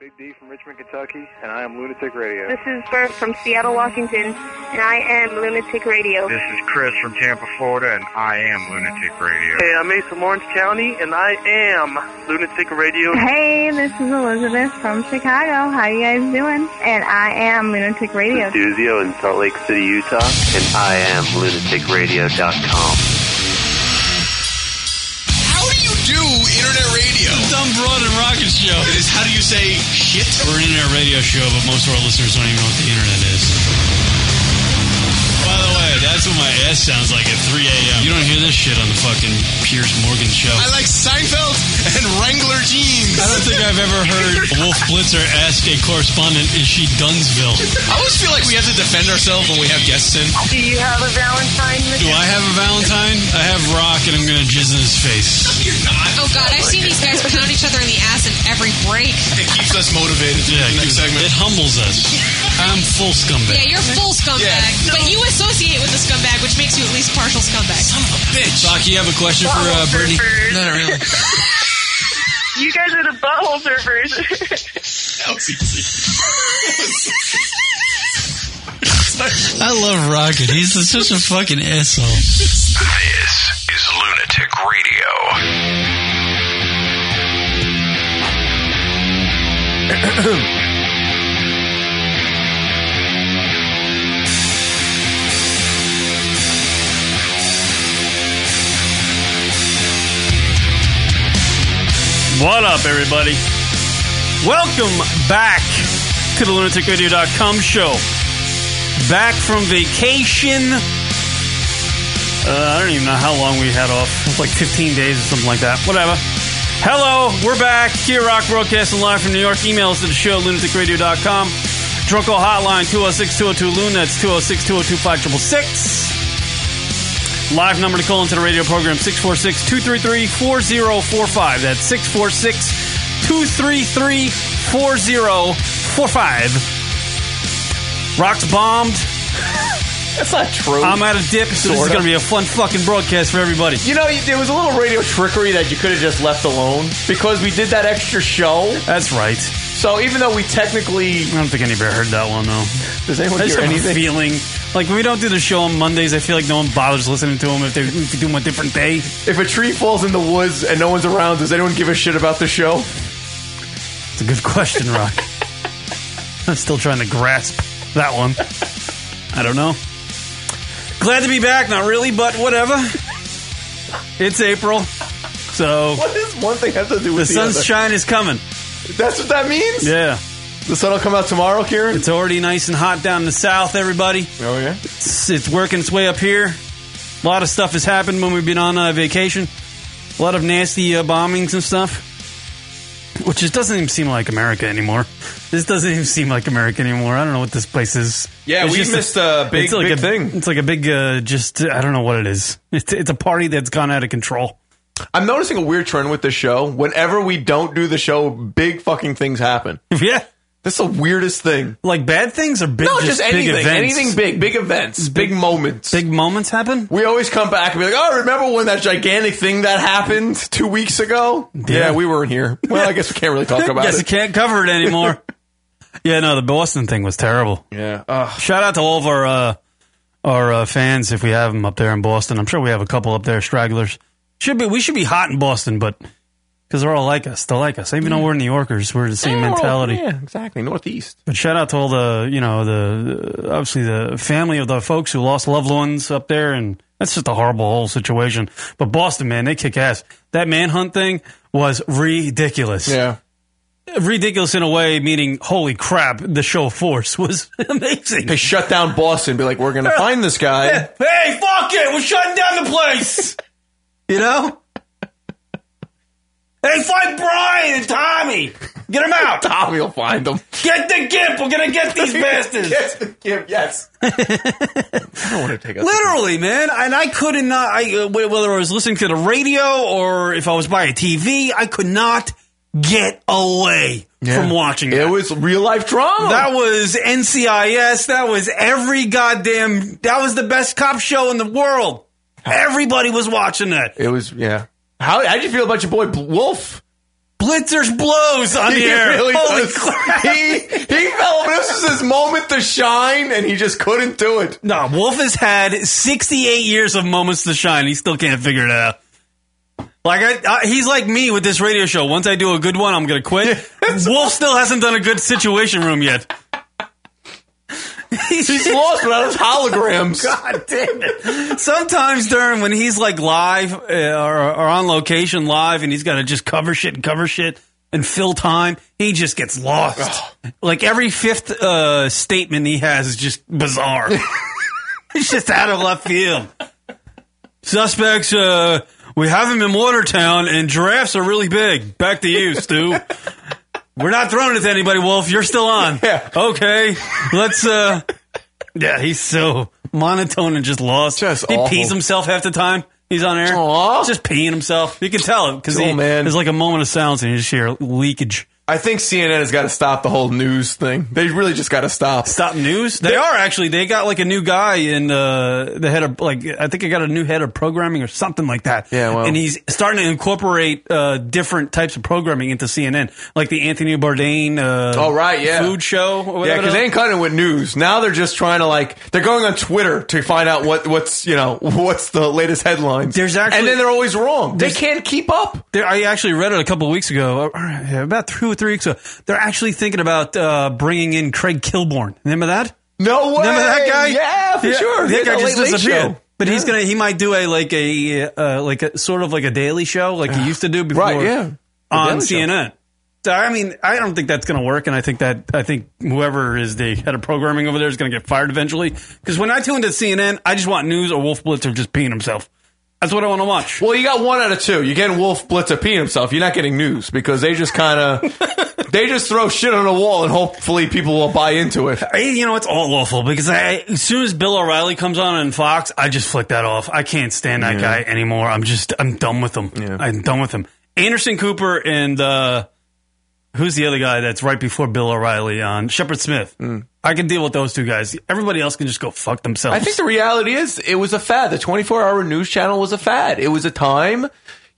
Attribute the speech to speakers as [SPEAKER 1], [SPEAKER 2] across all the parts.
[SPEAKER 1] Big D from Richmond, Kentucky, and I am Lunatic Radio.
[SPEAKER 2] This is Bert from Seattle, Washington, and I am Lunatic Radio.
[SPEAKER 3] This is Chris from Tampa, Florida, and I am Lunatic Radio.
[SPEAKER 4] Hey, I'm Ace from Orange County, and I am Lunatic Radio.
[SPEAKER 5] Hey, this is Elizabeth from Chicago. How you guys doing? And I am Lunatic Radio.
[SPEAKER 6] Duzio in Salt Lake City, Utah, and I am lunaticradio.com.
[SPEAKER 7] How do you do internet radio?
[SPEAKER 8] Dumb Broad and Rocket Show.
[SPEAKER 7] It is how do you say shit?
[SPEAKER 8] We're an internet radio show, but most of our listeners don't even know what the internet is. By the way, that's what my ass sounds like at 3 a.m. You don't hear this shit on the fucking Piers Morgan show.
[SPEAKER 7] I like Seinfeld and Wrangler jeans.
[SPEAKER 8] I don't think I've ever heard Wolf Blitzer ask a correspondent, is she Dunsville?
[SPEAKER 7] I always feel like we have to defend ourselves when we have guests in.
[SPEAKER 2] Do you have a Valentine?
[SPEAKER 8] Do I have a Valentine? I have Rock and I'm gonna jizz in his face.
[SPEAKER 7] You're not.
[SPEAKER 9] Oh God, I've seen these guys pound each other in the ass in every break.
[SPEAKER 7] It keeps us motivated.
[SPEAKER 8] Yeah,
[SPEAKER 7] for the next
[SPEAKER 8] it,
[SPEAKER 7] segment.
[SPEAKER 8] it humbles us. I'm full scumbag.
[SPEAKER 9] Yeah, you're full scumbag,
[SPEAKER 7] Yeah.
[SPEAKER 9] but you associate with a scumbag, which makes you at least partial scumbag.
[SPEAKER 7] Son of a bitch.
[SPEAKER 8] Rock, you have a question for uh, Brittany?
[SPEAKER 2] surfers.
[SPEAKER 7] not really.
[SPEAKER 2] You guys are the butthole surfers.
[SPEAKER 7] That was easy.
[SPEAKER 8] I love Rocket. He's such a fucking asshole.
[SPEAKER 10] This is Lunatic Radio.
[SPEAKER 11] What up, everybody? Welcome back to the lunaticradio.com show. Back from vacation. Uh, I don't even know how long we had off. It was like 15 days or something like that. Whatever. Hello, we're back here, Rock Broadcasting live from New York. Email us at the show, lunaticradio.com. Drunko Hotline, 206 202 Loon. That's 206 202 5666. Live number to call into the radio program 646 233 4045. That's 646 233 4045. Rock's bombed.
[SPEAKER 12] That's not true.
[SPEAKER 11] I'm out of dip, so this is
[SPEAKER 12] Sorta.
[SPEAKER 11] going to be a fun fucking broadcast for everybody.
[SPEAKER 12] you know, there was a little radio trickery that you could have just left alone because we did that extra show.
[SPEAKER 11] That's right.
[SPEAKER 12] So even though we technically,
[SPEAKER 11] I don't think anybody heard that one, though.
[SPEAKER 12] does anyone
[SPEAKER 11] I just
[SPEAKER 12] hear
[SPEAKER 11] have a
[SPEAKER 12] anything?
[SPEAKER 11] feeling. Like, when we don't do the show on Mondays, I feel like no one bothers listening to them if they if we do them a different day.
[SPEAKER 12] If a tree falls in the woods and no one's around, does anyone give a shit about the show?
[SPEAKER 11] It's a good question, Rock. I'm still trying to grasp that one. I don't know. Glad to be back. Not really, but whatever. It's April, so
[SPEAKER 12] What does one thing have to do
[SPEAKER 11] the
[SPEAKER 12] with the, other?
[SPEAKER 11] sunshine is coming.
[SPEAKER 12] That's what that means.
[SPEAKER 11] Yeah,
[SPEAKER 12] The sun will come out tomorrow, Kieran.
[SPEAKER 11] it's already nice and hot down in the south. Everybody,
[SPEAKER 12] oh yeah.
[SPEAKER 11] it's, it's working its way up here. A lot of stuff has happened when we've been on uh, vacation. A lot of nasty uh, bombings and stuff, which just doesn't even seem like America anymore. This doesn't even seem like America anymore. I don't know what this place is.
[SPEAKER 12] Yeah,
[SPEAKER 11] It's
[SPEAKER 12] we
[SPEAKER 11] just
[SPEAKER 12] missed a big-
[SPEAKER 11] it's like
[SPEAKER 12] big
[SPEAKER 11] a,
[SPEAKER 12] thing.
[SPEAKER 11] It's like a big, uh, just I don't know what it is. It's, it's a party that's gone out of control.
[SPEAKER 12] I'm noticing a weird trend with this show. Whenever we don't do the show, big fucking things happen.
[SPEAKER 11] yeah,
[SPEAKER 12] That's the weirdest thing.
[SPEAKER 11] like bad things or big,
[SPEAKER 12] No,
[SPEAKER 11] just,
[SPEAKER 12] just,
[SPEAKER 11] big
[SPEAKER 12] anything.
[SPEAKER 11] events.
[SPEAKER 12] Anything big. Big events. Big, moments.
[SPEAKER 11] big moments happen.
[SPEAKER 12] we always come back and be like, oh, remember when that gigantic thing that happened two weeks ago? Yeah, we weren't here. Well, I guess we can't really talk about
[SPEAKER 11] Guess I
[SPEAKER 12] it.
[SPEAKER 11] can't cover it anymore. yeah, no, the Boston thing was terrible.
[SPEAKER 12] Yeah. Ugh.
[SPEAKER 11] Shout out to all of our uh, our uh, fans if we have them up there in Boston. I'm sure we have a couple up there, stragglers. Should be we should be hot in Boston, but because they're all like us, they like us. Even though we're New Yorkers, we're the same mentality.
[SPEAKER 12] Oh, Yeah, exactly. Northeast.
[SPEAKER 11] But shout out to all the you know the obviously the family of the folks who lost loved ones up there, and that's just a horrible whole situation. But Boston, man, they kick ass. That manhunt thing was ridiculous
[SPEAKER 12] Yeah.
[SPEAKER 11] ridiculous in a way, meaning holy crap, the show of force was amazing.
[SPEAKER 12] They shut down Boston, be like, we're going to find this guy.
[SPEAKER 11] Hey, fuck it, we're shutting down the place. you know? Hey, find Brian and Tommy. Get them out.
[SPEAKER 12] Tommy will find him.
[SPEAKER 11] Get the gimp. We're gonna get these bastards.
[SPEAKER 12] Yes, the kid, yes. I don't want to take us.
[SPEAKER 11] Literally, man. And I could not. I uh, wh- whether I was listening to the radio or if I was by a TV, I could not get away
[SPEAKER 12] Yeah.
[SPEAKER 11] from watching
[SPEAKER 12] It
[SPEAKER 11] that.
[SPEAKER 12] was real life drama.
[SPEAKER 11] That was NCIS. That was every goddamn. That was the best cop show in the world. Everybody was watching that.
[SPEAKER 12] It was yeah. How how'd you feel about your boy Bl- Wolf?
[SPEAKER 11] Blitzers blows on the
[SPEAKER 12] He
[SPEAKER 11] air.
[SPEAKER 12] really
[SPEAKER 11] Holy
[SPEAKER 12] does.
[SPEAKER 11] crap!
[SPEAKER 12] He he felt this is his moment to shine, and he just couldn't do it.
[SPEAKER 11] No, Wolf has had 68 years of moments to shine. He still can't figure it out. Like I, I, he's like me with this radio show. Once I do a good one, I'm gonna quit. Wolf still hasn't done a good situation room yet.
[SPEAKER 12] He's lost without his holograms.
[SPEAKER 11] God damn it! Sometimes during when he's like live uh, or, or on location live, and he's got to just cover shit and cover shit and fill time, he just gets lost. like every fifth uh, statement he has is just bizarre. it's just out of left field. Suspects, uh, we have him in Watertown, and giraffes are really big. Back to you, Stu. We're not throwing it to anybody, Wolf. You're still on. Yeah. Okay. Let's. uh Yeah, he's so monotone and just lost. Just he
[SPEAKER 12] awful.
[SPEAKER 11] pees himself half the time. He's on air. Just peeing himself. You can tell because
[SPEAKER 12] Oh,
[SPEAKER 11] he
[SPEAKER 12] man.
[SPEAKER 11] there's like a moment of silence and you just hear leakage.
[SPEAKER 12] I think CNN has got to stop the whole news thing. They really just got to stop.
[SPEAKER 11] Stop news. They are actually. They got like a new guy in uh, the head of like I think I got a new head of programming or something like that. Yeah,
[SPEAKER 12] well.
[SPEAKER 11] and he's starting to incorporate uh, different types of programming into CNN, like the Anthony Bourdain. Uh,
[SPEAKER 12] Oh, right, yeah.
[SPEAKER 11] food show. Or whatever
[SPEAKER 12] Yeah, because
[SPEAKER 11] the-
[SPEAKER 12] they ain't cutting it with news. Now they're just trying to like they're going on Twitter to find out what what's you know what's the latest headlines.
[SPEAKER 11] There's actually-
[SPEAKER 12] and then they're always wrong. They
[SPEAKER 11] There's-
[SPEAKER 12] can't keep up.
[SPEAKER 11] They're, I actually read it a couple of weeks ago, uh, about two or three weeks ago. They're actually thinking about uh, bringing in Craig Kilborn. Remember that?
[SPEAKER 12] No way.
[SPEAKER 11] Remember that guy?
[SPEAKER 12] Yeah, for sure.
[SPEAKER 11] That
[SPEAKER 12] He's
[SPEAKER 11] guy
[SPEAKER 12] on
[SPEAKER 11] just
[SPEAKER 12] Late Late
[SPEAKER 11] disappeared.
[SPEAKER 12] Show.
[SPEAKER 11] But he's gonna he might do a like a uh, like a sort of like a daily show like he used to do before.
[SPEAKER 12] Right, yeah. The
[SPEAKER 11] On
[SPEAKER 12] Daily Show.
[SPEAKER 11] CNN. So, I mean, I don't think that's going to work, and I think that I think whoever is the head of programming over there is going to get fired eventually. Because when I tune into CNN, I just want news or Wolf Blitzer just peeing himself. That's what I want to watch.
[SPEAKER 12] Well, you got one out of two. You're getting Wolf Blitzer peeing himself. You're not getting news because they just kind of they just throw shit on the wall and hopefully people will buy into it.
[SPEAKER 11] I- you know, it's all awful because I, as soon as Bill O'Reilly comes on on Fox, I just flick that off. I can't stand that guy anymore. I'm just, I'm done with him. I'm done with him. Anderson Cooper and uh, who's the other guy that's right before Bill O'Reilly on Shepard Smith. I can deal with those two guys. Everybody else can just go fuck themselves.
[SPEAKER 12] I think the reality is it was a fad. The 24 hour news channel was a fad. It was a time.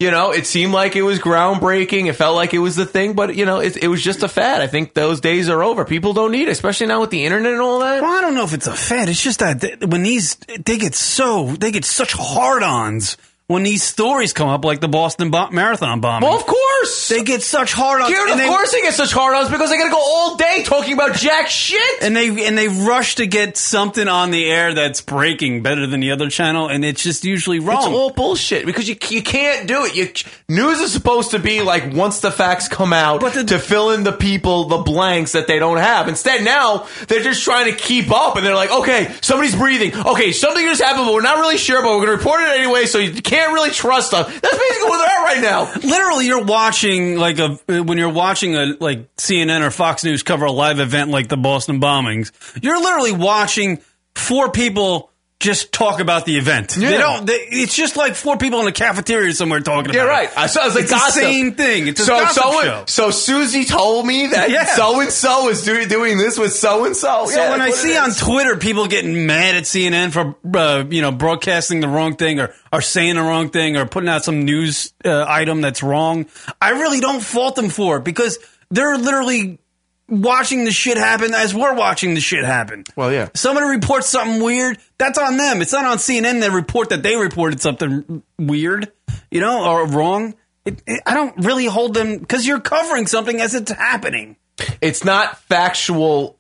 [SPEAKER 12] You know, it seemed like it was groundbreaking. It felt like it was the thing, but you know, it, it was just a fad. I think those days are over. People don't need it, especially now with the internet and all that.
[SPEAKER 11] Well, I don't know if it's a fad. It's just that th- when these they get so they get such hard-ons when these stories come up, like the Boston bo- Marathon bombing.
[SPEAKER 12] Well, of course.
[SPEAKER 11] they get such hard-ons.
[SPEAKER 12] Garrett,
[SPEAKER 11] and
[SPEAKER 12] of
[SPEAKER 11] they-
[SPEAKER 12] course they get such hard ons because they got to go all day talking about jack shit.
[SPEAKER 11] and they and they rush to get something on the air that's breaking better than the other channel, and it's just usually wrong.
[SPEAKER 12] It's all bullshit because you you can't do it. You, news is supposed to be like once the facts come out
[SPEAKER 11] But the-
[SPEAKER 12] to fill in the people the blanks that they don't have. Instead, now they're just trying to keep up, and they're like, okay, somebody's breathing. Okay, something just happened, but we're not really sure, but we're going to report it anyway. So you can't really trust us. That's basically where they're at right now.
[SPEAKER 11] Literally, you're watching like a when you're watching a like CNN or Fox News cover a live event like the Boston bombings. You're literally watching four people just talk about the event. They
[SPEAKER 12] Yeah.
[SPEAKER 11] don't. They, it's just like four people in a cafeteria somewhere talking.
[SPEAKER 12] Yeah,
[SPEAKER 11] about
[SPEAKER 12] right.
[SPEAKER 11] It.
[SPEAKER 12] I saw it's like
[SPEAKER 11] It's the
[SPEAKER 12] gossip.
[SPEAKER 11] same thing. It's a
[SPEAKER 12] so
[SPEAKER 11] gossip
[SPEAKER 12] so
[SPEAKER 11] show.
[SPEAKER 12] so Susie told me
[SPEAKER 11] Yeah.
[SPEAKER 12] that so and so is do, doing this with so and so.
[SPEAKER 11] So when I see on Twitter people getting mad at CNN for uh, you know broadcasting the wrong thing or or saying the wrong thing or putting out some news uh, item that's wrong, I really don't fault them for it because they're literally watching the shit happen as we're watching the shit happen.
[SPEAKER 12] well, yeah.
[SPEAKER 11] Somebody reports something weird, that's on them. It's not on CNN that report that they reported something weird, you know, or wrong. It, it, I don't really hold them because you're covering something as it's happening.
[SPEAKER 12] it's not factual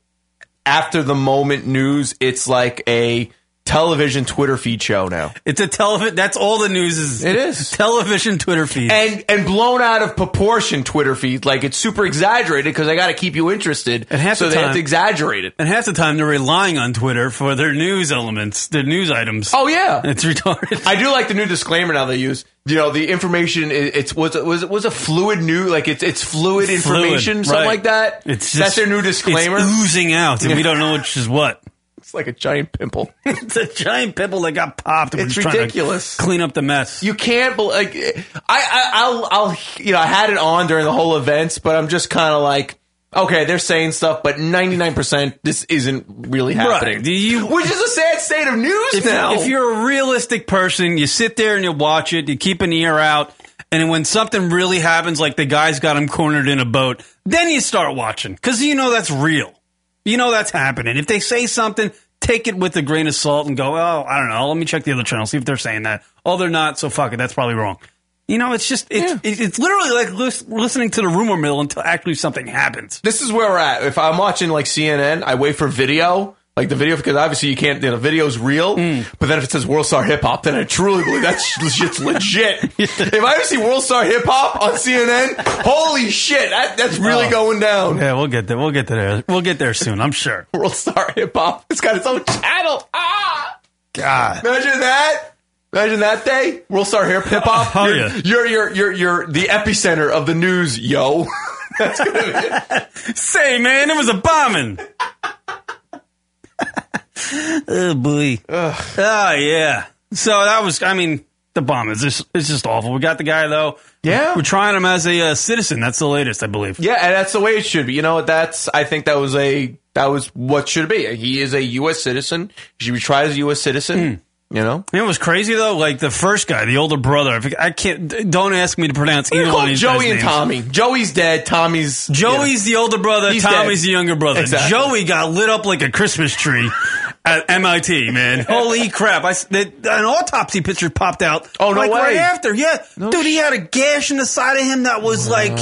[SPEAKER 12] after the moment news. It's like a television Twitter feed show now.
[SPEAKER 11] It's a television. That's all the news is.
[SPEAKER 12] It is.
[SPEAKER 11] television Twitter feed.
[SPEAKER 12] And and blown out of proportion Twitter feed. Like it's super exaggerated because I got to keep you interested.
[SPEAKER 11] And half
[SPEAKER 12] so
[SPEAKER 11] the
[SPEAKER 12] they
[SPEAKER 11] time-
[SPEAKER 12] have to exaggerate it.
[SPEAKER 11] and half the time they're relying on Twitter for their news elements, their news items.
[SPEAKER 12] Oh yeah.
[SPEAKER 11] it's retarded.
[SPEAKER 12] I do like the new disclaimer now they use. You know, the information i- it's was was was a fluid new like it's it's fluid information
[SPEAKER 11] Fluid,
[SPEAKER 12] something
[SPEAKER 11] right.
[SPEAKER 12] like that.
[SPEAKER 11] It's just,
[SPEAKER 12] that's their new disclaimer.
[SPEAKER 11] It's oozing out, and we don't know which is what.
[SPEAKER 12] it's like a giant pimple.
[SPEAKER 11] It's a giant pimple that got popped. and we're
[SPEAKER 12] It's
[SPEAKER 11] just trying to
[SPEAKER 12] ridiculous.
[SPEAKER 11] Clean up the mess.
[SPEAKER 12] you can't bel- like I, I I'll I'll you know I had it on during the whole events, but I'm just kind of like okay, they're saying stuff, but 99 percent this isn't really happening.
[SPEAKER 11] Do you-
[SPEAKER 12] Which is a sad state of news
[SPEAKER 11] if,
[SPEAKER 12] now.
[SPEAKER 11] if you're a realistic person, you sit there and you watch it, you keep an ear out, And when something really happens, like the guy's got him cornered in a boat, then you start watching because you know that's real. You know that's happening. If they say something, take it with a grain of salt and go, oh, I don't know. Let me check the other channel, see if they're saying that. Oh, they're not. So fuck it. That's probably wrong. You know, it's just it's it's it's literally like lis- listening to the rumor mill until actually something happens.
[SPEAKER 12] This is where we're at. If I'm watching like CNN, I wait for video, like the video, because obviously you can't. You know, video's real.
[SPEAKER 11] Hmm.
[SPEAKER 12] But then if it says World Star Hip Hop, then I truly believe that shit's legit. if I ever see World Star Hip Hop on CNN, holy shit, that, that's really
[SPEAKER 11] Oh.
[SPEAKER 12] going down.
[SPEAKER 11] Yeah, we'll get there. We'll get there. We'll get there soon. I'm sure.
[SPEAKER 12] World Star Hip Hop, it's got its own channel. Ah,
[SPEAKER 11] God.
[SPEAKER 12] imagine that. Imagine that day, World Star Hip Hip Hop.
[SPEAKER 11] Oh,
[SPEAKER 12] you're,
[SPEAKER 11] yeah.
[SPEAKER 12] you're you're you're you're the epicenter of the news, yo. That's gonna be
[SPEAKER 11] Say, man, it was a bombing. oh boy. Oh yeah. So that was. I mean, the bomb is just it's just awful. We got the guy though. Yeah, we're trying him as a uh, citizen. That's the latest, I believe.
[SPEAKER 12] Yeah, and that's the way it should be. You know, that's I think that was a that was what should be. He is a U.S. citizen. He should be tried as a U.S. citizen. You know,
[SPEAKER 11] You know, it was crazy though. Like the first guy, the older brother. I forget- I can't. Don't ask me to pronounce
[SPEAKER 12] We're
[SPEAKER 11] either
[SPEAKER 12] gonna
[SPEAKER 11] one
[SPEAKER 12] call
[SPEAKER 11] of these
[SPEAKER 12] Joey
[SPEAKER 11] guys'
[SPEAKER 12] and
[SPEAKER 11] names.
[SPEAKER 12] Tommy. Joey's dead. Tommy's
[SPEAKER 11] Joey's the older brother.
[SPEAKER 12] He's
[SPEAKER 11] Tommy's
[SPEAKER 12] dead.
[SPEAKER 11] the younger brother.
[SPEAKER 12] Exactly.
[SPEAKER 11] Joey got lit up like a Christmas tree at MIT. Man, holy crap! I s the, an autopsy picture popped out.
[SPEAKER 12] Oh, no
[SPEAKER 11] like,
[SPEAKER 12] way.
[SPEAKER 11] Right after, yeah, dude, he had a gash in the side of him that was like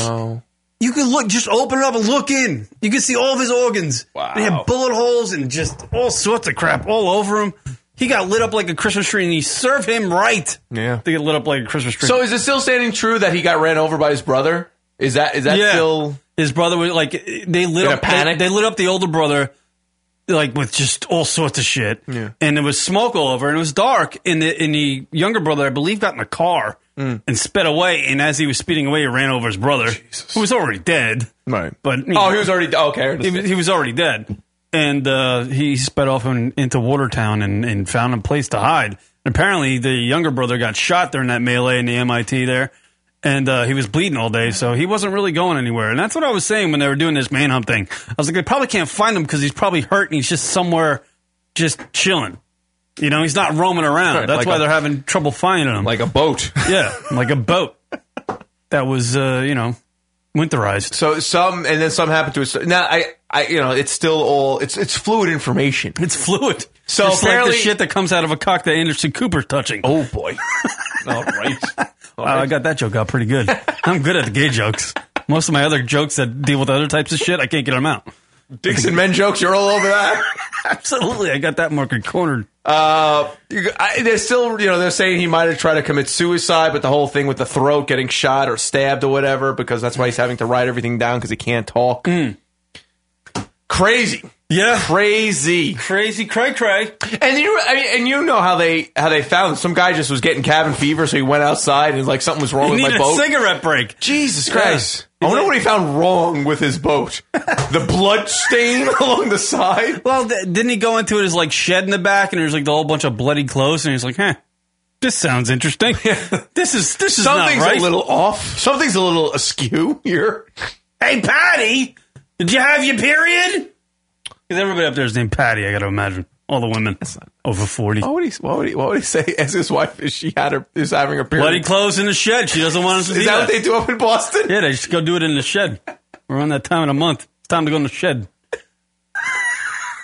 [SPEAKER 11] you could look. Just open it up and look in. You could see all of his organs. Wow! They had bullet holes and just all sorts of crap all over him. He got lit up like a Christmas tree, and he served him right.
[SPEAKER 12] Yeah,
[SPEAKER 11] to get lit up like a Christmas tree.
[SPEAKER 12] So is it still standing true that he got ran over by his brother? Is that is that
[SPEAKER 11] Yeah.
[SPEAKER 12] still?
[SPEAKER 11] his brother was like they lit
[SPEAKER 12] In a
[SPEAKER 11] up they-
[SPEAKER 12] panic?
[SPEAKER 11] They, lit up the older brother like with just all sorts of shit. Yeah. And there was smoke all over and it was dark and the and the younger brother I believe got in a car
[SPEAKER 12] Mm.
[SPEAKER 11] and sped away and as he was speeding away he ran over his brother who was already dead.
[SPEAKER 12] Right.
[SPEAKER 11] But you
[SPEAKER 12] Oh,
[SPEAKER 11] know,
[SPEAKER 12] he was already okay. I
[SPEAKER 11] he,
[SPEAKER 12] understand.
[SPEAKER 11] was- he was already dead. And uh, he sped off in, into Watertown and, and found a place to hide. Apparently, the younger brother got shot during that melee in the MIT there. And uh, he was bleeding all day, so he wasn't really going anywhere. And that's what I was saying when they were doing this manhunt thing. I was like, they probably can't find him because he's probably hurt and he's just somewhere just chilling. You know, he's not roaming around.
[SPEAKER 12] Right,
[SPEAKER 11] That's
[SPEAKER 12] like
[SPEAKER 11] why
[SPEAKER 12] a-
[SPEAKER 11] they're having trouble finding him.
[SPEAKER 12] Like a boat.
[SPEAKER 11] yeah, like a boat that was, uh, you know, winterized.
[SPEAKER 12] So some and then some happened to us. Now I I you know it's still all it's it's fluid information.
[SPEAKER 11] It's fluid.
[SPEAKER 12] So
[SPEAKER 11] Just like the
[SPEAKER 12] apparently-
[SPEAKER 11] shit that comes out of a cock that Anderson Cooper's touching. Oh,
[SPEAKER 12] Oh boy. all right.
[SPEAKER 11] I got that joke out pretty good. I'm good at the gay jokes. Most of my other jokes that deal with other types of shit, I can't get them out.
[SPEAKER 12] Dicks and men jokes. You're all over that.
[SPEAKER 11] Absolutely, I got that market cornered.
[SPEAKER 12] Uh, you, I, they're still, you know, they're saying he might have tried to commit suicide, but the whole thing with the throat getting shot or stabbed or whatever, because that's why he's having to write everything down because he can't talk. Crazy,
[SPEAKER 11] Hmm. Yeah,
[SPEAKER 12] crazy,
[SPEAKER 11] crazy, cray cray.
[SPEAKER 12] and you, I mean, and you know how they how they found him. some guy just was getting cabin fever, so he went outside and like something was wrong
[SPEAKER 11] You
[SPEAKER 12] with
[SPEAKER 11] need
[SPEAKER 12] my
[SPEAKER 11] a
[SPEAKER 12] boat.
[SPEAKER 11] cigarette break.
[SPEAKER 12] Jesus
[SPEAKER 11] Yeah.
[SPEAKER 12] Christ! I wonder what he found wrong with his boat. the blood stain along the side.
[SPEAKER 11] Well, th- didn't he go into his like shed in the back, and there's like the whole bunch of bloody clothes, and he's like, "Huh, this sounds interesting. this is this is
[SPEAKER 12] Something's
[SPEAKER 11] not right."
[SPEAKER 12] a little off. Something's a little askew here.
[SPEAKER 11] Hey, Patty, did you have your period? Because everybody up there is named Patty, I got to imagine. All the women over 40.
[SPEAKER 12] Why would he? Why would he? Why would he say as his wife is she had her is having her period?
[SPEAKER 11] Bloody clothes in the shed. She doesn't want us to
[SPEAKER 12] is
[SPEAKER 11] do
[SPEAKER 12] that
[SPEAKER 11] that.
[SPEAKER 12] what they do up in Boston?
[SPEAKER 11] yeah, they just go do it in the shed. We're on that time of the month. It's time to go in the shed.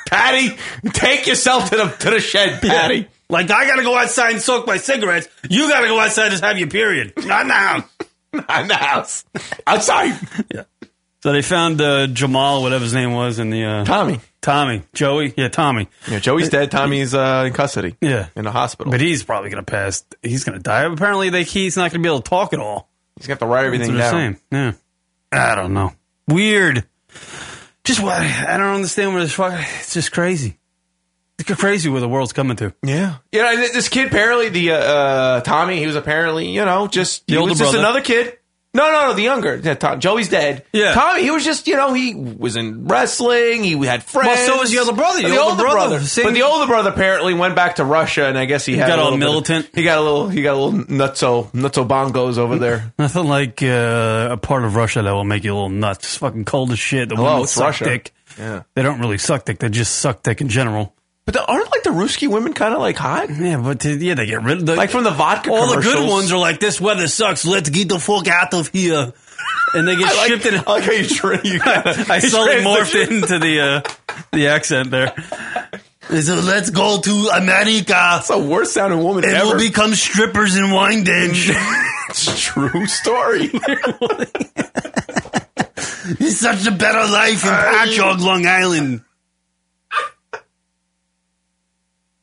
[SPEAKER 12] Patty, take yourself to the to the shed, Patty.
[SPEAKER 11] Like, I got to go outside and soak my cigarettes. You got to go outside and have your period. Not now.
[SPEAKER 12] Not in the house, outside.
[SPEAKER 11] So they found uh, Jamal, whatever his name was, and the uh,
[SPEAKER 12] Tommy,
[SPEAKER 11] Tommy, Joey. Yeah, Tommy.
[SPEAKER 12] yeah, Joey's dead. Tommy's uh, in custody
[SPEAKER 11] Yeah.
[SPEAKER 12] in the hospital.
[SPEAKER 11] But he's probably going to pass. He's going to die. Apparently, they, he's not going to be able to talk at all.
[SPEAKER 12] He's got to write everything
[SPEAKER 11] That's
[SPEAKER 12] down.
[SPEAKER 11] what they're saying. Yeah. I don't know. Weird. Just what I don't understand what it's fuck- it's just crazy. It's crazy where the world's coming to.
[SPEAKER 12] Yeah, you know th- this kid apparently the uh, uh, Tommy. He was apparently you know just
[SPEAKER 11] The
[SPEAKER 12] he
[SPEAKER 11] older
[SPEAKER 12] was just
[SPEAKER 11] brother.
[SPEAKER 12] another kid. No, no, no, the younger. Yeah, Tom, Joey's dead.
[SPEAKER 11] Yeah.
[SPEAKER 12] Tommy. He was just you know he was in wrestling. He had friends.
[SPEAKER 11] Well, so was the other brother. The
[SPEAKER 12] The,
[SPEAKER 11] older
[SPEAKER 12] older
[SPEAKER 11] brother,
[SPEAKER 12] brother.
[SPEAKER 11] same-
[SPEAKER 12] But the older brother apparently went back to Russia, and I guess he, had
[SPEAKER 11] got
[SPEAKER 12] a
[SPEAKER 11] all
[SPEAKER 12] little bit of-
[SPEAKER 11] militant.
[SPEAKER 12] he got a little. He got a little nutso nutso bongos over there.
[SPEAKER 11] Nothing like uh, a part of Russia that will make you a little nuts. It's fucking cold as shit. The
[SPEAKER 12] Hello,
[SPEAKER 11] women
[SPEAKER 12] it's
[SPEAKER 11] suck
[SPEAKER 12] Russia.
[SPEAKER 11] dick.
[SPEAKER 12] Yeah.
[SPEAKER 11] They don't really suck dick. They just suck dick in general.
[SPEAKER 12] But the, aren't like the Ruski women kind of like hot?
[SPEAKER 11] Yeah, but uh, yeah, they get rid of the,
[SPEAKER 12] like from the vodka.
[SPEAKER 11] All the good
[SPEAKER 12] commercials.
[SPEAKER 11] ones are like, this weather sucks. Let's get the fuck out of here. And they get
[SPEAKER 12] I like-
[SPEAKER 11] shipped in.
[SPEAKER 12] I like how you tra- you kinda-
[SPEAKER 11] I
[SPEAKER 12] you
[SPEAKER 11] slowly morphed
[SPEAKER 12] transition.
[SPEAKER 11] into the uh, the accent there. So let's go to America.
[SPEAKER 12] It's the worst sounding woman
[SPEAKER 11] And
[SPEAKER 12] ever.
[SPEAKER 11] we'll become strippers and wine dens.
[SPEAKER 12] it's true story.
[SPEAKER 11] it's such a better life in Patchogue, Long Island.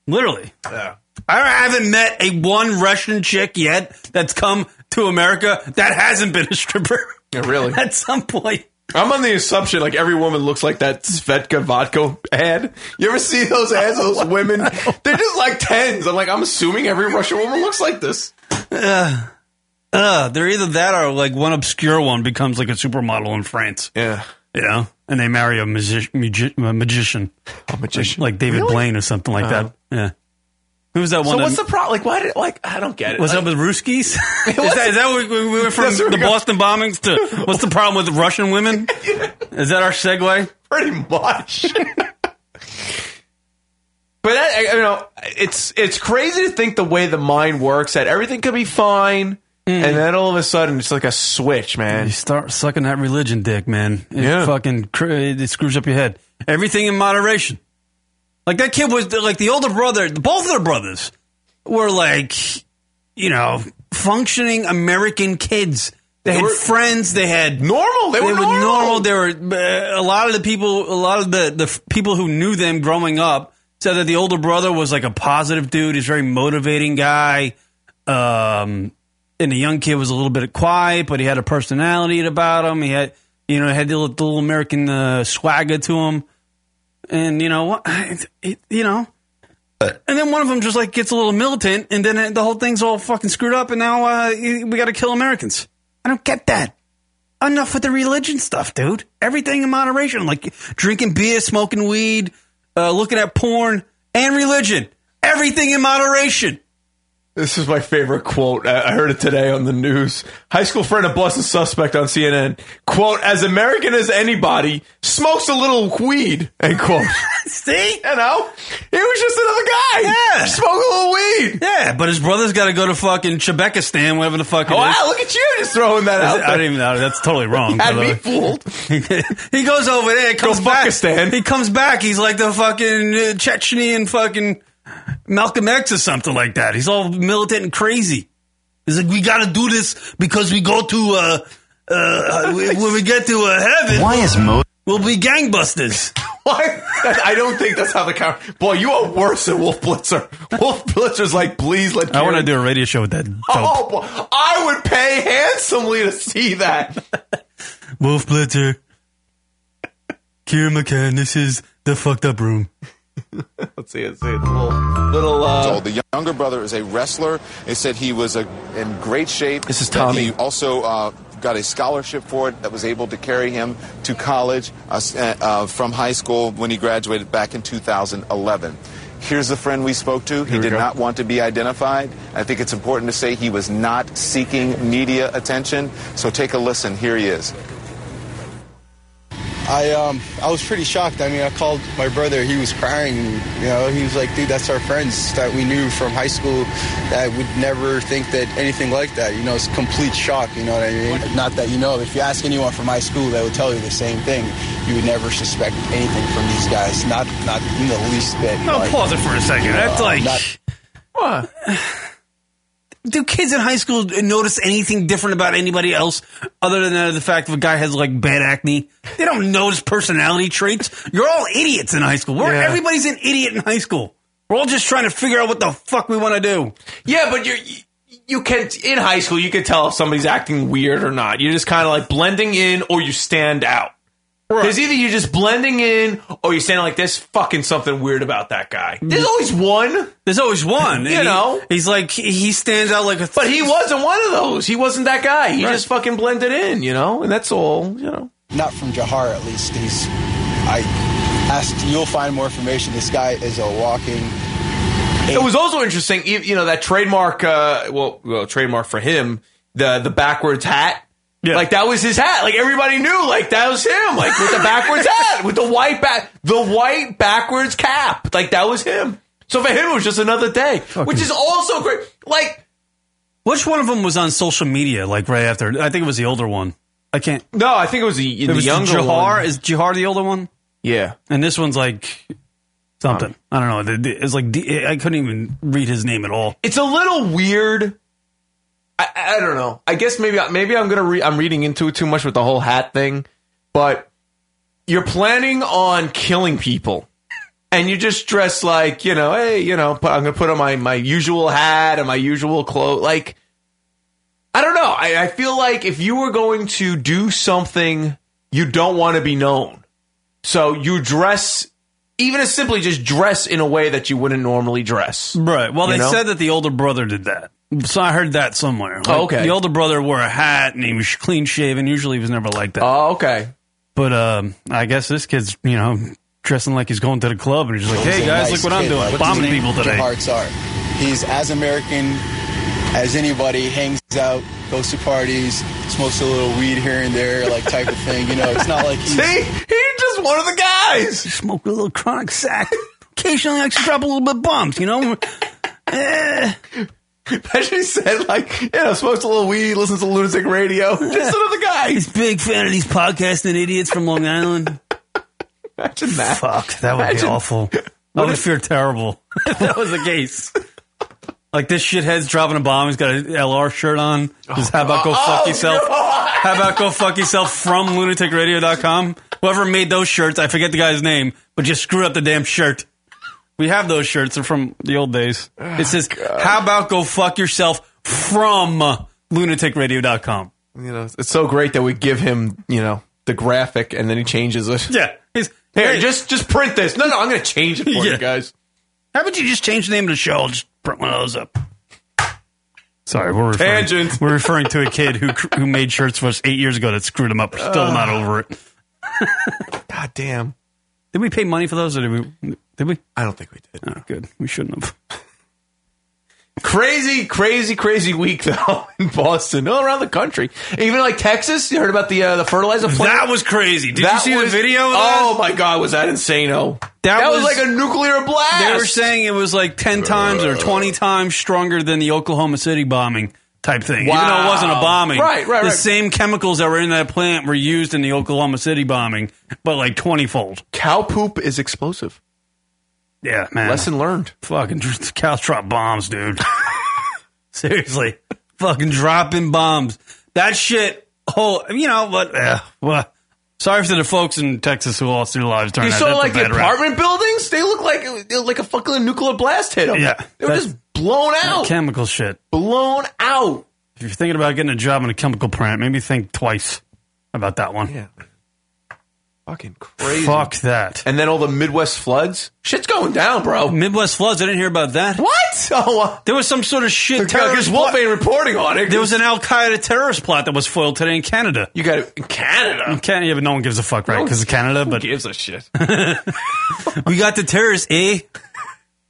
[SPEAKER 11] Literally. I haven't met a one Russian chick yet that's come to America that hasn't been a stripper.
[SPEAKER 12] Yeah, really.
[SPEAKER 11] At some point.
[SPEAKER 12] I'm on the assumption like every woman looks like that Svetka vodka ad. You ever see those ads? of Those women, they're just like tens. I'm like, I'm assuming every Russian woman looks like this.
[SPEAKER 11] Uh, uh, they're either that or like one obscure one becomes like a supermodel in France.
[SPEAKER 12] Yeah,
[SPEAKER 11] You know? And they marry a, magi- magi- a magician.
[SPEAKER 12] a magician.
[SPEAKER 11] Like, like David
[SPEAKER 12] Really?
[SPEAKER 11] Blaine or something like
[SPEAKER 12] Uh-huh.
[SPEAKER 11] that. Yeah. Who's that one?
[SPEAKER 12] So
[SPEAKER 11] that-
[SPEAKER 12] what's uh, the problem? Like, why did like I don't get it.
[SPEAKER 11] What's
[SPEAKER 12] Like,
[SPEAKER 11] up with Ruskies? is, that, is that what we, we went from
[SPEAKER 12] That's where
[SPEAKER 11] the
[SPEAKER 12] we go.
[SPEAKER 11] Boston bombings to what's the problem with Russian women? Is that our segue?
[SPEAKER 12] pretty much. but that, you know, it's it's crazy to think the way the mind works that everything could be fine,
[SPEAKER 11] Mm.
[SPEAKER 12] and then all of a sudden it's like a switch, man.
[SPEAKER 11] You start sucking that religion dick, man. It
[SPEAKER 12] Yeah.
[SPEAKER 11] fucking cr- it screws up your head. Everything in moderation. Like that kid was like the older brother. Both of their brothers were like, you know, functioning American kids. They, had
[SPEAKER 12] were-
[SPEAKER 11] friends. They had
[SPEAKER 12] Normal. They,
[SPEAKER 11] they,
[SPEAKER 12] were,
[SPEAKER 11] were
[SPEAKER 12] normal.
[SPEAKER 11] normal. They were uh, a lot of the people, a lot of the the f- people who knew them growing up said that the older brother was like a positive dude. He's a very motivating guy. Um, and the young kid was a little bit quiet, but he had a personality about him. He had, you know, had the little, the little American uh, swagger to him. And you know, what- it, it, you know, and then one of them just like gets a little militant, and then the whole thing's all fucking screwed up, and now uh, we got to kill Americans. I don't get that. Enough with the religion stuff, dude. Everything in moderation, like drinking beer, smoking weed, uh, looking at porn, and religion. Everything in moderation.
[SPEAKER 12] This is my favorite quote. I I heard it today on the news. High school friend of Boston suspect on CNN. Quote, as American as anybody, smokes a little weed, end quote.
[SPEAKER 11] See?
[SPEAKER 12] you know? He was just another guy.
[SPEAKER 11] Yeah.
[SPEAKER 12] Smoke a little weed.
[SPEAKER 11] Yeah, but his brother's got to go to fucking Chebekistan, whatever the fuck it is.
[SPEAKER 12] Wow, look at you just throwing that
[SPEAKER 11] I
[SPEAKER 12] out there.
[SPEAKER 11] don't even know. That's totally wrong. by
[SPEAKER 12] Had
[SPEAKER 11] the
[SPEAKER 12] me
[SPEAKER 11] way.
[SPEAKER 12] fooled.
[SPEAKER 11] he goes over there, comes back.
[SPEAKER 12] Pakistan.
[SPEAKER 11] He comes back. He's like the fucking uh, Chechenian fucking Malcolm X or something like that. He's all militant and crazy. He's like, we got to do this because we go to uh, uh, uh, when we get to uh, heaven,
[SPEAKER 6] Why is Mo?
[SPEAKER 11] we'll be gangbusters.
[SPEAKER 12] Why? That- I don't think that's how the car. Boy, you are worse than Wolf Blitzer. Wolf Blitzer's like, please let. Karen-
[SPEAKER 11] do a radio show with that.
[SPEAKER 12] Oh, boy. I would pay handsomely to see that.
[SPEAKER 11] Wolf Blitzer, Kieran McCann. This is the fucked up room.
[SPEAKER 12] Let's see it. See it. Little, little. Uh,
[SPEAKER 13] The younger brother is a wrestler. They said he was a, in great shape.
[SPEAKER 12] This is
[SPEAKER 13] That
[SPEAKER 12] Tommy.
[SPEAKER 13] He also uh, got a scholarship for it that was able to carry him to college uh, s- uh, uh, from high school when he graduated back in 2011. Here's the friend we spoke to. He did not want to be identified. I think it's important to say he was not seeking media attention. So take a listen. Here he is.
[SPEAKER 14] I um I was pretty shocked. I mean, I called my brother. He was crying. You know, he was like, "Dude, that's our friends that we knew from high school. That would never think that anything like that. You know, it's complete shock. You know what I mean? Not that you know. If you ask anyone from high school, they would tell you the same thing. You would never suspect anything from these guys. Not not in the least bit.
[SPEAKER 11] No,
[SPEAKER 14] Like,
[SPEAKER 11] pause it for a second. That's
[SPEAKER 14] uh,
[SPEAKER 11] like.
[SPEAKER 14] not-
[SPEAKER 12] what?
[SPEAKER 11] do kids in high school notice anything different about anybody else other than the fact if a guy has like bad acne? They don't notice personality traits. You're all idiots in high school. We're,
[SPEAKER 12] Yeah.
[SPEAKER 11] Everybody's an idiot in high school. We're all just trying to figure out what the fuck we want to do.
[SPEAKER 12] Yeah, but you're. you- You can in high school you can tell if somebody's acting weird or not. You're just kind of like blending in or you stand out. Because either you're just blending in or you're standing like there's fucking something weird about that guy. There's always one.
[SPEAKER 11] There's always one. and
[SPEAKER 12] You
[SPEAKER 11] he-
[SPEAKER 12] know.
[SPEAKER 11] he's like he stands out like a.
[SPEAKER 12] But he wasn't one of those. He wasn't that guy. He just fucking blended in, you know? And that's all, you know.
[SPEAKER 14] not from Jahar at least. He's I asked. You'll find more information. This guy is a walking.
[SPEAKER 12] It was also interesting, you you know, that trademark, uh, well, well, trademark for him, the the backwards hat. Like that was his hat. Like everybody knew. Like that was him. Like with the backwards hat, with the white back, the white backwards cap. Like that was him. So for him, it was just another day, which is also great. Like
[SPEAKER 11] Which one of them was on social media? Like right after? I think it was the older one. I can't.
[SPEAKER 12] No, I think it was the,
[SPEAKER 11] It
[SPEAKER 12] the
[SPEAKER 11] was
[SPEAKER 12] younger
[SPEAKER 11] Jahar.
[SPEAKER 12] one.
[SPEAKER 11] Is Jahar the older one?
[SPEAKER 12] Yeah. Um,
[SPEAKER 11] And this one's like something. I don't know. The- the- It's like D- I couldn't even read his name at all.
[SPEAKER 12] It's a little weird. I, I don't know. I guess maybe maybe I'm gonna re- I'm reading into it too much with the whole hat thing, but you're planning on killing people, and you just dress like you know, hey, you know, put, I'm gonna put on my my usual hat and my usual clothes. Like, I don't know. I, I feel like if you were going to do something, you don't want to be known, so you dress. Even as simply just dress in a way that you wouldn't normally dress.
[SPEAKER 11] Right. Well,
[SPEAKER 12] You
[SPEAKER 11] they
[SPEAKER 12] know?
[SPEAKER 11] said that the older brother did that. So I heard that somewhere.
[SPEAKER 12] Oh, okay.
[SPEAKER 11] The older brother wore a hat and he was clean shaven. Usually he was never like that.
[SPEAKER 12] Oh, okay.
[SPEAKER 11] But um, I guess this kid's, you know, dressing like he's going to the club and he's like,
[SPEAKER 14] He's
[SPEAKER 11] hey
[SPEAKER 14] a
[SPEAKER 11] guys,
[SPEAKER 14] nice
[SPEAKER 11] look what I'm
[SPEAKER 14] kid,
[SPEAKER 11] doing.
[SPEAKER 14] like, what
[SPEAKER 11] Bombing
[SPEAKER 14] his
[SPEAKER 11] people
[SPEAKER 14] Angel
[SPEAKER 11] today.
[SPEAKER 14] Hearts are. He's as American as anybody. Hangs out, goes to parties, smokes a little weed here and there, like type of thing. You know, it's not like he's.
[SPEAKER 12] See, he's just one of the guys.
[SPEAKER 11] Smoke a little chronic sack. Occasionally, I drop a little bit bumps. You know. Eh.
[SPEAKER 12] Imagine he said like, you know, smokes a little weed, listens to lunatic radio. Just another guy.
[SPEAKER 11] He's a big fan of these podcasting idiots from Long Island.
[SPEAKER 12] Imagine that.
[SPEAKER 11] Fuck, that would
[SPEAKER 12] Imagine-
[SPEAKER 11] be awful. I would feel terrible if that was the case. Like this shithead's dropping a bomb. He's got an LR shirt on. Just how about go fuck
[SPEAKER 12] Oh,
[SPEAKER 11] yourself?
[SPEAKER 12] no.
[SPEAKER 11] How about go fuck yourself from lunaticradio.com? Whoever made those shirts, I forget the guy's name, but just screw up the damn shirt. We have those shirts. They're from the old days.
[SPEAKER 12] Oh,
[SPEAKER 11] It says, how about go fuck yourself from lunaticradio.com?
[SPEAKER 12] you know, it's so great that we give him, you know, the graphic and then he changes it.
[SPEAKER 11] Yeah. He's,
[SPEAKER 12] Here, just just print this. No, no, I'm gonna change it for
[SPEAKER 11] Yeah.
[SPEAKER 12] you guys.
[SPEAKER 11] How about you just change the name of the show? I'll just print one of those up. Sorry, we're referring,
[SPEAKER 12] Tangent.
[SPEAKER 11] We're referring to a kid who who made shirts for us eight years ago that screwed him up. We're Still not over it.
[SPEAKER 12] God damn.
[SPEAKER 11] Did we pay money for those, or did we? Did we?
[SPEAKER 12] I don't think we did.
[SPEAKER 11] Oh, good. We shouldn't have.
[SPEAKER 12] Crazy, crazy, crazy week though in Boston, all around the country, even like Texas. You heard about the uh, the fertilizer plant?
[SPEAKER 11] That was crazy. Did
[SPEAKER 12] That
[SPEAKER 11] you see
[SPEAKER 12] was-
[SPEAKER 11] the video? Of that?
[SPEAKER 12] oh my god, was that insane? Oh,
[SPEAKER 11] That was-
[SPEAKER 12] was, like a nuclear blast.
[SPEAKER 11] They were saying it was like ten times or twenty times stronger than the Oklahoma City bombing type thing. Even though it
[SPEAKER 12] Wow.
[SPEAKER 11] wasn't a bombing,
[SPEAKER 12] Right, right,
[SPEAKER 11] The
[SPEAKER 12] right.
[SPEAKER 11] same chemicals that were in that plant were used in the Oklahoma City bombing, but like twenty fold.
[SPEAKER 12] cow poop is explosive.
[SPEAKER 11] Yeah, man.
[SPEAKER 12] Lesson learned.
[SPEAKER 11] Fucking just cows drop bombs, dude. Seriously, fucking dropping bombs. That shit. Oh, you know what? eh, well, sorry for the folks in Texas who lost their lives during
[SPEAKER 12] You
[SPEAKER 11] that.
[SPEAKER 12] saw
[SPEAKER 11] That's a
[SPEAKER 12] like the
[SPEAKER 11] bad rap.
[SPEAKER 12] apartment buildings? They look like like a fucking nuclear blast hit them.
[SPEAKER 11] Yeah,
[SPEAKER 12] they were
[SPEAKER 11] that's-
[SPEAKER 12] just blown out,
[SPEAKER 11] chemical shit.
[SPEAKER 12] blown out.
[SPEAKER 11] If you're thinking about getting a job in a chemical plant, maybe think twice about that one.
[SPEAKER 12] Yeah, fucking crazy.
[SPEAKER 11] Fuck that.
[SPEAKER 12] And then all the Midwest floods. Shit's going down, bro.
[SPEAKER 11] Midwest floods. I didn't hear about that.
[SPEAKER 12] What? Oh, uh,
[SPEAKER 11] There was some sort of shit.
[SPEAKER 12] because
[SPEAKER 11] Terrorist
[SPEAKER 12] Wolf
[SPEAKER 11] plot.
[SPEAKER 12] ain't reporting on it.
[SPEAKER 11] There was an Al Qaeda terrorist plot that was foiled today in Canada.
[SPEAKER 12] you got it in Canada.
[SPEAKER 11] Canada, yeah, but no one gives a fuck, right? Because of Canada,
[SPEAKER 12] Who
[SPEAKER 11] but
[SPEAKER 12] gives a shit?
[SPEAKER 11] we got the terrorists, eh?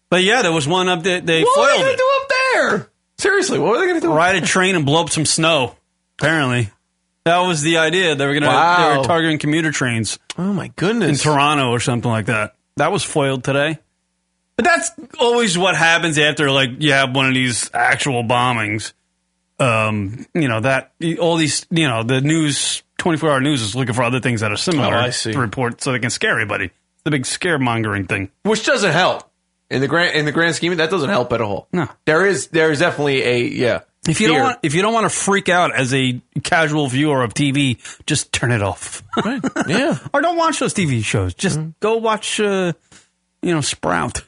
[SPEAKER 11] But yeah, there was one up there. They
[SPEAKER 12] what were they
[SPEAKER 11] foiled
[SPEAKER 12] gonna
[SPEAKER 11] it.
[SPEAKER 12] do up there? Seriously, what were they gonna do?
[SPEAKER 11] Ride a train and blow up some snow. Apparently, that was the idea. They were gonna they
[SPEAKER 12] Wow.
[SPEAKER 11] were targeting commuter trains
[SPEAKER 12] Oh my
[SPEAKER 11] in
[SPEAKER 12] goodness.
[SPEAKER 11] Toronto or something like that. That was foiled today. But that's always what happens after like you have one of these actual bombings. Um, you know that all these you know the news twenty four hour news is looking for other things that are similar
[SPEAKER 12] Oh, I see.
[SPEAKER 11] to report so they can scare everybody. It's the big scaremongering thing.
[SPEAKER 12] which doesn't help in the grand in the grand scheme. That doesn't help at all.
[SPEAKER 11] No.
[SPEAKER 12] there is there is definitely a yeah.
[SPEAKER 11] If you
[SPEAKER 12] fear.
[SPEAKER 11] don't want, if you don't want to freak out as a casual viewer of TV, just turn it off,
[SPEAKER 12] yeah. Mm-hmm.
[SPEAKER 11] or don't watch those TV shows. Just go watch, uh, you know, Sprout.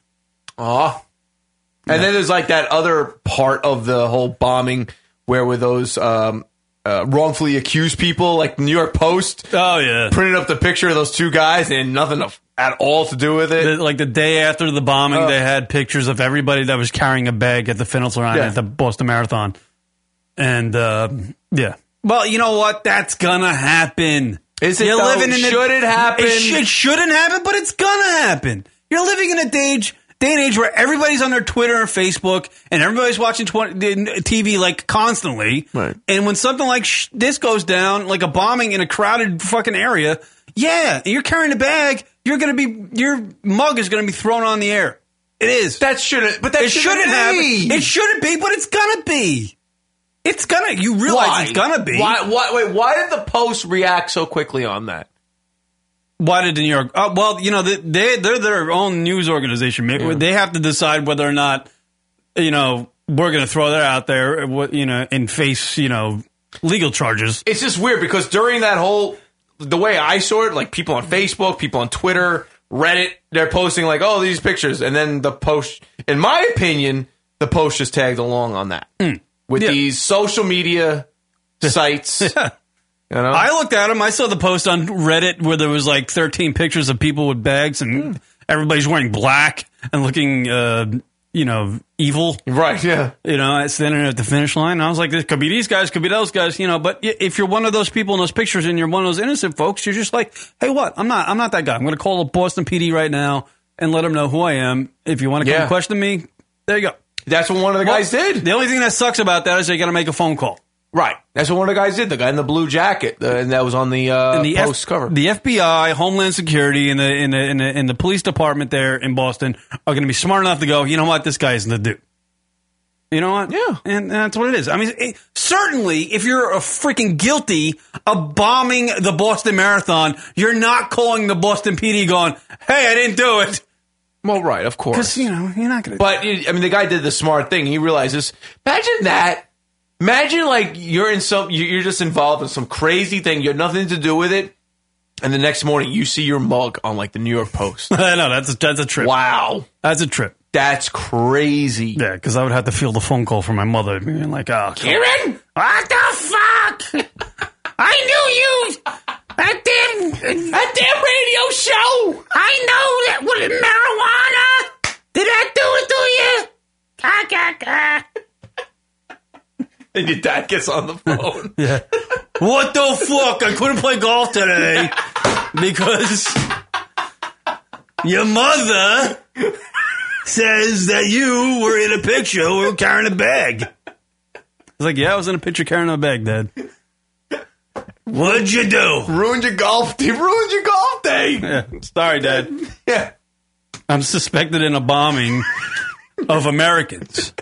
[SPEAKER 12] Aw. And then there's like that other part of the whole bombing where were those um, uh, wrongfully accused people, like New York Post
[SPEAKER 11] Oh yeah,
[SPEAKER 12] printed up the picture of those two guys and nothing of- at all to do with
[SPEAKER 11] The-
[SPEAKER 12] it.
[SPEAKER 11] like the day after the bombing, they had pictures of everybody that was carrying a bag at the finish line
[SPEAKER 12] Yeah.
[SPEAKER 11] at the Boston Marathon, and uh, yeah. Well, you know what? That's gonna happen.
[SPEAKER 12] Is it
[SPEAKER 11] You're
[SPEAKER 12] though?
[SPEAKER 11] living in a-
[SPEAKER 12] Should it happen?
[SPEAKER 11] It, sh- it shouldn't happen, but it's gonna happen. You're living in a day age, day and age where everybody's on their Twitter and Facebook and everybody's watching tw- TV like constantly. Right. And when something like sh- this goes down, like a bombing in a crowded fucking area, yeah, you're carrying a bag. You're gonna be your mug is gonna be thrown on the air. It is.
[SPEAKER 12] That shouldn't. But that
[SPEAKER 11] it
[SPEAKER 12] shouldn't
[SPEAKER 11] happen.
[SPEAKER 12] be.
[SPEAKER 11] It shouldn't be, but it's gonna be. It's gonna. You realize
[SPEAKER 12] Why?
[SPEAKER 11] it's gonna be.
[SPEAKER 12] Why, why? Wait, why did the Post react so quickly on that?
[SPEAKER 11] Why did New York? Uh, well, you know they, they they're their own news organization. Maybe they have to decide whether or not you know we're going to throw that out there. uh, what- You know, and face you know legal charges.
[SPEAKER 12] It's just weird because during that whole, the way I saw it, like people on Facebook, people on Twitter, Reddit, they're posting like, "Oh, these pictures," and then the Post, in my opinion, the Post just tagged along on that
[SPEAKER 11] Hmm.
[SPEAKER 12] with these social media sites.
[SPEAKER 11] I looked at them. I saw the post on Reddit where there was like 13 pictures of people with bags
[SPEAKER 12] Hmm.
[SPEAKER 11] and everybody's wearing black and looking, uh, you know, evil.
[SPEAKER 12] Right. Yeah.
[SPEAKER 11] You know, standing at the finish line. And I was like, this could be these guys, could be those guys. You know, but i- if you're one of those people in those pictures and you're one of those innocent folks, you're just like, hey, what? I'm not. I'm not that guy. I'm going to call the Boston PD right now and let them know who I am. If you want to come
[SPEAKER 12] Yeah.
[SPEAKER 11] question me, there you go.
[SPEAKER 12] That's what one of the guys did.
[SPEAKER 11] The only thing that sucks about that is they got to make a phone call.
[SPEAKER 12] Right. That's what one of the guys did. The guy in the blue jacket, uh, and that was on the, uh,
[SPEAKER 11] And the F-
[SPEAKER 12] Post cover.
[SPEAKER 11] The FBI, Homeland Security, and the and the, and the, and the police department there in Boston are going to be smart enough to go. You know what? This guy isn't the dude. You know what? Yeah, and that's what it is. I mean, eh, it- certainly, if you're a freaking guilty of bombing the Boston Marathon, you're not calling the Boston PD, going, "Hey, I didn't do it."
[SPEAKER 12] Well, right, of course.
[SPEAKER 11] because you know you're not going to.
[SPEAKER 12] But I mean, the guy did the smart thing. He realizes. Imagine that. Imagine like you're in some. you- You're just involved in some crazy thing. You have nothing to do with it. And the next morning, you see your mug on like the New York Post.
[SPEAKER 11] I know that's that's a trip.
[SPEAKER 12] Wow,
[SPEAKER 11] that's a trip.
[SPEAKER 12] That's crazy.
[SPEAKER 11] Yeah, because I would have to feel the phone call from my mother being like, "Oh,
[SPEAKER 12] Kieran,
[SPEAKER 11] what the
[SPEAKER 15] fuck? I knew you. That damn, that damn radio show. I know that. What marijuana? Did that do it to you? Ka, ka, ka.
[SPEAKER 12] and your dad gets on the phone.
[SPEAKER 11] yeah. What the fuck? I couldn't play golf today because your mother says that you were in a picture or carrying a bag. I was like, yeah, I was in a picture carrying a bag, Dad. What'd you do?
[SPEAKER 12] Ruined your golf. You ruined your golf day.
[SPEAKER 11] Yeah. Sorry, Dad.
[SPEAKER 12] Yeah.
[SPEAKER 11] I'm suspected in a bombing of Americans,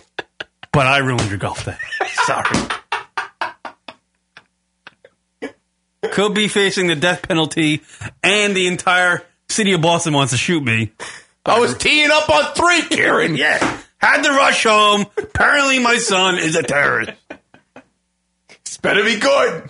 [SPEAKER 11] but I ruined your golf day. Sorry. Could be facing the death penalty, and the entire city of Boston wants to shoot me.
[SPEAKER 12] I was teeing up on three, Karen.
[SPEAKER 11] yeah. Had to rush home. Apparently, my son is a terrorist.
[SPEAKER 12] It's better be good.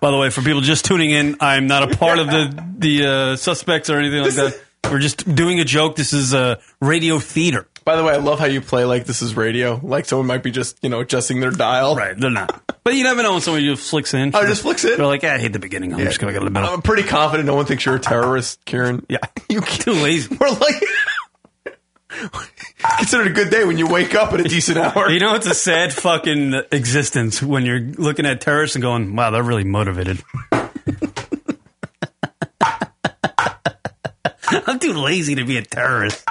[SPEAKER 11] By the way, for people just tuning in, I'm not a part of the the uh, suspects or anything like that. We're just doing a joke. This is uh, radio theater.
[SPEAKER 12] By the way, I love how you play like this is radio. Like someone might be just you know adjusting their dial.
[SPEAKER 11] Right, they're not. But you never know when somebody just flicks in.
[SPEAKER 12] Oh, just flicks in?
[SPEAKER 11] They're like, "Ah, I hate the beginning. I'm just gonna go to the middle.
[SPEAKER 12] I'm pretty confident no one thinks you're a terrorist, Karen. Yeah, you
[SPEAKER 11] too lazy.
[SPEAKER 12] We're like, it's considered a good day when you wake up at a decent hour.
[SPEAKER 11] You know, it's a sad fucking existence when you're looking at terrorists and going, wow, they're really motivated. I'm too lazy to be a terrorist.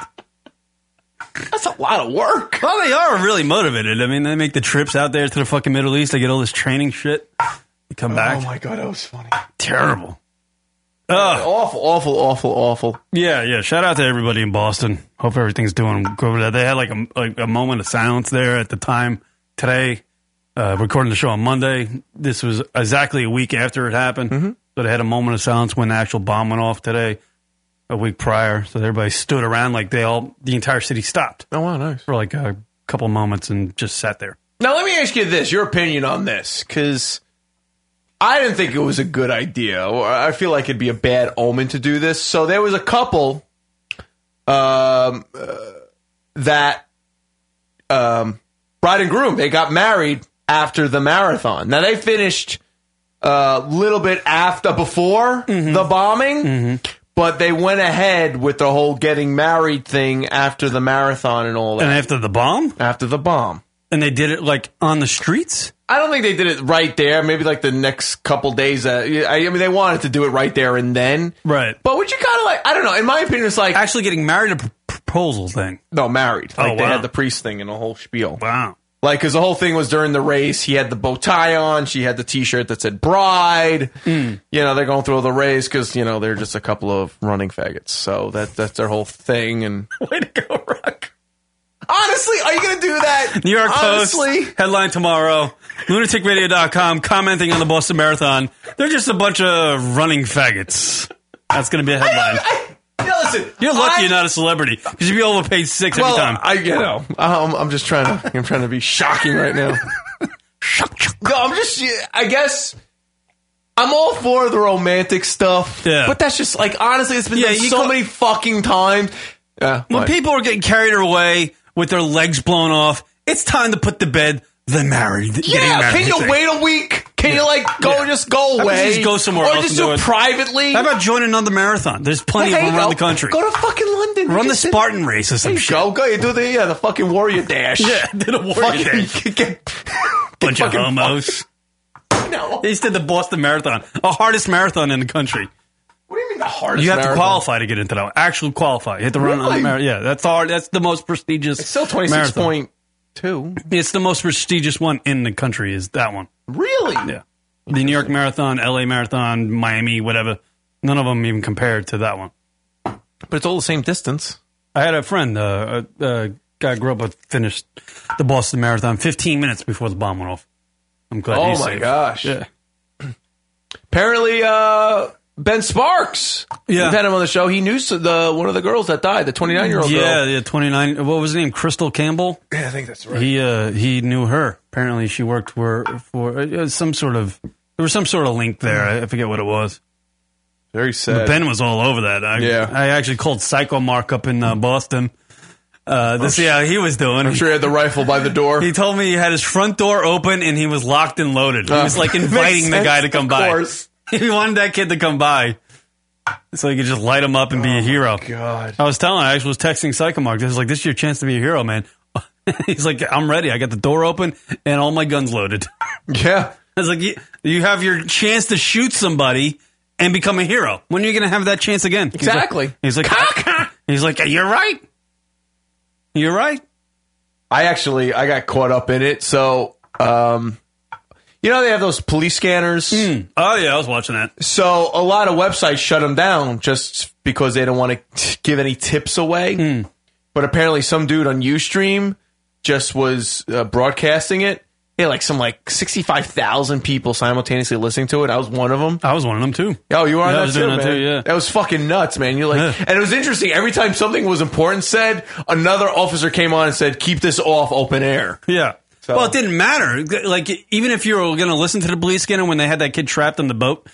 [SPEAKER 12] That's a lot of work.
[SPEAKER 11] Well, they are really motivated. I mean, they make the trips out there to the fucking Middle East. They get all this training shit. They come back.
[SPEAKER 12] Oh my god, that was funny.
[SPEAKER 11] Terrible.
[SPEAKER 12] awful, awful, awful, awful.
[SPEAKER 11] Yeah, yeah. Shout out to everybody in Boston. Hope everything's doing good. They had like a, like a moment of silence there at the time today. Uh, recording the show on Monday. This was exactly a week after it happened.
[SPEAKER 12] Mm-hmm.
[SPEAKER 11] So they had a moment of silence when the actual bomb went off today, a week prior. So everybody stood around like they all, the entire city stopped.
[SPEAKER 12] Oh, wow, nice.
[SPEAKER 11] For like a couple moments and just sat there.
[SPEAKER 12] Now let me ask you this: your opinion on this, because I didn't think it was a good idea, or I feel like it'd be a bad omen to do this. So there was a couple um, uh, that um, bride and groom they got married after the marathon. Now they finished a little bit after before the bombing. But they went ahead with the whole getting married thing after the marathon and all that.
[SPEAKER 11] And after the bomb?
[SPEAKER 12] After the bomb.
[SPEAKER 11] And they did it like on the streets?
[SPEAKER 12] I don't think they did it right there. Maybe like the next couple days. Uh, I, I mean, they wanted to do it right there and then.
[SPEAKER 11] Right.
[SPEAKER 12] But would you kind of like? I don't know. In my opinion, it's like
[SPEAKER 11] actually getting married to pr- proposal thing.
[SPEAKER 12] No, married.
[SPEAKER 11] Oh,
[SPEAKER 12] Like they
[SPEAKER 11] wow.
[SPEAKER 12] had the priest thing and the whole spiel.
[SPEAKER 11] Wow.
[SPEAKER 12] Like, because the whole thing was during the race, he had the bow tie on, she had the t shirt that said bride.
[SPEAKER 11] Hmm.
[SPEAKER 12] You know, they're going through the race because, you know, they're just a couple of running faggots. So that that's their whole thing. And Honestly, are you going to do that?
[SPEAKER 11] New York
[SPEAKER 12] Honestly.
[SPEAKER 11] Post headline tomorrow. LunaticRadio.com commenting on the Boston Marathon. They're just a bunch of running faggots. That's going to be a headline.
[SPEAKER 12] Yeah, listen,
[SPEAKER 11] You're lucky you're not a celebrity because you'd be overpaid six
[SPEAKER 12] well,
[SPEAKER 11] every time.
[SPEAKER 12] I you know Um, I'm, I'm just trying to I'm trying to be shocking right now. no, I'm just I guess I'm all for the romantic stuff. Yeah, but that's just like honestly, it's been
[SPEAKER 11] Yeah,
[SPEAKER 12] done
[SPEAKER 11] you
[SPEAKER 12] so
[SPEAKER 11] go-
[SPEAKER 12] many fucking times. Yeah,
[SPEAKER 11] When
[SPEAKER 12] what?
[SPEAKER 11] people are getting carried away with their legs blown off, it's time to put to bed the married. getting
[SPEAKER 12] yeah,
[SPEAKER 11] married
[SPEAKER 12] can you
[SPEAKER 11] thing.
[SPEAKER 12] wait a week? Can you like go
[SPEAKER 11] Yeah.
[SPEAKER 12] just go
[SPEAKER 11] How about
[SPEAKER 12] away?
[SPEAKER 11] Just go somewhere
[SPEAKER 12] or
[SPEAKER 11] else
[SPEAKER 12] just
[SPEAKER 11] and
[SPEAKER 12] do
[SPEAKER 11] it?
[SPEAKER 12] privately.
[SPEAKER 11] How about join another marathon? There's plenty
[SPEAKER 12] Yeah,
[SPEAKER 11] of
[SPEAKER 12] there
[SPEAKER 11] them
[SPEAKER 12] you
[SPEAKER 11] around the
[SPEAKER 12] go.
[SPEAKER 11] country.
[SPEAKER 12] Go to fucking London.
[SPEAKER 11] Run the
[SPEAKER 12] Just-
[SPEAKER 11] Spartan race or some
[SPEAKER 12] There you
[SPEAKER 11] shit.
[SPEAKER 12] go, go. You do the yeah, the fucking warrior dash.
[SPEAKER 11] Yeah, did a warrior
[SPEAKER 12] Fucking-
[SPEAKER 11] dash. Bunch of homos.
[SPEAKER 12] No.
[SPEAKER 11] They just did the Boston Marathon, the hardest marathon in the country.
[SPEAKER 12] What do you mean the hardest?
[SPEAKER 11] You have to
[SPEAKER 12] marathon?
[SPEAKER 11] qualify to get into that. One. Actual qualify. You have to run on
[SPEAKER 12] Really?
[SPEAKER 11] the marathon. Yeah, that's the hard. That's the most prestigious. It's
[SPEAKER 12] still 26.2.
[SPEAKER 11] It's the most prestigious one in the country. Is that one?
[SPEAKER 12] Really?
[SPEAKER 11] Yeah. The New York Marathon, L.A. Marathon, Miami, whatever. None of them even compared to that one.
[SPEAKER 12] But it's all the same distance.
[SPEAKER 11] I had a friend, uh, a, a guy I grew up with, finished the Boston Marathon 15 minutes before the bomb went off. I'm glad.
[SPEAKER 12] Oh
[SPEAKER 11] he's
[SPEAKER 12] my
[SPEAKER 11] safe.
[SPEAKER 12] gosh.
[SPEAKER 11] Yeah.
[SPEAKER 12] Apparently, uh, Ben Sparks.
[SPEAKER 11] Yeah.
[SPEAKER 12] we've had him on the show. He knew s- the one of the girls that died, the 29 year old
[SPEAKER 11] Yeah,
[SPEAKER 12] girl.
[SPEAKER 11] yeah, 29. What was his name? Crystal Campbell.
[SPEAKER 12] Yeah, I think that's
[SPEAKER 11] He uh, he knew her. Apparently, she worked for for uh, some sort of there was some sort of link there. I I forget what it was.
[SPEAKER 12] Very sad.
[SPEAKER 11] But ben was all over that. I,
[SPEAKER 12] Yeah.
[SPEAKER 11] I actually called Psycho Mark up in uh, Boston uh, to see how he was doing.
[SPEAKER 12] I'm sure he had the rifle by the door.
[SPEAKER 11] He told me he had his front door open and he was locked and loaded. He
[SPEAKER 12] Uh,
[SPEAKER 11] was like
[SPEAKER 12] makes
[SPEAKER 11] inviting the
[SPEAKER 12] sense,
[SPEAKER 11] guy to come
[SPEAKER 12] of
[SPEAKER 11] by.
[SPEAKER 12] course.
[SPEAKER 11] He wanted that kid to come by so he could just light him up and
[SPEAKER 12] Oh
[SPEAKER 11] be a hero. God. I was telling him, I actually was texting Psycho Mark. I was like, this is your chance to be a hero, man. He's like, I'm ready. I got the door open and all my guns loaded.
[SPEAKER 12] Yeah.
[SPEAKER 11] I was like, you, you have your chance to shoot somebody and become a hero. When are you going to have that chance again? He's like-
[SPEAKER 12] Exactly.
[SPEAKER 11] He's like, he's like, you're right. You're right.
[SPEAKER 12] I actually I got caught up in it. So, um, you know they have those police scanners.
[SPEAKER 11] Oh yeah, I was watching that.
[SPEAKER 12] So a lot of websites shut them down just because they don't want to give any tips away.
[SPEAKER 11] Hmm.
[SPEAKER 12] But apparently, some dude on UStream just was uh, broadcasting it. Yeah, like some like sixty five thousand people simultaneously listening to it. I was one of them.
[SPEAKER 11] I was one of them too.
[SPEAKER 12] Oh, you were on
[SPEAKER 11] Yeah, I
[SPEAKER 12] that,
[SPEAKER 11] was
[SPEAKER 12] too,
[SPEAKER 11] doing that
[SPEAKER 12] man.
[SPEAKER 11] too, yeah.
[SPEAKER 12] that was fucking nuts, man. You're like, and it was interesting. Every time something was important said, another officer came on and said, "Keep this off open air."
[SPEAKER 11] Yeah.
[SPEAKER 12] So-
[SPEAKER 11] Well, it didn't matter. Like even if you were going to listen to the police scanner when they had that kid trapped on the boat,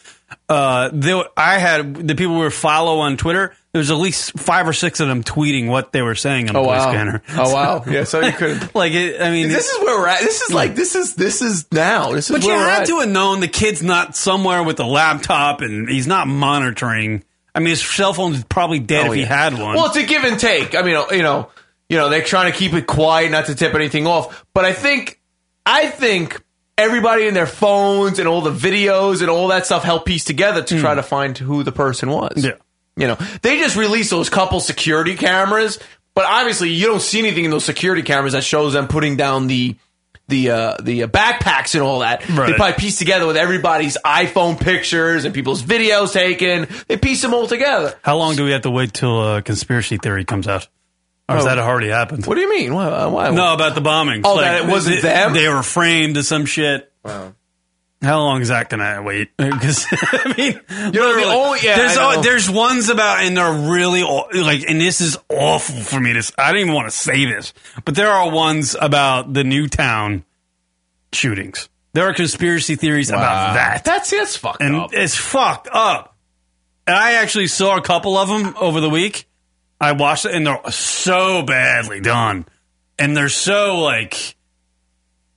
[SPEAKER 11] uh, they, were- I had the people we were follow on Twitter. There was at least five or six of them tweeting what they were saying on the
[SPEAKER 12] Oh
[SPEAKER 11] police
[SPEAKER 12] wow!
[SPEAKER 11] scanner.
[SPEAKER 12] Oh wow! Yeah, so you could.
[SPEAKER 11] like it, I mean,
[SPEAKER 12] This is where we're at. This is like this is this is now. This is
[SPEAKER 11] But
[SPEAKER 12] where
[SPEAKER 11] you
[SPEAKER 12] we're
[SPEAKER 11] had
[SPEAKER 12] at.
[SPEAKER 11] to have known the kid's not somewhere with a laptop and he's not monitoring. I mean, his cell phone's probably dead
[SPEAKER 12] Oh,
[SPEAKER 11] if he
[SPEAKER 12] yeah.
[SPEAKER 11] had one.
[SPEAKER 12] Well, it's a give and take. I mean, you know, you know, they're trying to keep it quiet, not to tip anything off. But I think, I think everybody in their phones and all the videos and all that stuff help piece together
[SPEAKER 11] Hmm.
[SPEAKER 12] to try to find who the person was. Yeah, you know, they just released those couple security cameras, but obviously you don't see anything in those security cameras that shows them putting down the. The uh, the uh, backpacks and all that they
[SPEAKER 11] Right.
[SPEAKER 12] probably piece together with everybody's iPhone pictures and people's videos taken. They piece them all together.
[SPEAKER 11] How long do we have to wait till uh, conspiracy theory comes out? Or has
[SPEAKER 12] Oh.
[SPEAKER 11] that already happened?
[SPEAKER 12] What do you mean? Why? why-
[SPEAKER 11] No, about the bombings.
[SPEAKER 12] Oh, that it wasn't
[SPEAKER 11] they,
[SPEAKER 12] them?
[SPEAKER 11] They were framed to some shit. Wow. How long is that gonna wait? Because I mean, literally,
[SPEAKER 12] only- yeah,
[SPEAKER 11] there's
[SPEAKER 12] I
[SPEAKER 11] al-
[SPEAKER 12] know.
[SPEAKER 11] there's ones about and they're really aw- like, and this is awful for me to. s- I don't even want to say this, but there are ones about the Newtown shootings. There are conspiracy theories about that,
[SPEAKER 12] That's it's fucked
[SPEAKER 11] and it's fucked up. And I actually saw a couple of them over the week. I watched it, and they're so badly done, and they're so like,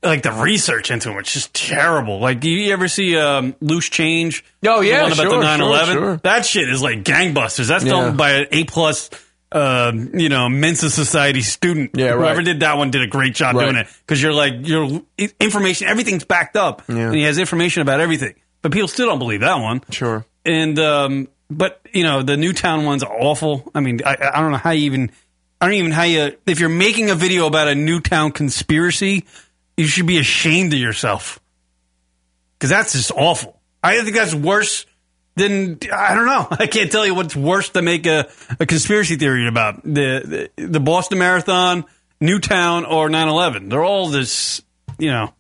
[SPEAKER 11] like the research into it, it's just terrible. Like, do you ever see um, Loose Change?
[SPEAKER 12] Oh,
[SPEAKER 11] The
[SPEAKER 12] yeah,
[SPEAKER 11] one about
[SPEAKER 12] sure,
[SPEAKER 11] the
[SPEAKER 12] sure,
[SPEAKER 11] 9/11?
[SPEAKER 12] sure.
[SPEAKER 11] That shit is like gangbusters. That's
[SPEAKER 12] Yeah.
[SPEAKER 11] done by an A plus, uh, you know, Mensa Society student.
[SPEAKER 12] Yeah, right.
[SPEAKER 11] Whoever did that one did a great job
[SPEAKER 12] Right.
[SPEAKER 11] doing it because you're like your information, everything's backed up, and he has information about everything. But people still don't believe that one.
[SPEAKER 12] Sure.
[SPEAKER 11] And um, but you know the Newtown ones are awful. I mean, I, I don't know how you even. I don't even how you. If you're making a video about a Newtown conspiracy, you should be ashamed of yourself because that's just awful. I think that's worse than I don't know. I can't tell you what's worse to make a, a conspiracy theory about the, the the Boston Marathon, Newtown, or 9/11. They're all this, you know.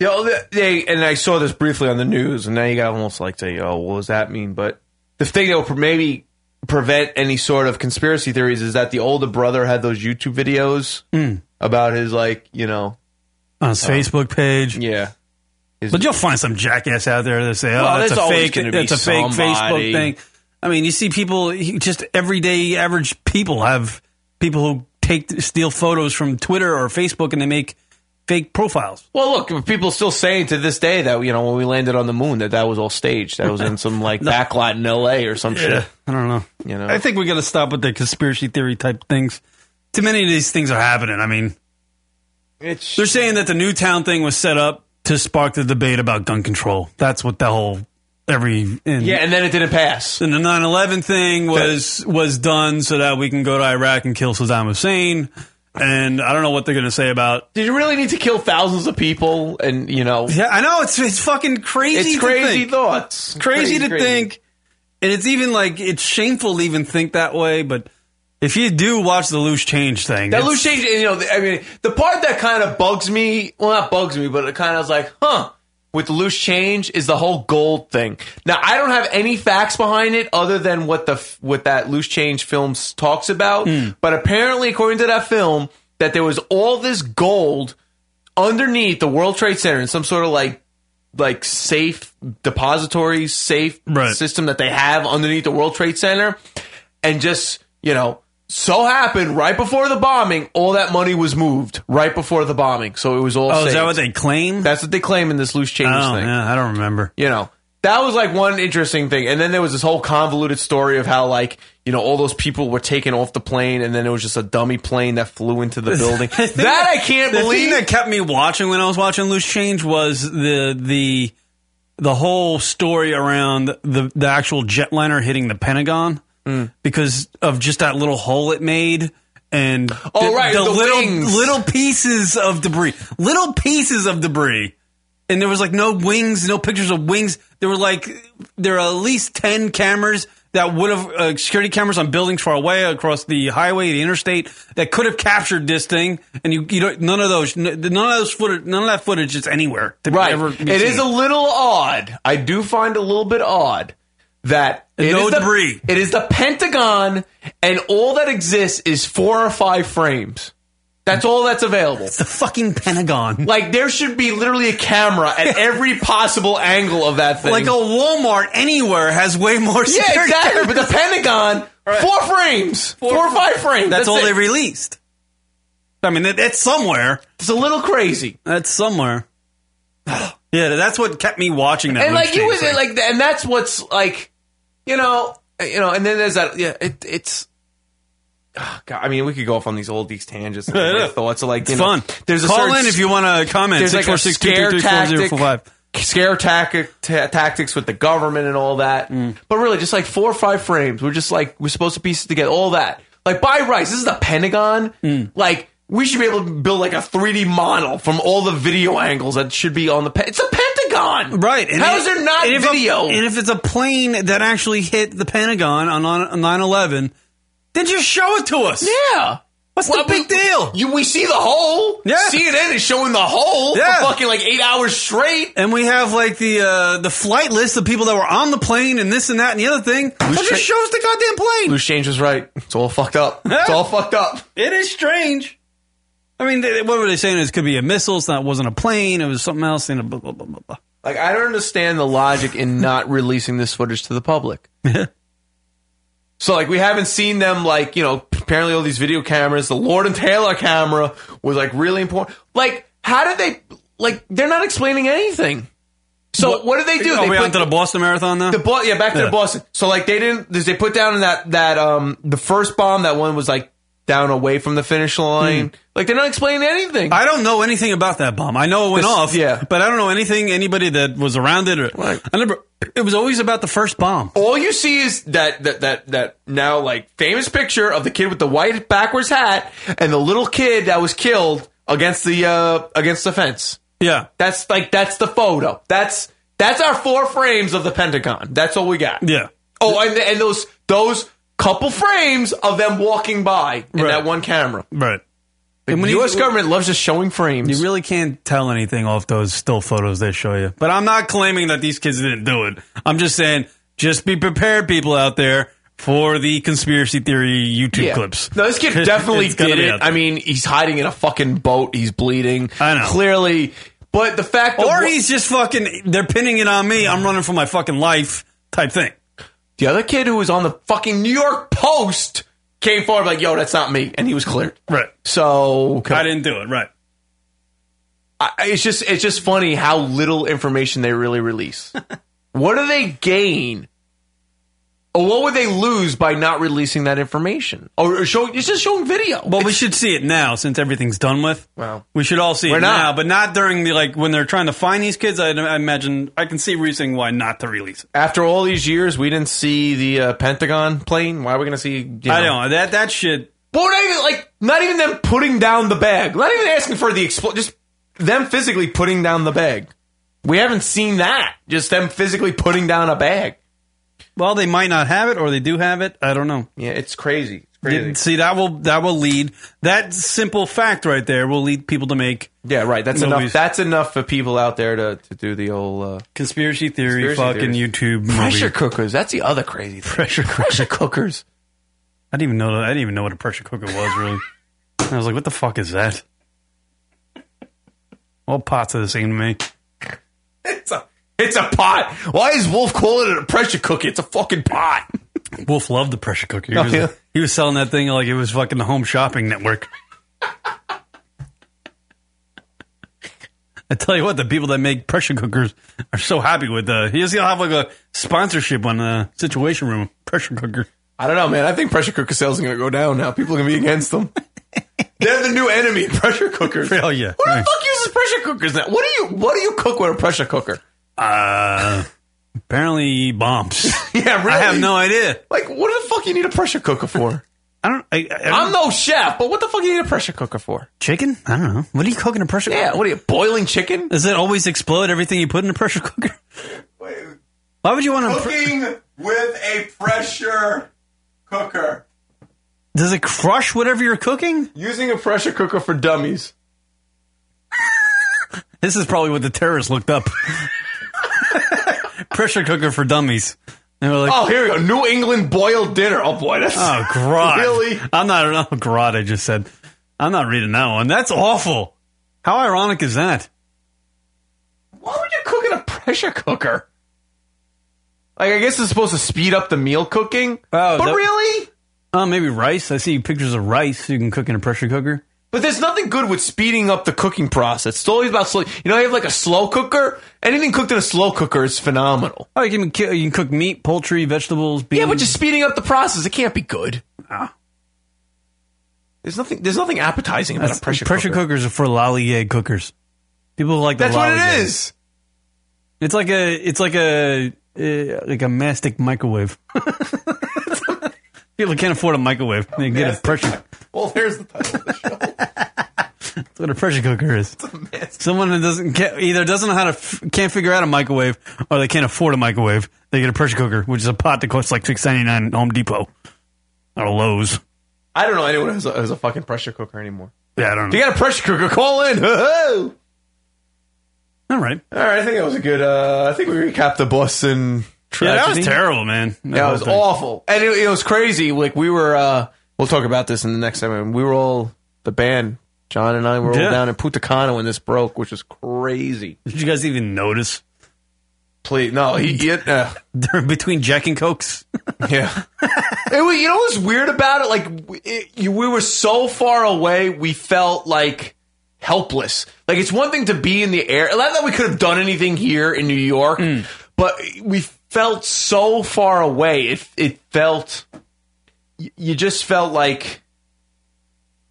[SPEAKER 12] Yeah, well, the- they and I saw this briefly on the news, and now you got almost like say, "Oh, what does that mean?" But the thing that will pre- maybe prevent any sort of conspiracy theories is that the older brother had those YouTube videos
[SPEAKER 11] Mm.
[SPEAKER 12] about his like, you know,
[SPEAKER 11] on his Facebook page.
[SPEAKER 12] Oh. Yeah.
[SPEAKER 11] But you'll find some jackass out there that say, "Oh,
[SPEAKER 12] Well,
[SPEAKER 11] that's
[SPEAKER 12] there's
[SPEAKER 11] a
[SPEAKER 12] always
[SPEAKER 11] fake.
[SPEAKER 12] gonna be
[SPEAKER 11] That's a fake Facebook
[SPEAKER 12] somebody."
[SPEAKER 11] thing." I mean, you see people, you- just everyday average people have people who take steal photos from Twitter or Facebook and they make fake profiles.
[SPEAKER 12] Well, look, people still saying to this day that you know when we landed on the moon that that was all staged. That was in some like backlot in L.A. or some shit.
[SPEAKER 11] I don't know.
[SPEAKER 12] You know,
[SPEAKER 11] I think we got to stop with the conspiracy theory type things. Too many of these things are happening. I mean, they're saying that the Newtown thing was set up to spark the debate about gun control. That's what the whole every and
[SPEAKER 12] yeah, and then it didn't pass.
[SPEAKER 11] And the 9/11 thing was was done so that we can go to Iraq and kill Saddam Hussein. And I don't know what they're going to say about.
[SPEAKER 12] Did you really need to kill thousands of people? And you know,
[SPEAKER 11] Yeah, I know it's it's fucking crazy.
[SPEAKER 12] It's
[SPEAKER 11] to
[SPEAKER 12] crazy
[SPEAKER 11] think.
[SPEAKER 12] thoughts.
[SPEAKER 11] It's crazy,
[SPEAKER 12] Crazy,
[SPEAKER 11] to
[SPEAKER 12] crazy.
[SPEAKER 11] think, and it's even like it's shameful to even think that way. But if you do watch the loose change thing,
[SPEAKER 12] That
[SPEAKER 11] it's-
[SPEAKER 12] loose change, you know, I mean, the part that kind of bugs me, well, not bugs me, but it kind of was like, huh, with loose change is the whole gold thing. Now, I don't have any facts behind it other than what the f- what that loose change film s- talks about, but apparently, according to that film, that there was all this gold underneath the World Trade Center in some sort of like like safe depository safe system that they have underneath the World Trade Center and just you know so happened right before the bombing all that money was moved right before the bombing so it was all
[SPEAKER 11] Oh, is
[SPEAKER 12] saved.
[SPEAKER 11] that what they claim?
[SPEAKER 12] That's what they claim in this loose change
[SPEAKER 11] Oh,
[SPEAKER 12] thing.
[SPEAKER 11] yeah, I don't remember.
[SPEAKER 12] You know, that was like one interesting thing. And then there was this whole convoluted story of how like, you know, all those people were taken off the plane and then it was just a dummy plane that flew into the building. that I can't
[SPEAKER 11] the
[SPEAKER 12] believe.
[SPEAKER 11] thing that kept me watching when I was watching Loose Change was the the the whole story around the the actual jetliner hitting the Pentagon
[SPEAKER 12] Hmm.
[SPEAKER 11] because of just that little hole it made and
[SPEAKER 12] Oh,
[SPEAKER 11] the,
[SPEAKER 12] right,
[SPEAKER 11] the,
[SPEAKER 12] the
[SPEAKER 11] little
[SPEAKER 12] wings.
[SPEAKER 11] little pieces of debris little pieces of debris and there was like no wings no pictures of wings there were like there are at least 10 cameras that would have uh, security cameras on buildings far away across the highway the interstate that could have captured this thing and you you don't none of those none of those footage none of that footage is anywhere to
[SPEAKER 12] right.
[SPEAKER 11] ever be
[SPEAKER 12] It
[SPEAKER 11] seen.
[SPEAKER 12] is a little odd. I do find a little bit odd that it
[SPEAKER 11] No
[SPEAKER 12] is the-
[SPEAKER 11] debris.
[SPEAKER 12] it is the Pentagon and all that exists is four or five frames. That's all that's available. It's
[SPEAKER 11] the fucking Pentagon.
[SPEAKER 12] Like there should be literally a camera at every possible angle of that thing.
[SPEAKER 11] like a Walmart anywhere has way more
[SPEAKER 12] Yeah,
[SPEAKER 11] security
[SPEAKER 12] exactly,
[SPEAKER 11] cameras.
[SPEAKER 12] but the Pentagon, four frames, four or five frames,
[SPEAKER 11] That's,
[SPEAKER 12] that's
[SPEAKER 11] all
[SPEAKER 12] it.
[SPEAKER 11] they released. I mean, that, that's somewhere.
[SPEAKER 12] It's a little crazy.
[SPEAKER 11] That's somewhere. yeah, that's what kept me watching that.
[SPEAKER 12] and
[SPEAKER 11] Lynch
[SPEAKER 12] like you
[SPEAKER 11] James
[SPEAKER 12] was
[SPEAKER 11] thing.
[SPEAKER 12] like, and that's what's like, you know, you know, and then there's that. Yeah, it, it's. ah, God, I mean, we could go off on these old these tangents and
[SPEAKER 11] Yeah,
[SPEAKER 12] my
[SPEAKER 11] yeah.
[SPEAKER 12] thoughts. Like,
[SPEAKER 11] It's
[SPEAKER 12] you know,
[SPEAKER 11] fun.
[SPEAKER 12] There's a
[SPEAKER 11] Call
[SPEAKER 12] certain-
[SPEAKER 11] in if you wanna comment,
[SPEAKER 12] There's like a
[SPEAKER 11] 646
[SPEAKER 12] scare
[SPEAKER 11] 233
[SPEAKER 12] tactic- Scare tactic, ta- tactics with the government and all that,
[SPEAKER 11] Mm.
[SPEAKER 12] but really just like four or five frames. We're just like we're supposed to piece together all that. Like buy rice. This is the Pentagon.
[SPEAKER 11] Mm.
[SPEAKER 12] Like we should be able to build like a 3D model from all the video angles that should be on the. Pe- it's a Pentagon,
[SPEAKER 11] Right. and
[SPEAKER 12] How
[SPEAKER 11] it-
[SPEAKER 12] is there not
[SPEAKER 11] and if a-
[SPEAKER 12] video?
[SPEAKER 11] and if it's a plane that actually hit the Pentagon on on- on 9 11, then just show it to us.
[SPEAKER 12] Yeah.
[SPEAKER 11] What's the big deal?
[SPEAKER 12] You, we see the hole.
[SPEAKER 11] Yeah.
[SPEAKER 12] CNN is showing the hole
[SPEAKER 11] Yeah.
[SPEAKER 12] for fucking like eight hours straight.
[SPEAKER 11] And we have like the uh, the flight list of people that were on the plane and this and that and the other thing. That
[SPEAKER 12] tra-
[SPEAKER 11] just shows the goddamn plane.
[SPEAKER 12] Loose change was right. It's all fucked up. It's all fucked up.
[SPEAKER 11] It is strange. I mean, they, what were they saying? It could be a missile. It's not. It wasn't a plane. It was something else. And a blah blah blah blah blah.
[SPEAKER 12] Like I don't understand the logic in not releasing this footage to the public. so like we haven't seen them like, you know, apparently all these video cameras, the Lord and Taylor camera was like really important. Like how did they like they're not explaining anything. So what, did they do?
[SPEAKER 11] Are
[SPEAKER 12] they
[SPEAKER 11] we
[SPEAKER 12] put-
[SPEAKER 11] onto the Boston Marathon now?
[SPEAKER 12] The bo- yeah, back to
[SPEAKER 11] Yeah.
[SPEAKER 12] the Boston. So like they didn't. They put down in that that um the first bomb. That one was like down away from the finish line. Like they're not explaining anything.
[SPEAKER 11] Hmm. I don't know anything about that bomb. I know it went
[SPEAKER 12] This-
[SPEAKER 11] off, yeah, but I don't know anything. Anybody that was around it, or, I never. It was always about the first bomb.
[SPEAKER 12] All you see is that that that that now like famous picture of the kid with the white backwards hat and the little kid that was killed against the uh against the fence.
[SPEAKER 11] Yeah.
[SPEAKER 12] That's like that's the photo. That's that's our four frames of the Pentagon. That's all we got.
[SPEAKER 11] Yeah.
[SPEAKER 12] Oh, and and those those couple frames of them walking by in
[SPEAKER 11] Right.
[SPEAKER 12] that one camera.
[SPEAKER 11] Right.
[SPEAKER 12] The
[SPEAKER 11] And when you-
[SPEAKER 12] US government loves just showing frames.
[SPEAKER 11] You really can't tell anything off those still photos they show you. But I'm not claiming that these kids didn't do it. I'm just saying, just be prepared, people out there, for the conspiracy theory YouTube
[SPEAKER 12] Yeah.
[SPEAKER 11] clips.
[SPEAKER 12] No, this kid
[SPEAKER 11] It's
[SPEAKER 12] definitely
[SPEAKER 11] gonna
[SPEAKER 12] did
[SPEAKER 11] be
[SPEAKER 12] it.
[SPEAKER 11] out there.
[SPEAKER 12] I mean, he's hiding in a fucking boat. He's bleeding. I know. Clearly. But the fact that.
[SPEAKER 11] or
[SPEAKER 12] wha-
[SPEAKER 11] he's just fucking. They're pinning it on me. I'm running for my fucking life type thing.
[SPEAKER 12] The other kid who was on the fucking New York Post came forward like, yo, that's not me. And he was cleared.
[SPEAKER 11] Right.
[SPEAKER 12] So.
[SPEAKER 11] I didn't do it. Right.
[SPEAKER 12] I, it's just it's just funny how little information they really release. what do they gain? Or what would they lose by not releasing that information? Or showing Oh, it's just showing video.
[SPEAKER 11] Well, we should see it now since everything's done with.
[SPEAKER 12] Wow.
[SPEAKER 11] We should all see
[SPEAKER 12] We're
[SPEAKER 11] it
[SPEAKER 12] not.
[SPEAKER 11] now, but not during the like when they're trying to find these kids. I, I imagine I can see reasoning why not to release it.
[SPEAKER 12] After all these years, we didn't see the uh, Pentagon plane. Why are we going to see? You
[SPEAKER 11] I don't know that that shit.
[SPEAKER 12] Well, not even like not even them putting down the bag. Not even asking for the expl- just them physically putting down the bag. We haven't seen that. Just them physically putting down a bag.
[SPEAKER 11] Well, they might not have it, or they do have it. I don't know.
[SPEAKER 12] Yeah, it's crazy. It's
[SPEAKER 11] Yeah, See, that will that will lead that simple fact right there will lead people to make
[SPEAKER 12] Yeah, right. That's
[SPEAKER 11] Movies.
[SPEAKER 12] enough. That's enough for people out there to, to do the old uh,
[SPEAKER 11] conspiracy theory,
[SPEAKER 12] Conspiracy
[SPEAKER 11] fucking
[SPEAKER 12] theories.
[SPEAKER 11] YouTube
[SPEAKER 12] pressure
[SPEAKER 11] movie.
[SPEAKER 12] cookers. That's the other crazy thing.
[SPEAKER 11] pressure
[SPEAKER 12] pressure cookers.
[SPEAKER 11] I didn't even know that. I didn't even know what a pressure cooker was really. I was like, what the fuck is that? All pots are the same to me.
[SPEAKER 12] It's a it's a pot. Why is Wolf calling it a pressure cooker? It's a fucking pot.
[SPEAKER 11] Wolf loved the pressure cooker. He
[SPEAKER 12] Oh,
[SPEAKER 11] was,
[SPEAKER 12] yeah.
[SPEAKER 11] he was selling that thing like it was fucking the home shopping network. I tell you what, the people that make pressure cookers are so happy with uh He's gonna have like a sponsorship on the Situation Room pressure cooker.
[SPEAKER 12] I don't know, Oh, man. I think pressure cooker sales are going to go down now. People are going to be against them. They're the new enemy. Pressure cookers.
[SPEAKER 11] Hell yeah.
[SPEAKER 12] Who the fuck uses pressure cookers now? What do you What do you cook with a pressure cooker?
[SPEAKER 11] Uh, apparently bombs.
[SPEAKER 12] yeah, really.
[SPEAKER 11] I have no idea.
[SPEAKER 12] Like, what the fuck you need a pressure cooker for?
[SPEAKER 11] I don't. I, I
[SPEAKER 12] I'm no chef, but what the fuck you need a pressure cooker for?
[SPEAKER 11] Chicken? I don't know. What are you cooking in a pressure
[SPEAKER 12] Yeah,
[SPEAKER 11] cooker?
[SPEAKER 12] what are you boiling chicken?
[SPEAKER 11] Does it always explode everything you put in a pressure cooker? Why would you want to?
[SPEAKER 12] Cooking with a pressure cooker.
[SPEAKER 11] Does it crush whatever you're cooking?
[SPEAKER 12] Using a pressure cooker for dummies.
[SPEAKER 11] This is probably what the terrorists looked up. Pressure cooker for dummies. They were like,
[SPEAKER 12] Oh, here we go. New England boiled dinner. Oh boy, that's
[SPEAKER 11] oh, grod.
[SPEAKER 12] really
[SPEAKER 11] I'm not. Oh, grod. I just said, I'm not reading that one. That's awful. How ironic is that?
[SPEAKER 12] Why would you cook in a pressure cooker? Like, I guess it's supposed to speed up the meal cooking.
[SPEAKER 11] Oh,
[SPEAKER 12] but
[SPEAKER 11] that-
[SPEAKER 12] really?
[SPEAKER 11] Oh, maybe rice. I see pictures of rice you can cook in a pressure cooker.
[SPEAKER 12] But there's nothing good with speeding up the cooking process. It's always about slow. You know, you have like a slow cooker. Anything cooked in a slow cooker is phenomenal.
[SPEAKER 11] Oh, you can ki- you can cook meat, poultry, vegetables. Beans.
[SPEAKER 12] Yeah, but just speeding up the process, it can't be good.
[SPEAKER 11] Ah.
[SPEAKER 12] There's nothing. There's nothing appetizing about
[SPEAKER 11] That's-
[SPEAKER 12] a pressure, cooker.
[SPEAKER 11] cookers are for lollygag cookers. People like the
[SPEAKER 12] That's what
[SPEAKER 11] lollygag.
[SPEAKER 12] it is.
[SPEAKER 11] It's like a it's like a uh, like a mastic microwave. People can't afford a microwave. They can get a pressure.
[SPEAKER 12] Well, there's the title of the show.
[SPEAKER 11] That's what a pressure cooker is. Someone that doesn't can either doesn't know how to f- can't figure out a microwave or they can't afford a microwave. They get a pressure cooker, which is a pot that costs like six ninety nine at Home Depot or Lowe's.
[SPEAKER 12] I don't know anyone who's a, who's a fucking pressure cooker anymore.
[SPEAKER 11] Yeah, I don't
[SPEAKER 12] If you
[SPEAKER 11] know.
[SPEAKER 12] got a pressure cooker, call in. Ho-ho!
[SPEAKER 11] All right.
[SPEAKER 12] All right, I think that was a good. Uh, I think we recapped the Boston
[SPEAKER 11] Yeah,
[SPEAKER 12] tragedy.
[SPEAKER 11] that was terrible, man.
[SPEAKER 12] Yeah, it was
[SPEAKER 11] whole thing.
[SPEAKER 12] awful, and it, it was crazy. Like we were, uh, we'll talk about this in the next segment. We were all the band, John and I were
[SPEAKER 11] Yeah.
[SPEAKER 12] all down in Punta Cana when this broke, which was crazy.
[SPEAKER 11] Did you guys even notice?
[SPEAKER 12] Please, no, he, he uh,
[SPEAKER 11] between Jack and Cokes.
[SPEAKER 12] yeah. It was- you know what's weird about it? Like it, you, we were so far away, we felt like helpless. Like it's one thing to be in the air. Not that we could have done anything here in New York, but we felt so far away. It it felt y- you just felt like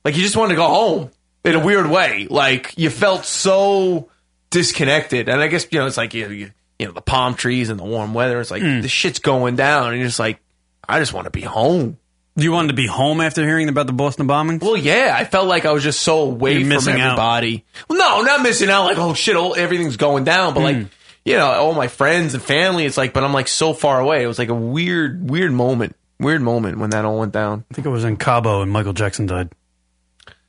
[SPEAKER 15] Like you just wanted to go home in a weird way. Like you felt so disconnected. And I guess you know it's like you you, you know the palm trees and the warm weather. It's like
[SPEAKER 16] Mm.
[SPEAKER 15] the shit's going down, and you're just like, I just want to be home.
[SPEAKER 16] You wanted to be home after hearing about the Boston bombings?
[SPEAKER 15] Well, yeah, I felt like I was just so away
[SPEAKER 16] You're
[SPEAKER 15] from
[SPEAKER 16] missing out.
[SPEAKER 15] everybody. Well, no, not missing out. Like, oh shit, all, everything's going down. But
[SPEAKER 16] Hmm.
[SPEAKER 15] like, you know, all my friends and family. It's like, but I'm like so far away. It was like a weird, weird moment. Weird moment when that all went down.
[SPEAKER 16] I think it was in Cabo and Michael Jackson died.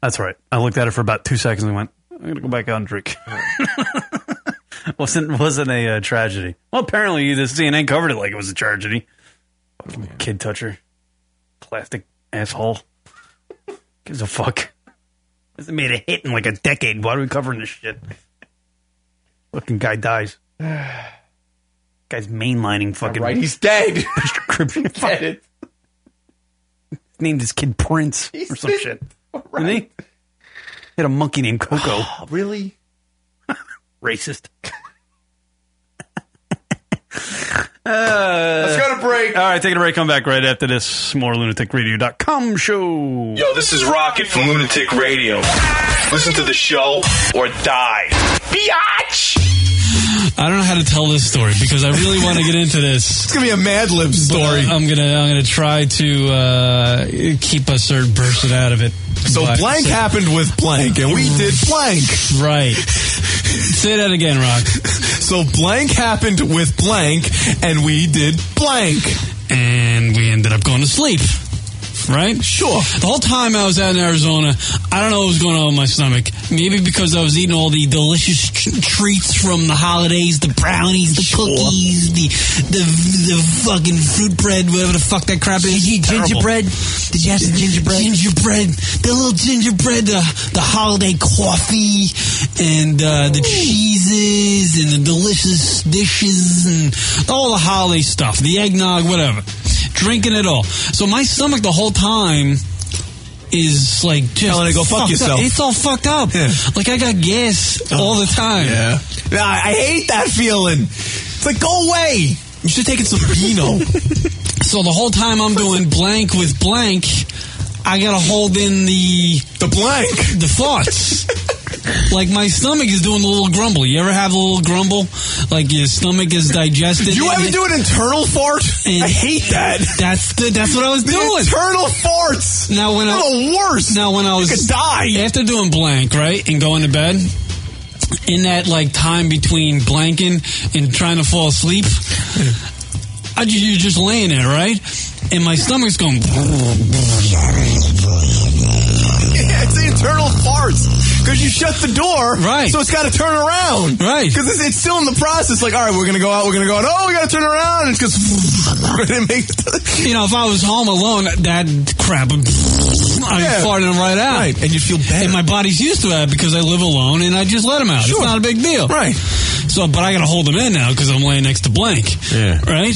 [SPEAKER 16] That's right. I looked at it for about two seconds and went, I'm going to go back out and drink. wasn't wasn't a uh, tragedy. Well, apparently the CNN covered it like it was a tragedy. Fucking Kid toucher. Plastic asshole. Gives a fuck. Hasn't made a hit in like a decade. Why are we covering this shit? Fucking guy dies. Guy's mainlining fucking.
[SPEAKER 15] Right, he's dead.
[SPEAKER 16] He's dead. Named his kid Prince or some shit. Didn't he? He had a monkey named Coco.
[SPEAKER 15] really?
[SPEAKER 16] Racist. Uh,
[SPEAKER 15] Let's go to break.
[SPEAKER 16] All right, taking a break. Come back right after this. More lunaticradio.com show.
[SPEAKER 17] Yo, this is Rocket from Lunatic Radio. Listen to the show or die.
[SPEAKER 18] Biatch!
[SPEAKER 11] I don't know how to tell this story because I really want to get into this.
[SPEAKER 12] It's gonna be a Mad Libs
[SPEAKER 11] story. I'm gonna I'm gonna try to uh, keep a certain person out of it.
[SPEAKER 12] So blank happened with blank, and we did blank.
[SPEAKER 11] Right. Say that again, Rock.
[SPEAKER 12] So blank happened with blank, and we did blank.
[SPEAKER 11] And we ended up going to sleep. Right? Sure. The whole time I was out in Arizona, I don't know what was going on with my stomach. Maybe because I was eating all the delicious tr- treats from the holidays, the brownies, the cookies, the, the the fucking fruit bread, whatever the fuck that crap is. Did you eat gingerbread? Did you have some gingerbread? Gingerbread. The little gingerbread, the, the holiday coffee, and uh, the cheeses, and the delicious dishes, and all the holiday stuff, the eggnog, whatever. Drinking it all. So my stomach the whole time is like just
[SPEAKER 12] Telling it to go fuck
[SPEAKER 11] fucked up.
[SPEAKER 12] yourself. Oh.
[SPEAKER 11] It's all fucked up. Like I got gas all the time.
[SPEAKER 12] Yeah. Nah, I hate that feeling. It's like go away. You should take it some Pinot.
[SPEAKER 11] so the whole time I'm doing blank with blank, I gotta hold in the the blank, the thoughts. like my stomach is doing the little grumble. You ever have a little grumble? Like your stomach is digesting.
[SPEAKER 12] You ever do an internal fart? I hate that.
[SPEAKER 11] That's the, that's what I was
[SPEAKER 12] The
[SPEAKER 11] doing.
[SPEAKER 12] Internal farts.
[SPEAKER 11] Now when I
[SPEAKER 12] the worst.
[SPEAKER 11] Now when I was
[SPEAKER 12] die
[SPEAKER 11] after doing blank right and going to bed. In that like time between blanking and trying to fall asleep, I ju- you're just laying there, right? And my stomach's going.
[SPEAKER 12] Yeah, it's the internal farts because you shut the door, right? So it's got to turn around,
[SPEAKER 11] right?
[SPEAKER 12] Because it's, it's still in the process. Like, all right, we're gonna go out, we're gonna go out. Oh, we got to turn around. It's because it makes
[SPEAKER 11] You know, if I was home alone, that crap, I'm farting right out. Right,
[SPEAKER 12] and you feel bad.
[SPEAKER 11] And my body's used to that because I live alone and I just let them out. It's not a big deal. Right. So, but I got to hold them in now because I'm laying next to blank.
[SPEAKER 12] Yeah.
[SPEAKER 11] Right?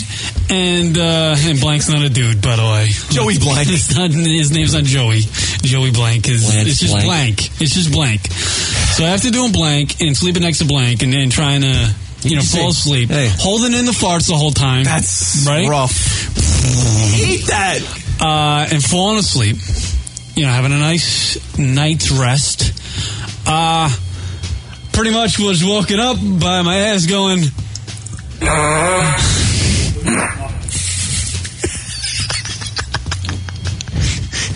[SPEAKER 11] And uh, and blank's not a dude, by the way. Joey Blank. It's not, his name's not Joey. Joey Blank is
[SPEAKER 12] Lance
[SPEAKER 11] it's just
[SPEAKER 12] Blank.
[SPEAKER 11] blank. It's just blank. So after doing blank and sleeping next to blank and then trying to you know fall asleep, holding in the farts the whole time. That's right? Eat that. Uh, and falling asleep. You know, having a nice night's rest. Uh, pretty much was woken up by my ass going.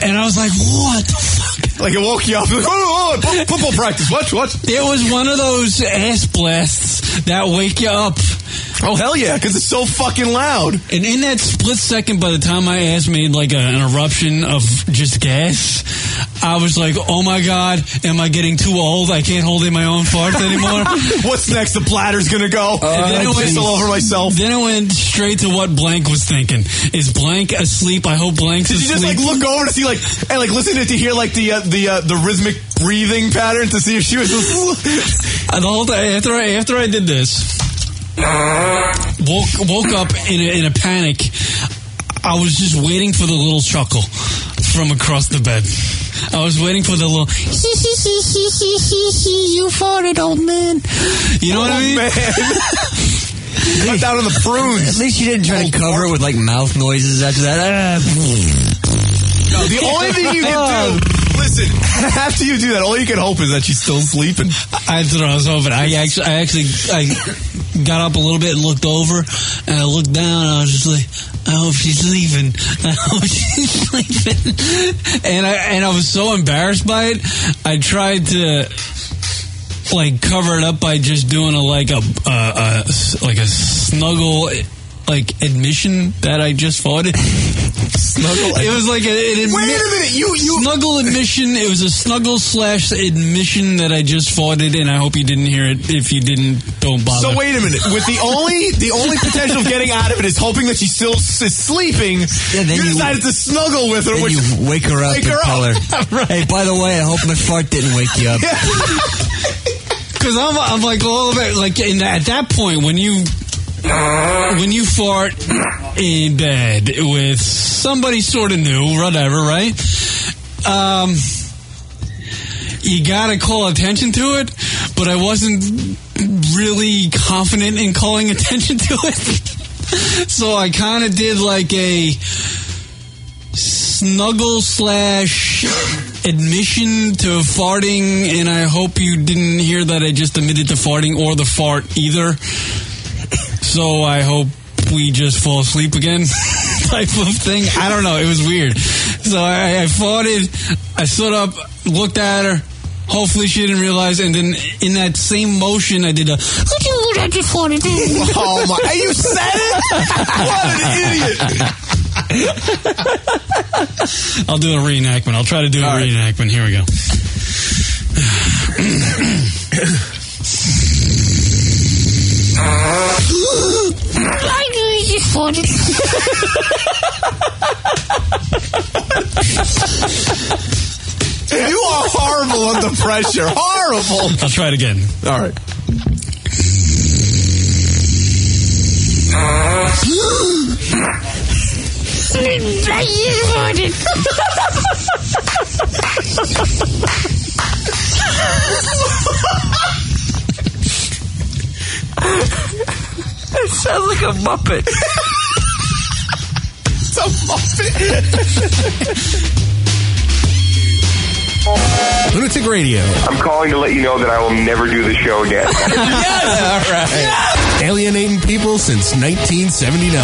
[SPEAKER 11] And I was like, what the fuck?
[SPEAKER 12] Like it woke you up. Like, oh, oh, oh, football practice. What? What?
[SPEAKER 11] It was one of those ass blasts that wake you up.
[SPEAKER 12] Oh hell yeah! Because it's so fucking loud.
[SPEAKER 11] And in that split second, by the time my ass made like a, an eruption of just gas, I was like, "Oh my god, am I getting too old? I can't hold in my own farts anymore." Uh,
[SPEAKER 12] What's next? The bladder's gonna go.
[SPEAKER 11] And
[SPEAKER 12] Uh, I pissed all over myself.
[SPEAKER 11] Then it went straight to what Blank was thinking. Is Blank asleep? I hope Blank's
[SPEAKER 12] Did you
[SPEAKER 11] asleep.
[SPEAKER 12] just like look over to see like and like listen to, to hear like the uh, the uh, the rhythmic breathing pattern to see if she was
[SPEAKER 11] And the whole time, after I after I did this, woke woke up in a, in a panic. I was just waiting for the little chuckle from across the bed. I was waiting for the little. you farted, old man. You know what I mean?
[SPEAKER 12] Cut down on the prunes.
[SPEAKER 19] At least you didn't try to cover it with like mouth noises after that.
[SPEAKER 12] No, the only thing you can do,
[SPEAKER 15] listen, after you do that, all you can hope is that she's still sleeping.
[SPEAKER 11] I don't know. I was hoping. I actually, I actually, I got up a little bit and looked over, and I looked down. and I was just like, I hope she's leaving. I hope she's sleeping. And I and I was so embarrassed by it. I tried to like cover it up by just doing a like a, a, a like a snuggle like admission that I just farted. snuggle. It was like a, an admi-
[SPEAKER 15] Wait a minute, you- you-
[SPEAKER 11] snuggle admission. It was a snuggle slash admission that I just farted, and I hope you didn't hear it. If you didn't, don't bother.
[SPEAKER 15] So wait a minute. With the only the only potential of getting out of it is hoping that she's still s- sleeping. you,
[SPEAKER 20] you-
[SPEAKER 15] decided to snuggle with her,
[SPEAKER 20] Then
[SPEAKER 15] which
[SPEAKER 20] you wake her up
[SPEAKER 15] Wake
[SPEAKER 20] and
[SPEAKER 15] her
[SPEAKER 20] tell her,
[SPEAKER 15] up.
[SPEAKER 20] "Hey, by the way, I hope my fart didn't wake you up."
[SPEAKER 11] Because I'm, I'm like all of it. Like in, at that point, when you when you fart in bed with somebody sort of new, whatever, right? Um, you gotta call attention to it, but I wasn't really confident in calling attention to it. so I kind of did like a snuggle slash admission to farting, and I hope you didn't hear that I just admitted to farting or the fart either. So I hope we just fall asleep again type of thing. I don't know. It was weird. So I, I farted. I stood up, looked at her. Hopefully she didn't realize. And then in that same motion, I did a. I just farted.
[SPEAKER 15] Oh my! Hey, you said it. What an idiot!
[SPEAKER 11] I'll do a reenactment. I'll try to do a reenactment. Here we go.
[SPEAKER 7] I knew you just farted.
[SPEAKER 15] You are horrible under pressure. Horrible.
[SPEAKER 11] I'll try it again.
[SPEAKER 15] All right.
[SPEAKER 7] I just farted.
[SPEAKER 15] It sounds like a muppet. it's a muppet.
[SPEAKER 20] Lunatic Radio.
[SPEAKER 21] I'm calling to let you know that I will never do the show again.
[SPEAKER 20] Yes. All right. Alienating people since 1979.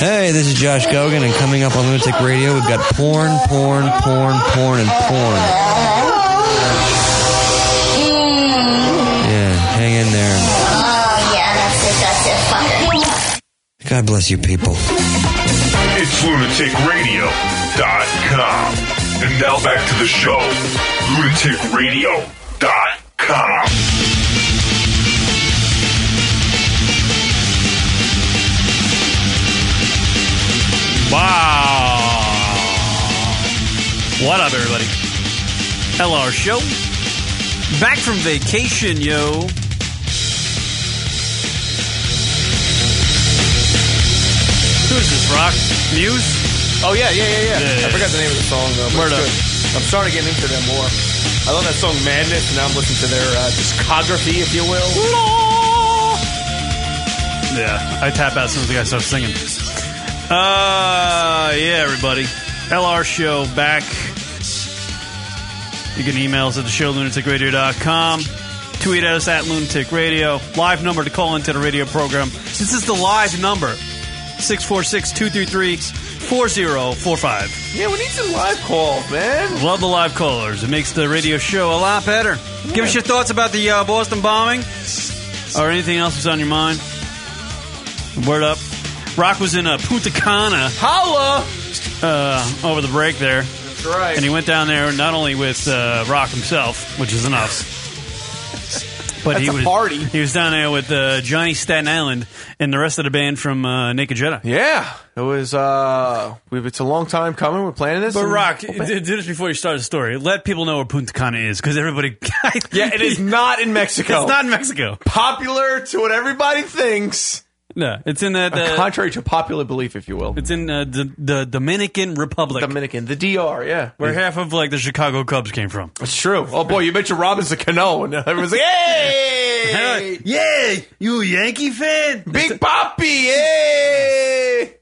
[SPEAKER 20] Hey, this is Josh Gogan, and coming up on Lunatic Radio, we've got porn, porn, porn, porn, and porn. Yeah, hang in there.
[SPEAKER 7] Oh, yeah, that's it, that's it, fucker.
[SPEAKER 20] God bless you people.
[SPEAKER 10] It's lunaticradio.com. And now back to the show. Lunaticradio.com.
[SPEAKER 22] Wow. What up, everybody? LR Show. Back from vacation, yo. Who's this, Rock? Muse?
[SPEAKER 12] Oh, yeah, yeah, yeah, yeah.
[SPEAKER 22] Yeah, yeah.
[SPEAKER 12] I forgot the name of the song, though.
[SPEAKER 22] Word
[SPEAKER 12] But it's
[SPEAKER 22] up.
[SPEAKER 12] good. I'm starting to get into them more. I love that song Madness, and now I'm listening to their uh, discography, if you will.
[SPEAKER 22] Yeah, I tap out as soon as the guy starts singing. Uh, yeah, everybody. LR Show back. You can email us at the show, lunaticradio.com. Tweet at us at Lunatic Radio. Live number to call into the radio program. This is the live number 646 233 4045.
[SPEAKER 12] Yeah, we need some live calls, man.
[SPEAKER 22] Love the live callers. It makes the radio show a lot better. Give us your thoughts about the uh, Boston bombing or anything else that's on your mind. Word up. Rock was in uh, Punta Cana.
[SPEAKER 12] Holla!
[SPEAKER 22] Uh, over the break there.
[SPEAKER 12] That's right.
[SPEAKER 22] And he went down there not only with uh, Rock himself, which is enough. But
[SPEAKER 12] That's
[SPEAKER 22] he
[SPEAKER 12] a
[SPEAKER 22] was
[SPEAKER 12] party.
[SPEAKER 22] he was down there with uh, Johnny Staten Island and the rest of the band from uh, Naked Jedi.
[SPEAKER 12] Yeah, it was. uh we've, It's a long time coming. We're planning this.
[SPEAKER 22] But
[SPEAKER 12] and-
[SPEAKER 22] Rock,
[SPEAKER 12] Oh,
[SPEAKER 22] do
[SPEAKER 12] man.
[SPEAKER 22] do this before you start the story. Let people know where Punta Cana is because everybody.
[SPEAKER 12] yeah, it is not in Mexico.
[SPEAKER 22] It's not in Mexico.
[SPEAKER 12] popular to what everybody thinks.
[SPEAKER 22] No, it's in the, the
[SPEAKER 12] Uh, contrary to popular belief, if you will.
[SPEAKER 22] It's in uh, the, the Dominican Republic.
[SPEAKER 12] Dominican, the DR, yeah.
[SPEAKER 22] Where half of like the Chicago Cubs came from.
[SPEAKER 12] It's true. Oh boy, you mentioned Robinson Cano, and everyone's like, "Hey,
[SPEAKER 22] yeah, you a Yankee fan,
[SPEAKER 12] eh? Big Poppy, hey!"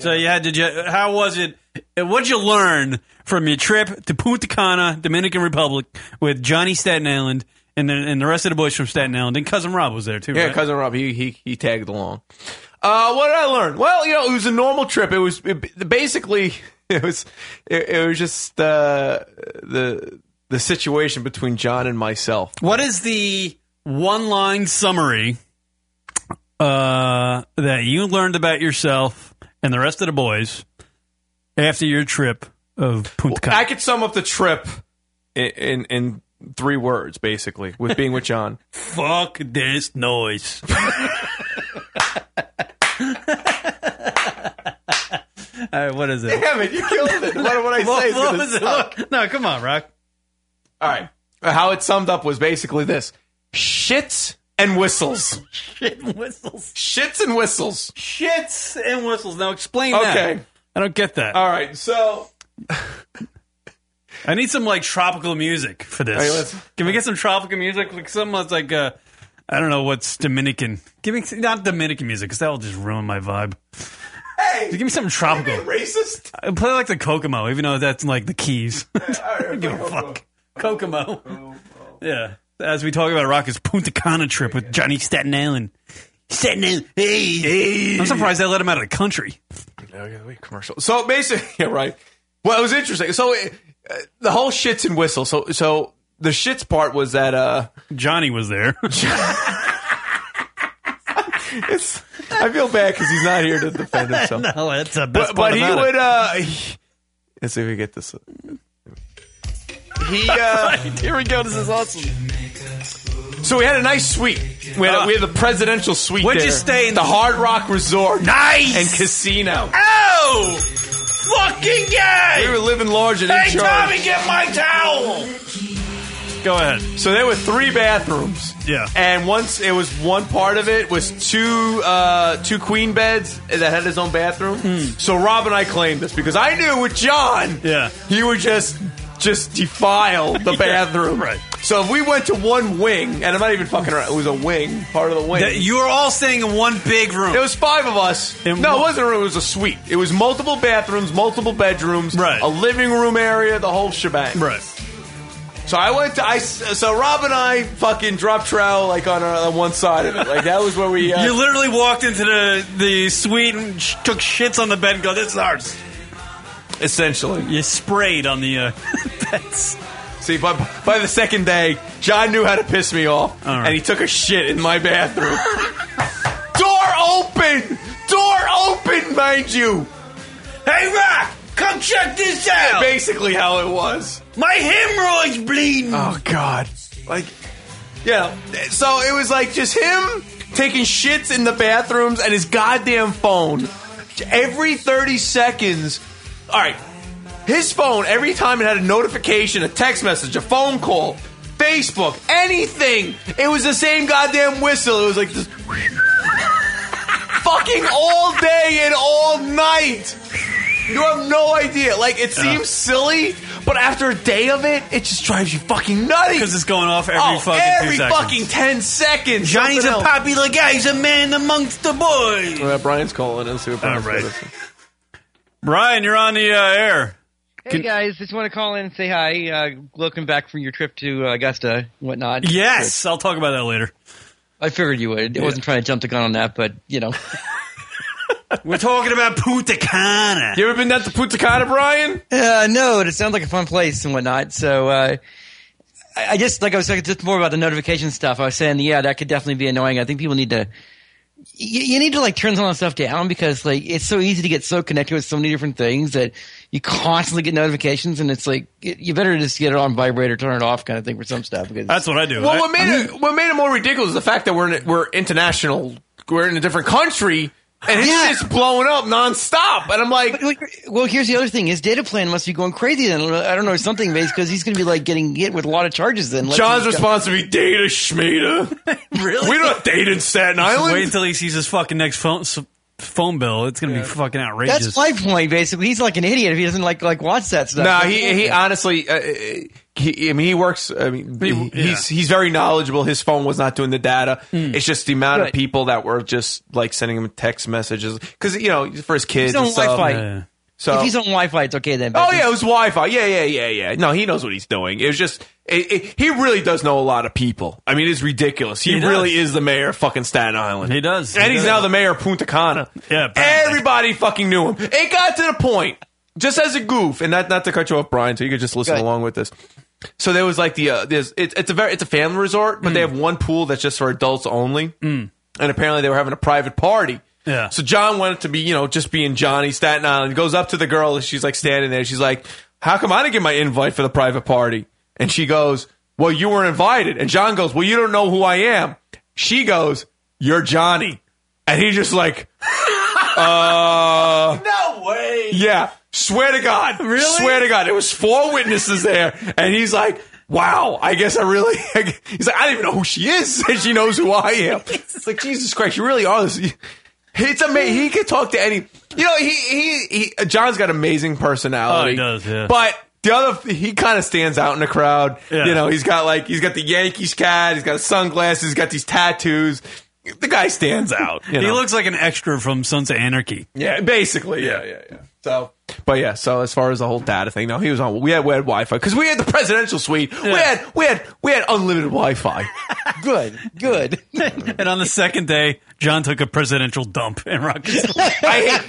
[SPEAKER 11] So you had did you? How was it? uh, What'd you learn from your trip to Punta Cana, Dominican Republic, with Johnny Staten Island and the, and the rest of the boys from Staten Island? And cousin Rob was there too.
[SPEAKER 12] Yeah,
[SPEAKER 11] right?
[SPEAKER 12] cousin Rob. He he he tagged along. Uh, what did I learn? Well, you know, it was a normal trip. It was it, basically it was it, it was just uh, the the situation between John and myself.
[SPEAKER 11] What is the one line summary uh, that you learned about yourself and the rest of the boys after your trip of Punta Cana?
[SPEAKER 12] I could sum up the trip in in, in three words, basically, with being with John.
[SPEAKER 11] Fuck this noise. All right, what is it?
[SPEAKER 12] Damn it, you killed it. What would I say?
[SPEAKER 11] What-
[SPEAKER 12] is
[SPEAKER 11] what
[SPEAKER 12] gonna
[SPEAKER 11] was it?
[SPEAKER 12] suck.
[SPEAKER 11] No, come on, Rock.
[SPEAKER 12] All right. Uh, How it summed up was basically this: shits and whistles.
[SPEAKER 11] Shit and whistles.
[SPEAKER 12] Shits and whistles.
[SPEAKER 11] Shits and whistles. Now explain that.
[SPEAKER 12] Okay.
[SPEAKER 11] I don't get that.
[SPEAKER 12] All right. So
[SPEAKER 11] I need some like tropical music for this.
[SPEAKER 12] All right, let's-
[SPEAKER 11] Can we get some tropical music? Like some that's like uh, I don't know what's Dominican. Give me not Dominican music because that will just ruin my vibe.
[SPEAKER 12] Hey,
[SPEAKER 11] give me something tropical.
[SPEAKER 12] Racist.
[SPEAKER 11] I play like the Kokomo, even though that's like the keys. Give a fuck. Kokomo. yeah. As we talk about Rock's Punta Cana trip with Johnny Staten Island. Staten Island. Hey, hey. I'm surprised they let him out of the country.
[SPEAKER 12] commercial. So basically, yeah, right. Well, it was interesting. So it, uh, the whole shits and whistles. So so the shits part was that uh
[SPEAKER 11] Johnny was there.
[SPEAKER 12] it's I feel bad because he's not here to defend himself.
[SPEAKER 11] no, that's a
[SPEAKER 12] but, but he would uh he- let's see if we get this. He uh
[SPEAKER 11] here we go. This is awesome.
[SPEAKER 12] So we had a nice suite. We had, a, we had the presidential suite.
[SPEAKER 11] Where'd you
[SPEAKER 12] there.
[SPEAKER 11] stay in
[SPEAKER 12] the
[SPEAKER 11] the-
[SPEAKER 12] Hard Rock Resort?
[SPEAKER 11] Nice!
[SPEAKER 12] and casino.
[SPEAKER 15] Oh! Fucking gay!
[SPEAKER 12] We were living large and in
[SPEAKER 15] Hey,
[SPEAKER 12] charge.
[SPEAKER 15] Tommy, get my towel!
[SPEAKER 11] Go ahead.
[SPEAKER 12] So there were three bathrooms.
[SPEAKER 11] Yeah.
[SPEAKER 12] And once it was one part of it was two uh, two queen beds that had his own bathroom.
[SPEAKER 11] Hmm.
[SPEAKER 12] So Rob and I claimed this because I knew with John,
[SPEAKER 11] yeah,
[SPEAKER 12] he would just just defile the
[SPEAKER 11] Yeah,
[SPEAKER 12] bathroom.
[SPEAKER 11] right.
[SPEAKER 12] So if we went to one wing, and I'm not even fucking around, it was a wing, part of the wing.
[SPEAKER 11] That- you were all staying in one big room.
[SPEAKER 12] It was five of us. no, it wasn't a room. It was a suite. It was multiple bathrooms, multiple bedrooms, right. a living room area, the whole shebang.
[SPEAKER 11] Right.
[SPEAKER 12] So I went to I. So Rob and I fucking dropped trowel like on, our, on one side of it. Like that was where we. Uh,
[SPEAKER 11] You literally walked into the, the suite and sh- took shits on the bed and go, this is ours.
[SPEAKER 12] Essentially.
[SPEAKER 11] You sprayed on the uh, beds.
[SPEAKER 12] See, by, by the second day, John knew how to piss me off, and he took a shit in my bathroom. Door open! Door open, mind you!
[SPEAKER 15] Hey, Rock! Come check this out!
[SPEAKER 12] Basically, how it was.
[SPEAKER 15] My hemorrhoids bleeding!
[SPEAKER 12] Oh God! Like, yeah. So it was like just him taking shits in the bathrooms and his goddamn phone. Every thirty seconds. All right. His phone. Every time it had a notification, a text message, a phone call, Facebook, anything. It was the same goddamn whistle. It was like this. fucking all day and all night. You have no idea. Like it seems silly, but after a day of it, it just drives you fucking nutty.
[SPEAKER 11] Because it's going off every
[SPEAKER 12] oh,
[SPEAKER 11] fucking two
[SPEAKER 12] every
[SPEAKER 11] seconds.
[SPEAKER 12] fucking ten seconds.
[SPEAKER 11] Johnny's a
[SPEAKER 12] Something else.
[SPEAKER 11] popular guy. He's a man amongst the boys.
[SPEAKER 12] Uh, Brian's calling in. Super.
[SPEAKER 11] All right. Brian, you're on the uh, air.
[SPEAKER 23] Hey
[SPEAKER 11] Can-
[SPEAKER 23] guys, just want to call in and say hi. Uh, welcome back from your trip to uh, Augusta and whatnot.
[SPEAKER 11] Yes, I'll talk about that later.
[SPEAKER 23] I figured you would. I wasn't trying to jump the gun on that, but you know.
[SPEAKER 11] We're talking about Punta Cana.
[SPEAKER 12] You ever been down to Punta Cana, Brian?
[SPEAKER 23] Uh, no, it sounds like a fun place and whatnot. So uh, I, I just like I was talking just more about the notification stuff. I was saying, yeah, that could definitely be annoying. I think people need to. You, you need to like turn some of that stuff down because like it's so easy to get so connected with so many different things that you constantly get notifications and it's like y- you better just get it on vibrate or turn it off kind of thing for some stuff because
[SPEAKER 11] That's what I do.
[SPEAKER 12] Well, what made it what made it more ridiculous is the fact that we're in, we're international. We're in a different country, and it's
[SPEAKER 23] Yeah.
[SPEAKER 12] just blowing up nonstop. And I'm like,
[SPEAKER 23] Well, here's the other thing: his data plan must be going crazy. Then I don't know something, base because he's going to be like getting hit with a lot of charges. Then Let's
[SPEAKER 12] John's
[SPEAKER 23] just go-
[SPEAKER 12] response would be data schmeda. really? We don't date in Staten Island.
[SPEAKER 11] Wait until he sees his fucking next phone s- phone bill. It's gonna be fucking outrageous.
[SPEAKER 23] That's my point. Basically, he's like an idiot if he doesn't like like watch that
[SPEAKER 12] No,
[SPEAKER 23] stuff.
[SPEAKER 12] he he honestly uh, He, I mean, he works. I mean, he's he's very knowledgeable. His phone was not doing the data.
[SPEAKER 23] Mm.
[SPEAKER 12] It's just the amount
[SPEAKER 23] Good.
[SPEAKER 12] of people that were just like sending him text messages because you know for his kids
[SPEAKER 23] He's on
[SPEAKER 12] and stuff.
[SPEAKER 23] Wi-Fi.
[SPEAKER 12] So
[SPEAKER 23] if he's on Wi-Fi, it's okay then. but
[SPEAKER 12] Oh
[SPEAKER 23] since-
[SPEAKER 12] yeah, it was Wi-Fi. Yeah, yeah, yeah, yeah. No, he knows what he's doing. It was just it, it, he really does know a lot of people. I mean, it's ridiculous. He,
[SPEAKER 11] He does.
[SPEAKER 12] really is the mayor of fucking Staten Island. He
[SPEAKER 11] does,
[SPEAKER 12] and
[SPEAKER 11] He
[SPEAKER 12] he's
[SPEAKER 11] does.
[SPEAKER 12] now the mayor of Punta Cana.
[SPEAKER 11] Yeah,
[SPEAKER 12] everybody fucking knew him. It got to the point, just as a goof, and not not to cut you off, Brian, so you could just listen
[SPEAKER 11] Go ahead.
[SPEAKER 12] along with this. So there was like the uh, there's it's it's a very it's a family resort, but they have one pool that's just for adults only,
[SPEAKER 11] Mm.
[SPEAKER 12] and apparently they were having a private party.
[SPEAKER 11] Yeah.
[SPEAKER 12] So John wanted to be, you know, just being Johnny Staten Island. He Goes up to the girl and she's like standing there. She's like, "How come I didn't get my invite for the private party?" And she goes, "Well, you weren't invited." And John goes, "Well, you don't know who I am." She goes, "You're Johnny," and he just like, uh,
[SPEAKER 15] No way.
[SPEAKER 12] yeah, swear to God, really? Swear to God, it was four witnesses there, and he's like. Wow, I guess I really. He's like, I don't even know who she is, and she knows who I am. It's like Jesus Christ, you really are. This, it's amazing. He could talk to any. You know, he he, he John's got amazing
[SPEAKER 11] Oh,
[SPEAKER 12] personality.
[SPEAKER 11] he does, yeah.
[SPEAKER 12] But the other, he kind of stands out in the crowd.
[SPEAKER 11] Yeah.
[SPEAKER 12] You know, he's got like he's got the Yankees cat. He's got sunglasses. He's got these tattoos. The guy stands out. You
[SPEAKER 11] He
[SPEAKER 12] know?
[SPEAKER 11] looks like an extra from Sons of Anarchy.
[SPEAKER 12] Yeah, basically. Yeah, yeah, yeah. So, but yeah. So as far as the whole data thing, no, he was on. We had we had Wi-Fi because we had the presidential suite. We had we had we had unlimited Wi-Fi.
[SPEAKER 23] good, good.
[SPEAKER 11] and on the second day, John took a presidential dump in Rock.
[SPEAKER 12] I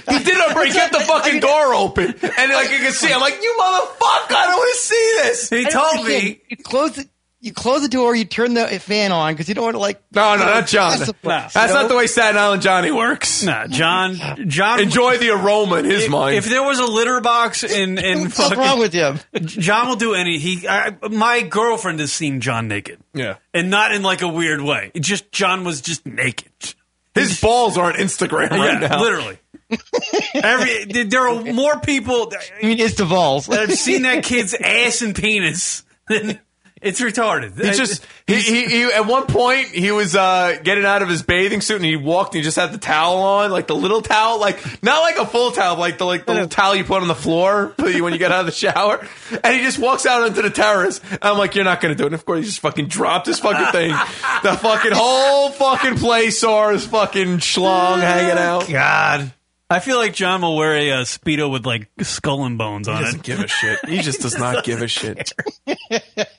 [SPEAKER 12] hate, he did it on break. He kept the fucking door open, and like you can see, I'm like, you motherfucker! I don't want to see this.
[SPEAKER 23] I don't understand. you close the you close the door, you turn the fan on because you don't want to like.
[SPEAKER 12] Oh, No, no,
[SPEAKER 23] you know,
[SPEAKER 12] not John.
[SPEAKER 23] mess the place,
[SPEAKER 12] That's
[SPEAKER 23] you know?
[SPEAKER 12] not the way Staten Island Johnny works.
[SPEAKER 11] Nah, John. John
[SPEAKER 12] enjoy the aroma in his
[SPEAKER 11] if,
[SPEAKER 12] mind.
[SPEAKER 11] If there was a litter box in in
[SPEAKER 23] What's
[SPEAKER 11] fucking,
[SPEAKER 23] wrong with him?
[SPEAKER 11] John will do any. He, I, my girlfriend has seen John naked.
[SPEAKER 12] Yeah.
[SPEAKER 11] and not in like a weird way. It just John was just naked.
[SPEAKER 12] His balls are on Instagram right
[SPEAKER 11] yeah,
[SPEAKER 12] now.
[SPEAKER 11] literally. Every there are more people that
[SPEAKER 23] I mean, it's the balls.
[SPEAKER 11] have seen that kid's ass and penis than it's retarded.
[SPEAKER 12] He just he, he, he at one point he was uh, getting out of his bathing suit and he walked and he just had the towel on like the little towel like not like a full towel like the like the little towel you put on the floor for you when you get out of the shower and he just walks out onto the terrace I'm like you're not gonna do it and of course he just fucking dropped his fucking thing the fucking whole fucking place saw his fucking schlong hanging out
[SPEAKER 11] God. I feel like John will wear a uh, speedo with like skull and bones on
[SPEAKER 12] doesn't
[SPEAKER 11] it.
[SPEAKER 12] give a shit. He just does not give a shit.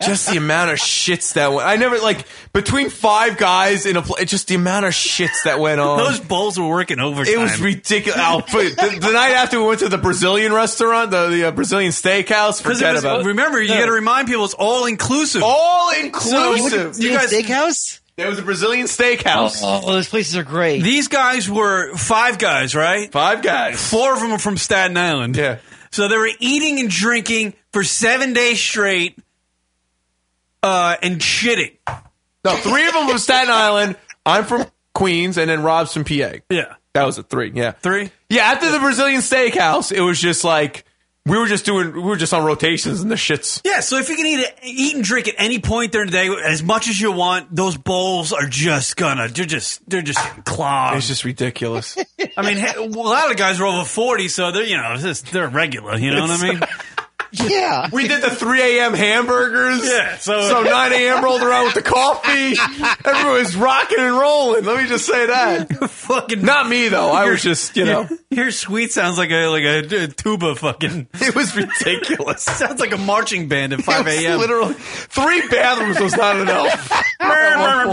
[SPEAKER 12] just the amount of shits that went. I never like between five guys in a pl- just the amount of shits that went on.
[SPEAKER 11] Those balls were working overtime.
[SPEAKER 12] Oh. it was ridiculous. I'll put- the, the night after we went to the Brazilian restaurant, the, the uh, Brazilian steakhouse.
[SPEAKER 11] Because
[SPEAKER 12] Forget about. it.
[SPEAKER 11] remember, you
[SPEAKER 12] Yeah.
[SPEAKER 11] got to remind people it's all inclusive.
[SPEAKER 12] all inclusive.
[SPEAKER 11] you guys,
[SPEAKER 23] steakhouse.
[SPEAKER 12] There was a Brazilian steakhouse.
[SPEAKER 23] Oh, those places are great.
[SPEAKER 11] these guys were five guys, right?
[SPEAKER 12] Five guys.
[SPEAKER 11] Four of them are from Staten Island.
[SPEAKER 12] Yeah.
[SPEAKER 11] So they were eating and drinking for seven days straight, uh, and shitting.
[SPEAKER 12] No, three of them from Staten Island. I'm from Queens, and then Rob's from PA.
[SPEAKER 11] Yeah.
[SPEAKER 12] That was a three. Yeah.
[SPEAKER 11] Three.
[SPEAKER 12] Yeah, after the Brazilian steakhouse, it was just like we were just doing we were just on rotations and the shits.
[SPEAKER 11] Yeah, so if you can eat eat and drink at any point during the day as much as you want, those bowls are just gonna they're just they're just getting clogged.
[SPEAKER 12] It's just ridiculous.
[SPEAKER 11] I mean, he- a lot of guys are over forty, so they're you know it's just, they're regular. You know what I mean?
[SPEAKER 23] Yeah.
[SPEAKER 12] We did the 3 a.m. hamburgers.
[SPEAKER 11] Yeah, so- uh,
[SPEAKER 12] 9 a.m. rolled around with the coffee. Everyone was rocking and rolling. Let me just say that.
[SPEAKER 11] Fucking
[SPEAKER 12] Not me though. I was just you know
[SPEAKER 11] Your, your sweet sounds like a like a, tuba. Fucking
[SPEAKER 12] it was ridiculous.
[SPEAKER 11] sounds like a marching band at
[SPEAKER 12] It
[SPEAKER 11] five
[SPEAKER 12] was
[SPEAKER 11] a.m.
[SPEAKER 12] Literally, three bathrooms was not enough.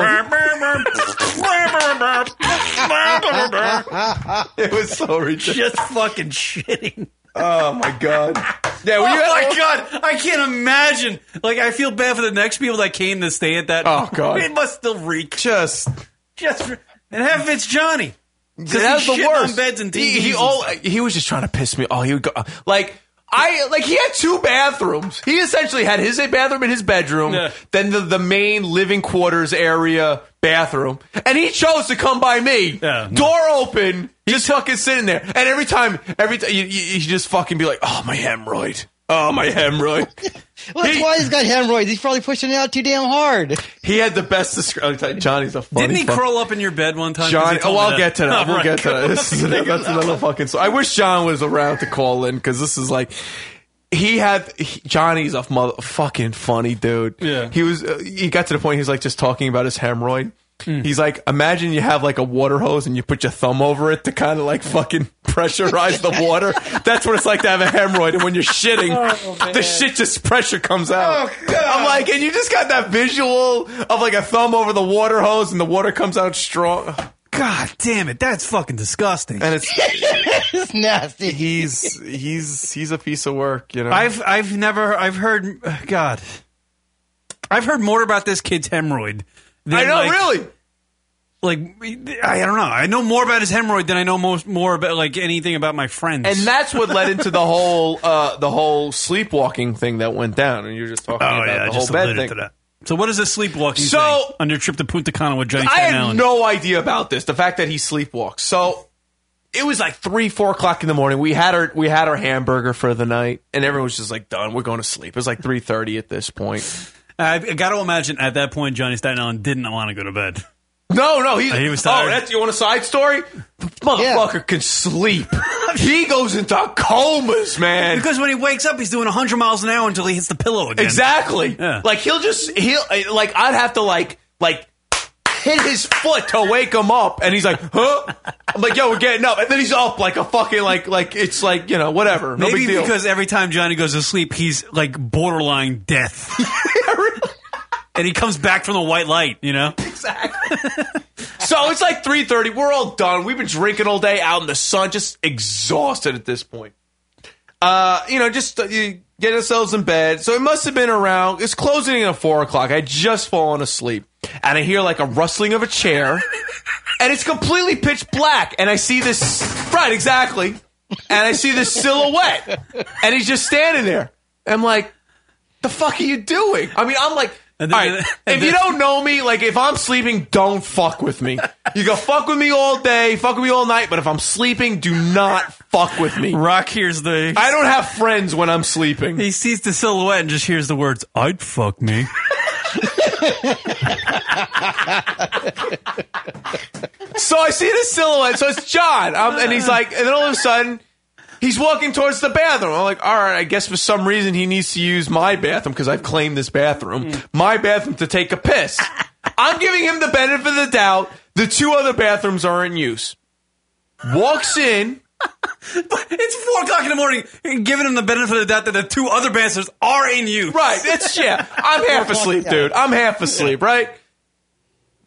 [SPEAKER 12] It was so ridiculous.
[SPEAKER 11] just fucking shitting.
[SPEAKER 12] Oh my god. Yeah, were
[SPEAKER 11] Oh
[SPEAKER 12] you at-
[SPEAKER 11] my god, I can't imagine. Like, I feel bad for the next people that came to stay at that.
[SPEAKER 12] Oh, God.
[SPEAKER 11] it must still reek.
[SPEAKER 12] Just
[SPEAKER 11] Just for, and half it's Johnny. 'Cause
[SPEAKER 12] That's
[SPEAKER 11] he's
[SPEAKER 12] the
[SPEAKER 11] shitting
[SPEAKER 12] worst.
[SPEAKER 11] On beds and TVs
[SPEAKER 12] he, he
[SPEAKER 11] and
[SPEAKER 12] all
[SPEAKER 11] stuff.
[SPEAKER 12] he was just trying to piss me. Oh, he would go like I like he had two bathrooms. He essentially had his bathroom in his bedroom,
[SPEAKER 11] Yeah.
[SPEAKER 12] then the, the main living quarters area bathroom, and he chose to come by me.
[SPEAKER 11] Yeah, no.
[SPEAKER 12] Door open, just fucking sitting there. And every time, every time you, you, you just fucking be like, "Oh my hemorrhoid, oh my hemorrhoid."
[SPEAKER 23] Well, that's
[SPEAKER 12] He-
[SPEAKER 23] why he's got hemorrhoids. He's probably pushing it out too damn hard.
[SPEAKER 12] he had the best. Descri- Johnny's a funny.
[SPEAKER 11] Didn't he
[SPEAKER 12] fuck-
[SPEAKER 11] crawl up in your bed one time? 'Cause
[SPEAKER 12] John,
[SPEAKER 11] he told
[SPEAKER 12] oh,
[SPEAKER 11] me
[SPEAKER 12] I'll get to that.
[SPEAKER 11] All
[SPEAKER 12] We'll
[SPEAKER 11] right,
[SPEAKER 12] get to
[SPEAKER 11] cool.
[SPEAKER 12] that. This is, that's another fucking. So I wish John was around to call in because this is like he had he- Johnny's a mother fucking funny dude.
[SPEAKER 11] Yeah.
[SPEAKER 12] he was. Uh, he got to the point he's like just talking about his hemorrhoid.
[SPEAKER 11] Hmm.
[SPEAKER 12] He's like, imagine you have like a water hose and you put your thumb over it to kind of like fucking pressurize the water. That's what it's like to have a hemorrhoid. And when you're shitting,
[SPEAKER 15] Oh, man.
[SPEAKER 12] the shit just pressure comes out.
[SPEAKER 11] Oh,
[SPEAKER 12] I'm like, and you just got that visual of like a thumb over the water hose and the water comes out strong.
[SPEAKER 11] God damn it, that's fucking disgusting.
[SPEAKER 12] And it's
[SPEAKER 23] it's nasty.
[SPEAKER 12] He's he's he's a piece of work, you know.
[SPEAKER 11] I've I've never I've heard God. I've heard more about this kid's hemorrhoid. Than
[SPEAKER 12] I know,
[SPEAKER 11] like-
[SPEAKER 12] really.
[SPEAKER 11] Like I, I don't know. I know more about his hemorrhoid than I know most more about like anything about my friends.
[SPEAKER 12] and that's what led into the whole uh, the whole sleepwalking thing that went down. And you're just talking
[SPEAKER 11] Oh
[SPEAKER 12] about
[SPEAKER 11] yeah, I
[SPEAKER 12] the
[SPEAKER 11] just
[SPEAKER 12] whole bed
[SPEAKER 11] alluded
[SPEAKER 12] thing.
[SPEAKER 11] to that. So what is a sleepwalking
[SPEAKER 12] So-
[SPEAKER 11] thing on your trip to Punta Cana with Johnny
[SPEAKER 12] I
[SPEAKER 11] Staten
[SPEAKER 12] had
[SPEAKER 11] Island?
[SPEAKER 12] no idea about this. The fact that he sleepwalks. So it was like three, four o'clock in the morning. We had our we had our hamburger for the night, and everyone was just like done. We're going to sleep. It was like three thirty at this point.
[SPEAKER 11] I, I got to imagine at that point Johnny Staten Island didn't want to go to bed.
[SPEAKER 12] No, no, he,
[SPEAKER 11] He was
[SPEAKER 12] Oh,
[SPEAKER 11] tired.
[SPEAKER 12] that's you want a side story? The motherfucker can sleep. he goes into comas, man.
[SPEAKER 11] Because when he wakes up, he's doing 100 miles an hour until he hits the pillow again.
[SPEAKER 12] Exactly.
[SPEAKER 11] Yeah.
[SPEAKER 12] Like he'll just he'll eh, like I'd have to like like hit his foot to wake him up, and he's like, huh? I'm like, yo, we're getting up, and then he's up like a fucking like like it's like you know whatever, no
[SPEAKER 11] Maybe
[SPEAKER 12] big deal.
[SPEAKER 11] because every time Johnny goes to sleep, he's like borderline death. and he comes back from the white light, you know?
[SPEAKER 12] so it's like three thirty. We're all done. We've been drinking all day out in the sun, just exhausted at this point. Uh, you know, just uh, you get ourselves in bed. So it must have been around. It's closing in at four o'clock. I just fallen asleep, and I hear like a rustling of a chair, and it's completely pitch black. And I see this right exactly, and I see this silhouette, and he's just standing there. I'm like, the fuck are you doing? I mean, I'm like, all right, if you don't know me, like if I'm sleeping, don't fuck with me. You go fuck with me all day, fuck with me all night, but if I'm sleeping, do not fuck with me.
[SPEAKER 11] Rock hears the.
[SPEAKER 12] I don't have friends when I'm sleeping.
[SPEAKER 11] He sees the silhouette and just hears the words, I'd fuck me.
[SPEAKER 12] so I see this silhouette. So it's John, um, and he's like, and then all of a sudden, he's walking towards the bathroom. I'm like, all right, I guess for some reason he needs to use my bathroom because I've claimed this bathroom, my bathroom to take a piss. I'm giving him the benefit of the doubt. The two other bathrooms are in use. Walks in.
[SPEAKER 11] it's four o'clock in the morning, and giving him the benefit of the doubt that the two other dancers are in you.
[SPEAKER 12] Right. It's yeah. I'm half asleep, dude. I'm half asleep, right?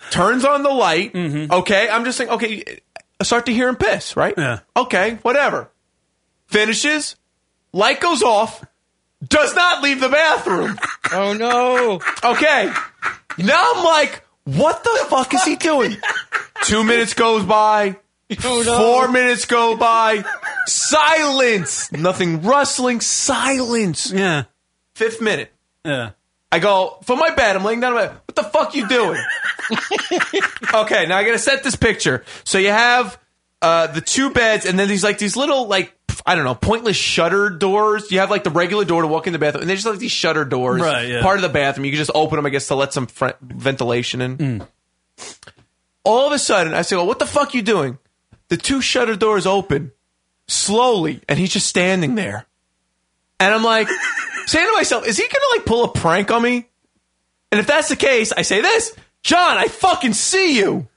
[SPEAKER 12] Turns on the light. Okay. I'm just saying, okay, I start to hear him piss, right? Yeah. Okay, whatever. Finishes, light goes off, does not leave the bathroom.
[SPEAKER 23] Oh no.
[SPEAKER 12] Okay. Now I'm like, what the fuck is he doing? Two minutes goes by.
[SPEAKER 15] Oh, no.
[SPEAKER 12] Four minutes go by. Silence. Nothing rustling. Silence.
[SPEAKER 11] Yeah.
[SPEAKER 12] Fifth minute.
[SPEAKER 11] Yeah.
[SPEAKER 12] I go from my bed. I'm laying down. on my bed. What the fuck you doing? okay, now I gotta set this picture. So you have uh, the two beds, and then these like these little like I don't know pointless shutter doors. You have like the regular door to walk in the bathroom, and they're just like these shutter doors,
[SPEAKER 11] Right, yeah.
[SPEAKER 12] part of the bathroom. You can just open them, I guess, to let some fr- ventilation in.
[SPEAKER 11] Mm.
[SPEAKER 12] All of a sudden, I say, "Well, what the fuck you doing?" The two shutter doors open slowly, and he's just standing there. And I'm like, saying to myself, is he gonna like pull a prank on me? And if that's the case, I say this John, I fucking see you.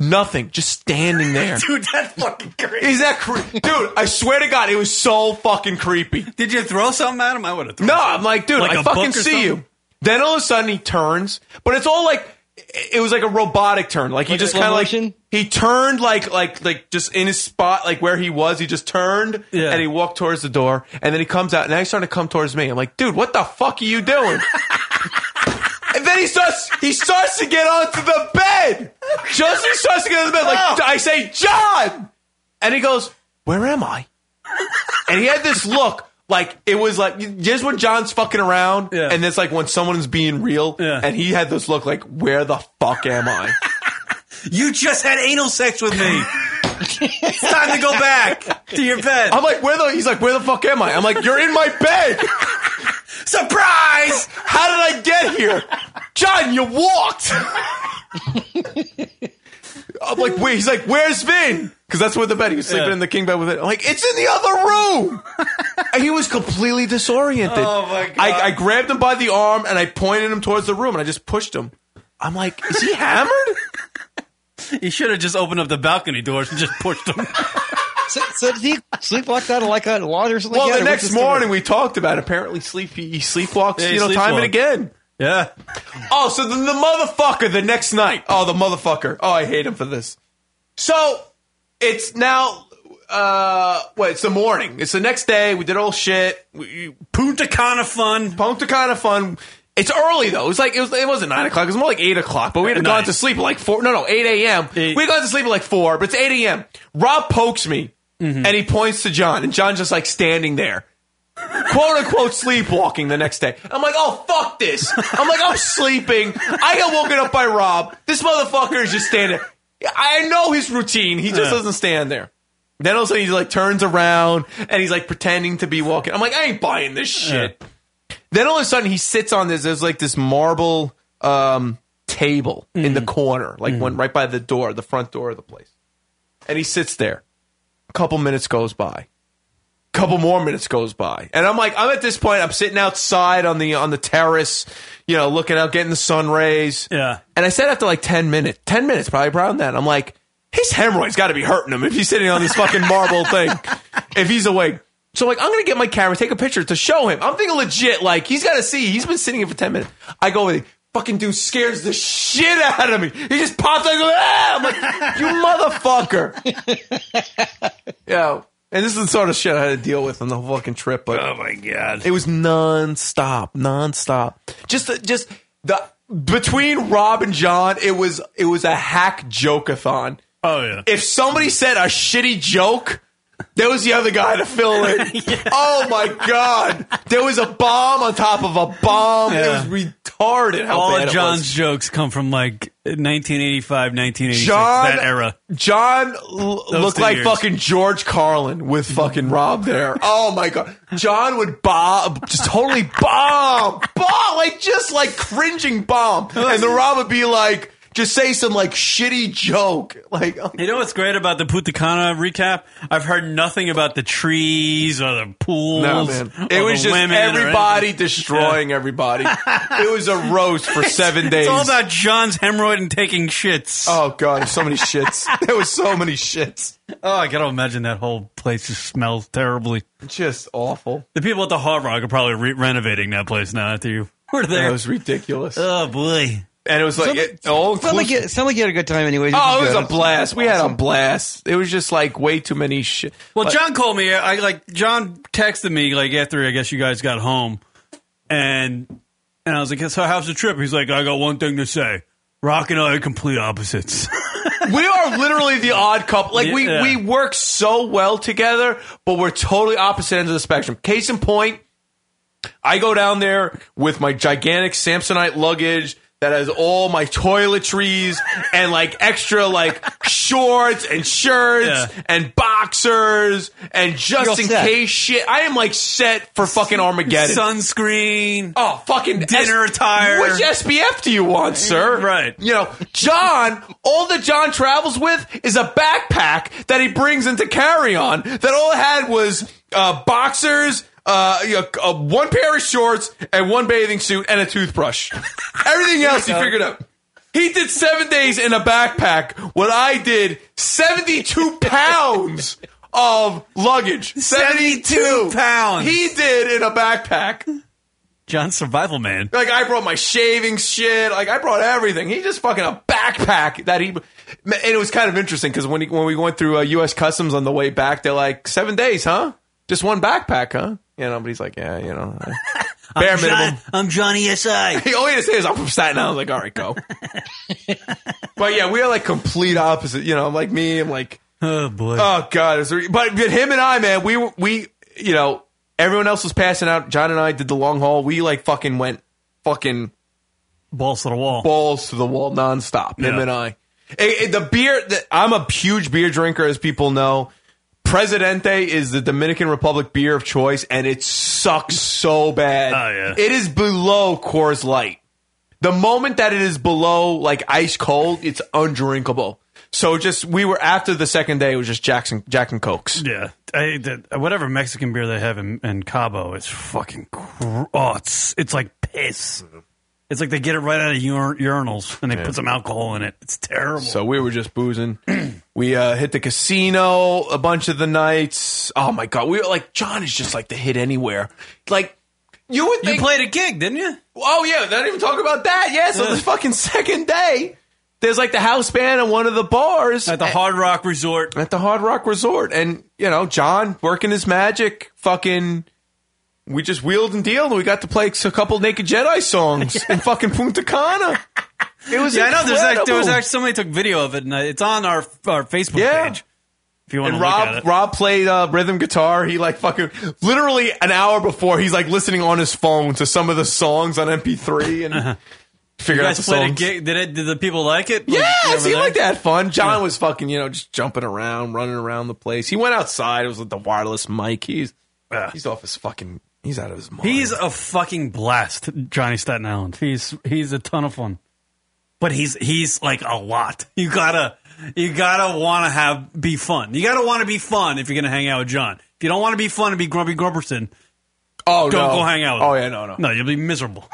[SPEAKER 12] Nothing, just standing there.
[SPEAKER 11] Dude, that's fucking crazy.
[SPEAKER 12] Is that creepy? Dude, I swear to God, it was so fucking creepy.
[SPEAKER 11] Did you throw something at him? I would have
[SPEAKER 12] No, I'm like, dude,
[SPEAKER 11] Like
[SPEAKER 12] I
[SPEAKER 11] a book
[SPEAKER 12] fucking
[SPEAKER 11] or
[SPEAKER 12] see you.
[SPEAKER 11] something?
[SPEAKER 12] Then all of a sudden he turns, but it's all like it was like a robotic turn. Like he
[SPEAKER 23] Like a
[SPEAKER 12] just
[SPEAKER 23] slow
[SPEAKER 12] kind of
[SPEAKER 23] motion?
[SPEAKER 12] like he turned like like like just in his spot, like where he was. He just turned and he walked towards the door, and then he comes out. and Now he's starting to come towards me. I'm like, dude, what the fuck are you doing? And then he starts he starts to get onto the bed. Joseph starts to get on the bed.
[SPEAKER 11] Oh.
[SPEAKER 12] Like I say, John, and he goes, "Where am I?" And he had this look like it was like just when John's fucking around, and it's like when someone's being real, and he had this look like, "Where the fuck am I?"
[SPEAKER 11] You just had anal sex with me. it's time to go back to your bed.
[SPEAKER 12] I'm like, "Where the?" He's like, "Where the fuck am I?" I'm like, "You're in my bed."
[SPEAKER 11] Surprise!
[SPEAKER 12] How did I get here, John? You walked. I'm like, wait. He's like, where's Vin? Because that's where the bed. He was sleeping
[SPEAKER 15] Yeah.
[SPEAKER 12] in the king bed with it. I'm like, it's in the other room. he was completely disoriented.
[SPEAKER 15] Oh, my God.
[SPEAKER 12] I, I grabbed him by the arm and I pointed him towards the room and I just pushed him. I'm like, is he hammered?
[SPEAKER 11] You should have just opened up the balcony doors and just pushed them.
[SPEAKER 23] So, so did he sleepwalk out of like a water or something?
[SPEAKER 12] well,
[SPEAKER 23] like that,
[SPEAKER 12] the
[SPEAKER 23] or
[SPEAKER 12] next
[SPEAKER 23] what's story?
[SPEAKER 12] morning we talked about. it. Apparently, sleep he sleepwalks.
[SPEAKER 23] Yeah, he
[SPEAKER 12] you know, time
[SPEAKER 23] sleepwalked.
[SPEAKER 12] and again.
[SPEAKER 11] Yeah.
[SPEAKER 12] Oh, so then the motherfucker the next night. Oh, the motherfucker. Oh, I hate him for this. So it's now. Uh, what? It's the morning. It's the next day. We did all shit. We, Punta Cana fun. Punta Cana fun. It's early though. It was like it was. It wasn't nine o'clock. It was more like eight o'clock. But we had
[SPEAKER 11] At
[SPEAKER 12] gone
[SPEAKER 11] night.
[SPEAKER 12] to sleep at like four. No, no, eight a.m. We had gone to sleep at like four, but it's eight a.m. Rob pokes me, and he points to John, and John's just like standing there quote unquote sleepwalking the next day. I'm like, oh fuck this. I'm like, I'm sleeping. I got woken up by Rob. This motherfucker is just standing. there. I know his routine. He just
[SPEAKER 15] Yeah.
[SPEAKER 12] doesn't stand there. Then all of a sudden he like turns around and he's like pretending to be walking. I'm like, I ain't buying this shit. Then all of a sudden he sits on this. There's like this marble um, table in the corner, like one right by the door, the front door of the place. And he sits there. A couple minutes goes by. Couple more minutes goes by, and I'm like, I'm at this point. I'm sitting outside on the on the terrace, you know, looking out, getting the sun rays.
[SPEAKER 11] Yeah.
[SPEAKER 12] And I said after like ten minutes, ten minutes probably around that, I'm like, his hemorrhoids got to be hurting him if he's sitting on this fucking marble thing, if he's awake. So like, I'm gonna get my camera, take a picture to show him. I'm thinking legit, like he's got to see. He's been sitting here for ten minutes. I go with it. Fucking dude scares the shit out of me. He just pops like, ah! I'm like, you motherfucker. Yo. And this is the sort of shit I had to deal with on the whole fucking trip. But
[SPEAKER 11] oh my god,
[SPEAKER 12] it was nonstop, nonstop. Just, the- just the between Rob and John, it was it was a hack jokeathon.
[SPEAKER 11] Oh yeah.
[SPEAKER 12] If somebody said a shitty joke, there was the other guy to fill in. Oh my god, there was a bomb on top of a bomb.
[SPEAKER 11] Yeah.
[SPEAKER 12] It was retarded. How
[SPEAKER 11] All
[SPEAKER 12] bad
[SPEAKER 11] of
[SPEAKER 12] it
[SPEAKER 11] John's
[SPEAKER 12] was.
[SPEAKER 11] jokes come from like 1985, 1986,
[SPEAKER 12] John-
[SPEAKER 11] that era.
[SPEAKER 12] John l-
[SPEAKER 11] Those
[SPEAKER 12] looked
[SPEAKER 11] two
[SPEAKER 12] like
[SPEAKER 11] years.
[SPEAKER 12] fucking George Carlin with fucking Rob there. Oh my god, John would bomb, just totally bomb, bomb, like just like cringing bomb, and the Rob would be like, just say some like shitty joke, like oh.
[SPEAKER 11] You know what's great about the Putacana recap? I've heard nothing about the trees or the pools.
[SPEAKER 12] No, man.
[SPEAKER 11] or
[SPEAKER 12] It was
[SPEAKER 11] the
[SPEAKER 12] just
[SPEAKER 11] women or
[SPEAKER 12] everybody
[SPEAKER 11] anything.
[SPEAKER 12] destroying everybody. It was a roast for seven
[SPEAKER 11] It's- It's all
[SPEAKER 12] days.
[SPEAKER 11] about John's hemorrhoid and taking shits.
[SPEAKER 12] Oh god, there's so many shits. There was so many shits.
[SPEAKER 11] Oh, I gotta imagine that whole place just smells terribly.
[SPEAKER 12] Just awful.
[SPEAKER 11] The people at the Hard Rock are probably re- renovating that place now after you were there.
[SPEAKER 12] That was ridiculous.
[SPEAKER 11] Oh boy.
[SPEAKER 12] And it was like it, all
[SPEAKER 23] Sound like you, sound like you had a good time, anyways.
[SPEAKER 12] Oh, it
[SPEAKER 23] Which is
[SPEAKER 12] was a
[SPEAKER 23] good.
[SPEAKER 12] blast. We had a blast. It was just like way too many shit.
[SPEAKER 11] Well, John called me. I like John texted me like after I guess you guys got home, and and I was like, "So how's the trip?" He's like, "I got one thing to say. Rock and I are complete opposites."
[SPEAKER 12] we are literally the odd couple. Like we
[SPEAKER 11] Yeah.
[SPEAKER 12] we work so well together, but we're totally opposite ends of the spectrum. Case in point, I go down there with my gigantic Samsonite luggage that has all my toiletries and like extra like shorts and shirts and boxers and just
[SPEAKER 11] You're
[SPEAKER 12] in
[SPEAKER 11] set.
[SPEAKER 12] case shit. I am like set for fucking Armageddon.
[SPEAKER 11] Sunscreen.
[SPEAKER 12] Oh, fucking
[SPEAKER 11] dinner
[SPEAKER 12] S-
[SPEAKER 11] attire.
[SPEAKER 12] Which SPF do you want, sir?
[SPEAKER 11] Right.
[SPEAKER 12] You know, John, all that John travels with is a backpack that he brings into carry on that all it had was uh, boxers. Uh, you know, uh, one pair of shorts and one bathing suit and a toothbrush. Everything else he
[SPEAKER 11] Uh-huh.
[SPEAKER 15] go.
[SPEAKER 12] figured out. He did seven days in a backpack. What I did, seventy-two pounds of luggage. Seventy-two
[SPEAKER 11] pounds.
[SPEAKER 12] He did in a backpack.
[SPEAKER 11] John's survival man.
[SPEAKER 12] Like I brought my shaving shit. Like I brought everything. He just fucking a backpack that he. And it was kind of interesting because when he, when we went through uh, U.S. Customs on the way back, they're like seven days, huh? Just one backpack, huh? You know, but he's like, yeah, you know, bare
[SPEAKER 11] I'm John-
[SPEAKER 12] minimum.
[SPEAKER 11] I'm Johnny SI.
[SPEAKER 12] all he had to say is, "I'm from Staten Island." I was like, all right, go. but yeah, we are like complete opposite. You know, I'm like me. I'm like,
[SPEAKER 11] oh boy,
[SPEAKER 12] oh god. It was re- but but him and I, man, we were- we you know everyone else was passing out. John and I did the long haul. We like fucking went fucking
[SPEAKER 11] balls to the wall,
[SPEAKER 12] balls to the wall nonstop. Him
[SPEAKER 11] Yeah.
[SPEAKER 12] and I. It- it- the beer. The, I'm a huge beer drinker, as people know. Presidente is the Dominican Republic beer of choice, and it sucks so bad.
[SPEAKER 11] Oh, yeah.
[SPEAKER 12] It is below Coors Light. The moment that it is below like ice cold, it's undrinkable. So just we were after the second day. It was just Jackson Jack and Cokes.
[SPEAKER 24] Yeah, I, that, whatever Mexican beer they have in, in Cabo is fucking. Cr- oh, it's it's like piss.
[SPEAKER 12] Mm-hmm.
[SPEAKER 24] It's like they get it right out of ur- urinals and they put some alcohol in it. It's terrible.
[SPEAKER 12] So we were just boozing. we uh, hit the casino a bunch of the nights. Oh my god, we were like John is just like the hit anywhere. Like you would think you played
[SPEAKER 11] a gig, didn't you?
[SPEAKER 12] Oh yeah, not even talk about that. Yeah, so the fucking second day. There's like the house band at one of the bars at
[SPEAKER 11] the Hard Rock Resort.
[SPEAKER 12] At the Hard Rock Resort, and you know John working his magic. Fucking, we just wheeled and dealed. and We got to play a couple Naked Jedi songs in fucking Punta Cana. It was
[SPEAKER 11] yeah, I know. There's like, there was
[SPEAKER 12] incredible.
[SPEAKER 11] actually somebody took video of it, and uh, it's on our our Facebook page. If you want
[SPEAKER 12] and
[SPEAKER 11] to look
[SPEAKER 12] Rob
[SPEAKER 11] at it.
[SPEAKER 12] Rob played uh, rhythm guitar. He like fucking literally an hour before he's like listening on his phone to some of the songs on MP3 and figured
[SPEAKER 11] Uh-huh. you
[SPEAKER 12] out
[SPEAKER 11] guys
[SPEAKER 12] the
[SPEAKER 11] played
[SPEAKER 12] songs.
[SPEAKER 11] a gig. Did it? Did the people like it?
[SPEAKER 12] Yeah,
[SPEAKER 11] Like,
[SPEAKER 12] see,
[SPEAKER 11] over
[SPEAKER 12] like
[SPEAKER 11] there?
[SPEAKER 12] that fun. John was fucking, you know, just jumping around, running around the place. He went outside. It was with the wireless mic. He's he's off his fucking. He's out of his mind.
[SPEAKER 24] He's a fucking blast, Johnny Staten Island. He's he's a ton of fun,
[SPEAKER 11] but he's he's like a lot. You gotta you gotta want to have be fun. You gotta want to be fun if you're gonna hang out with John. If you don't want to be fun and be Grumpy Grumperson,
[SPEAKER 12] oh
[SPEAKER 11] don't
[SPEAKER 12] no.
[SPEAKER 11] go hang out. With
[SPEAKER 12] Oh,
[SPEAKER 11] him.
[SPEAKER 12] yeah, no, no.
[SPEAKER 11] no, you'll be miserable.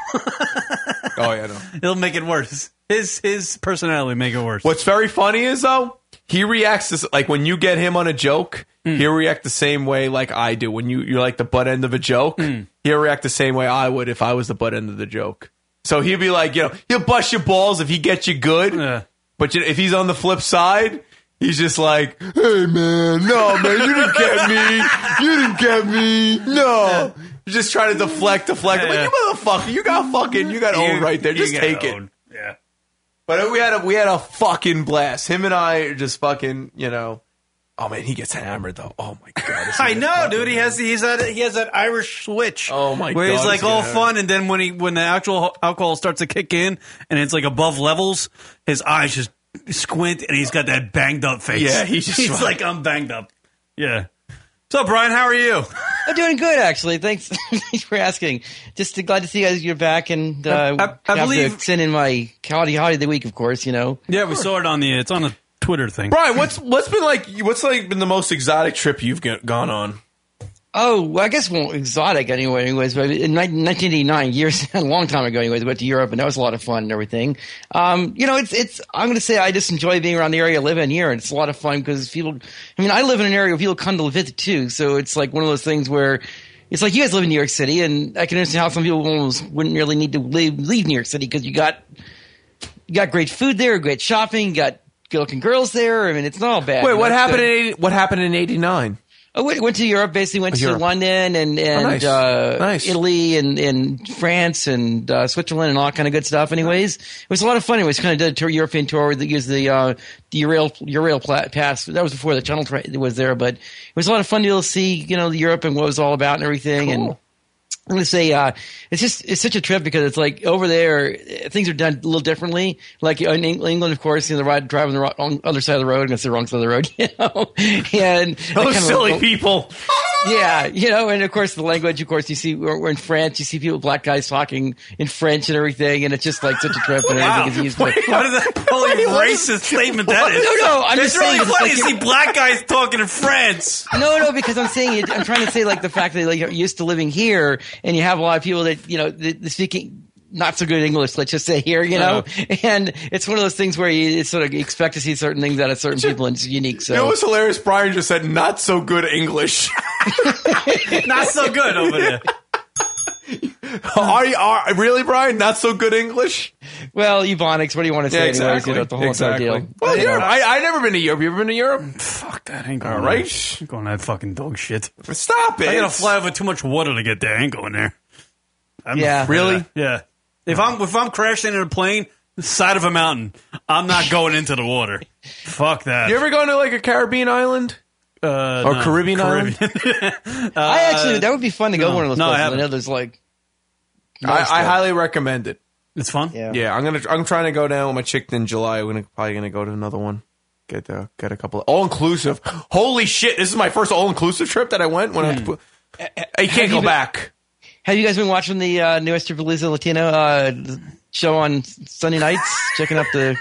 [SPEAKER 12] oh yeah, no,
[SPEAKER 11] it'll make it worse. His his personality make it worse.
[SPEAKER 12] What's very funny is though he reacts this like when you get him on a joke,
[SPEAKER 11] Hmm.
[SPEAKER 12] he'll react the same way like I do. When you you're like the butt end of a joke,
[SPEAKER 11] Hmm.
[SPEAKER 12] he'll react the same way I would if I was the butt end of the joke. So he'll be like, you know, he'll bust your balls if he gets you good, but you, if he's on the flip side. He's just like, hey man, no man, you didn't get me, you didn't get me, no. You're just trying to deflect, deflect. I'm like, you motherfucker, you got fucking, you got owned Oh, right there.
[SPEAKER 11] you
[SPEAKER 12] Just
[SPEAKER 11] got
[SPEAKER 12] take it.
[SPEAKER 11] owned. Yeah.
[SPEAKER 12] But we had a we had a fucking blast. Him and I are just fucking, you know. Oh man, he gets hammered though. Oh my god.
[SPEAKER 11] I know, dude. He has he's that he has that Irish switch.
[SPEAKER 12] Oh my
[SPEAKER 11] where
[SPEAKER 12] god.
[SPEAKER 11] he's like
[SPEAKER 12] gonna
[SPEAKER 11] all
[SPEAKER 12] hurt.
[SPEAKER 11] fun, and then when he when the actual alcohol starts to kick in, and it's like above levels, his eyes just squint, and he's got that banged up face.
[SPEAKER 24] Yeah, he just-
[SPEAKER 11] he's like "Oh, I'm banged up. Yeah. So Brian, how are you?
[SPEAKER 23] I'm doing good, actually. Thanks, thanks for asking. Just glad to see you guys. You're back, and uh,
[SPEAKER 11] I- I- I
[SPEAKER 23] have
[SPEAKER 11] believe-
[SPEAKER 23] to send in my howdy howdy of the week, of course. You know,
[SPEAKER 11] Yeah, we saw it on the it's on a Twitter thing.
[SPEAKER 12] Brian, what's what's been like what's like been the most exotic trip you've get, gone on?
[SPEAKER 23] Oh, well, I guess well, exotic anyway. Anyways, but in 19- 1989, years a long time ago. Anyways, went to Europe and that was a lot of fun and everything. Um, you know, it's it's. I'm going to say I just enjoy being around the area I live in here, and it's a lot of fun because people. I mean, I live in an area where people come to visit too, so it's like one of those things where. It's like you guys live in New York City, and I can understand how some people almost wouldn't really need to leave, leave New York City because you got you got great food there, great shopping, you got good looking girls there. I mean, it's not all bad. uh,
[SPEAKER 12] Wait, what
[SPEAKER 23] That's
[SPEAKER 12] happened
[SPEAKER 23] good.
[SPEAKER 12] in 80, what happened in 89?
[SPEAKER 23] I went, went to Europe, basically went
[SPEAKER 12] Oh,
[SPEAKER 23] to
[SPEAKER 12] Europe.
[SPEAKER 23] London and and
[SPEAKER 12] Oh, nice.
[SPEAKER 23] Uh,
[SPEAKER 12] Nice.
[SPEAKER 23] Italy and, and France and uh, Switzerland and all that kind of good stuff. Anyways, it was a lot of fun. It was kind of did a tour, European tour that used the uh, the Ural Ural pla- pass. That was before the channel tra- was there, but it was a lot of fun to see you know Europe and what it was all about and everything. And I'm gonna say uh, it's just it's such a trip because it's like over there eh, things are done a little differently. Like in Eng- England, of course, you know, the ride driving the wrong, on the other side of the road, I'm gonna say wrong side of the road, you know. and
[SPEAKER 12] Those
[SPEAKER 23] kind of-
[SPEAKER 12] Oh, silly people.
[SPEAKER 23] yeah, you know, and of course the language. Of course, you see we're, we're in France. You see people, black guys talking in French and everything, and it's just like such a trip. And
[SPEAKER 11] Wow.
[SPEAKER 23] everything is used.
[SPEAKER 11] Wait, what is that? Holy racist statement that is.
[SPEAKER 23] No, no, I'm
[SPEAKER 11] it's
[SPEAKER 23] just saying
[SPEAKER 11] really
[SPEAKER 23] it's
[SPEAKER 11] funny
[SPEAKER 23] like-
[SPEAKER 11] to see black guys talking in France.
[SPEAKER 23] No, no, because I'm saying it, I'm trying to say like the fact that like you're used to living here, and you have a lot of people that you know that, that speaking not so good English. Let's just say here, you know, and it's one of those things where you it's sort of you expect to see certain things out of certain people, and it's unique. So
[SPEAKER 12] You know what's hilarious? Brian just said not so good English.
[SPEAKER 11] Not so good over there.
[SPEAKER 12] are you are really Brian? Not so good English?
[SPEAKER 23] Well, Ebonics, what do you want to say? anyways, you know, the whole
[SPEAKER 12] exactly.
[SPEAKER 23] ordeal.
[SPEAKER 12] Well,
[SPEAKER 23] You know.
[SPEAKER 12] Europe. I I never been to Europe. You ever been to Europe?
[SPEAKER 24] Fuck that. Ain't
[SPEAKER 12] All
[SPEAKER 24] going
[SPEAKER 12] right.
[SPEAKER 24] there. Ain't going to that fucking dog shit.
[SPEAKER 12] Stop it.
[SPEAKER 24] I gotta fly over too much water to get there. I ain't going there. I'm
[SPEAKER 11] Yeah. Really?
[SPEAKER 24] Yeah. If I'm if I'm crashing in a plane, the side of a mountain, I'm not going into the water. Fuck that.
[SPEAKER 12] You ever gone to like a Caribbean island?
[SPEAKER 24] Uh,
[SPEAKER 12] or
[SPEAKER 24] no. Uh,
[SPEAKER 12] Caribbean, island?
[SPEAKER 23] I actually that would be fun to go
[SPEAKER 12] no.
[SPEAKER 23] one of those
[SPEAKER 12] No, I
[SPEAKER 23] places. I,
[SPEAKER 12] haven't.
[SPEAKER 23] know there's like nice
[SPEAKER 12] I, I
[SPEAKER 23] though.
[SPEAKER 12] highly recommend it.
[SPEAKER 24] It's fun.
[SPEAKER 23] Yeah.
[SPEAKER 12] I'm gonna. I'm trying to go down with my chick in July. We're gonna, probably gonna go to another one. Get uh, get a couple all inclusive. Holy shit! This is my first all inclusive trip that I went when I. I
[SPEAKER 23] Have
[SPEAKER 12] can't
[SPEAKER 23] you
[SPEAKER 12] go
[SPEAKER 23] been-
[SPEAKER 12] back.
[SPEAKER 23] Have you guys been watching the uh, newest Triple Latino uh, show on Sunday nights? Checking out the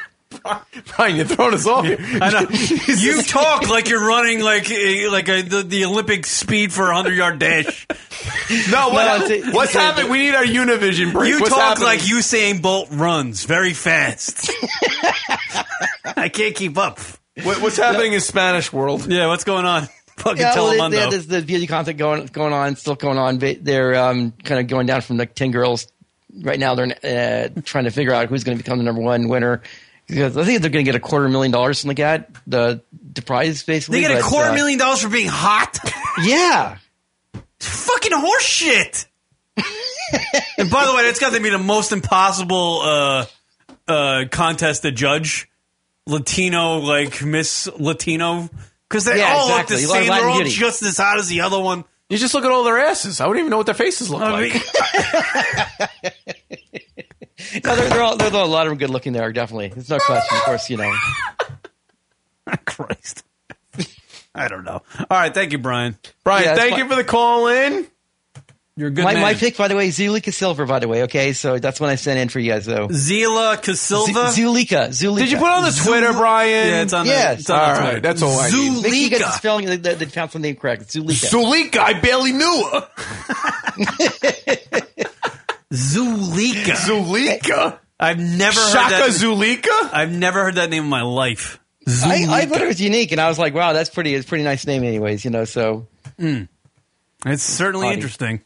[SPEAKER 12] Brian, you're throwing us off here.
[SPEAKER 11] I know. you talk like you're running like a, like a, the, the Olympic speed for a hundred yard dash.
[SPEAKER 12] No, what- what's happening? We need our Univision break.
[SPEAKER 11] You
[SPEAKER 12] What's
[SPEAKER 11] talk
[SPEAKER 12] happening?
[SPEAKER 11] like Usain Bolt runs very fast. I can't keep up.
[SPEAKER 12] What, what's happening in Spanish world?
[SPEAKER 11] Yeah, what's going on? Fucking
[SPEAKER 23] yeah, well,
[SPEAKER 11] Telemundo.
[SPEAKER 23] they, they had this, this beauty contest going going on, still going on. But they're um, kind of going down from like ten girls right now. They're uh, trying to figure out who's going to become the number one winner. Because I think they're going to get a quarter million dollars, something like that. The, the prize, basically.
[SPEAKER 11] They get a
[SPEAKER 23] but,
[SPEAKER 11] quarter
[SPEAKER 23] uh,
[SPEAKER 11] million dollars for being hot.
[SPEAKER 23] Yeah,
[SPEAKER 11] fucking horseshit. and by the way, that's got to be the most impossible uh, uh, contest to judge. Latino, like Miss Latino, because they
[SPEAKER 12] Yeah,
[SPEAKER 11] all
[SPEAKER 12] exactly.
[SPEAKER 11] look
[SPEAKER 12] You
[SPEAKER 11] the
[SPEAKER 12] like
[SPEAKER 11] same. They're
[SPEAKER 12] Latin
[SPEAKER 11] all
[SPEAKER 12] beauty.
[SPEAKER 11] just as hot as the other one.
[SPEAKER 12] You just look at all their asses. I wouldn't even know what their faces look like.
[SPEAKER 23] no, they're, they're all, there's a lot of them good looking there, definitely. There's no question, of course, you know.
[SPEAKER 11] Christ. I don't know. All right, thank you, Brian.
[SPEAKER 12] Brian, thank you for the call in.
[SPEAKER 11] You're a good
[SPEAKER 23] my,
[SPEAKER 11] man.
[SPEAKER 23] my pick, by the way, Zulika Silver, by the way, okay? So that's when I sent in for you guys, though.
[SPEAKER 11] Zila Casilva.
[SPEAKER 23] Z- Zulika, Zulika.
[SPEAKER 12] Did you put it on the Twitter, Brian?
[SPEAKER 23] Yeah, it's on the-
[SPEAKER 12] Yes.
[SPEAKER 23] it's on the
[SPEAKER 12] All right,
[SPEAKER 23] Twitter.
[SPEAKER 12] that's all I need.
[SPEAKER 23] Make sure you get the spelling, the, the, the council name correct. Zulika.
[SPEAKER 12] Zulika, I barely knew her.
[SPEAKER 11] Zulika.
[SPEAKER 12] Zulika.
[SPEAKER 11] I've never heard
[SPEAKER 23] Shaka
[SPEAKER 11] that.
[SPEAKER 12] Zulika.
[SPEAKER 11] I've never heard that name in my life.
[SPEAKER 23] I, I
[SPEAKER 11] Zulika.
[SPEAKER 23] thought it was unique, and I was like, wow, that's pretty, it's a pretty nice name, anyways, you know, so.
[SPEAKER 11] Mm. It's certainly
[SPEAKER 23] Funny.
[SPEAKER 11] interesting.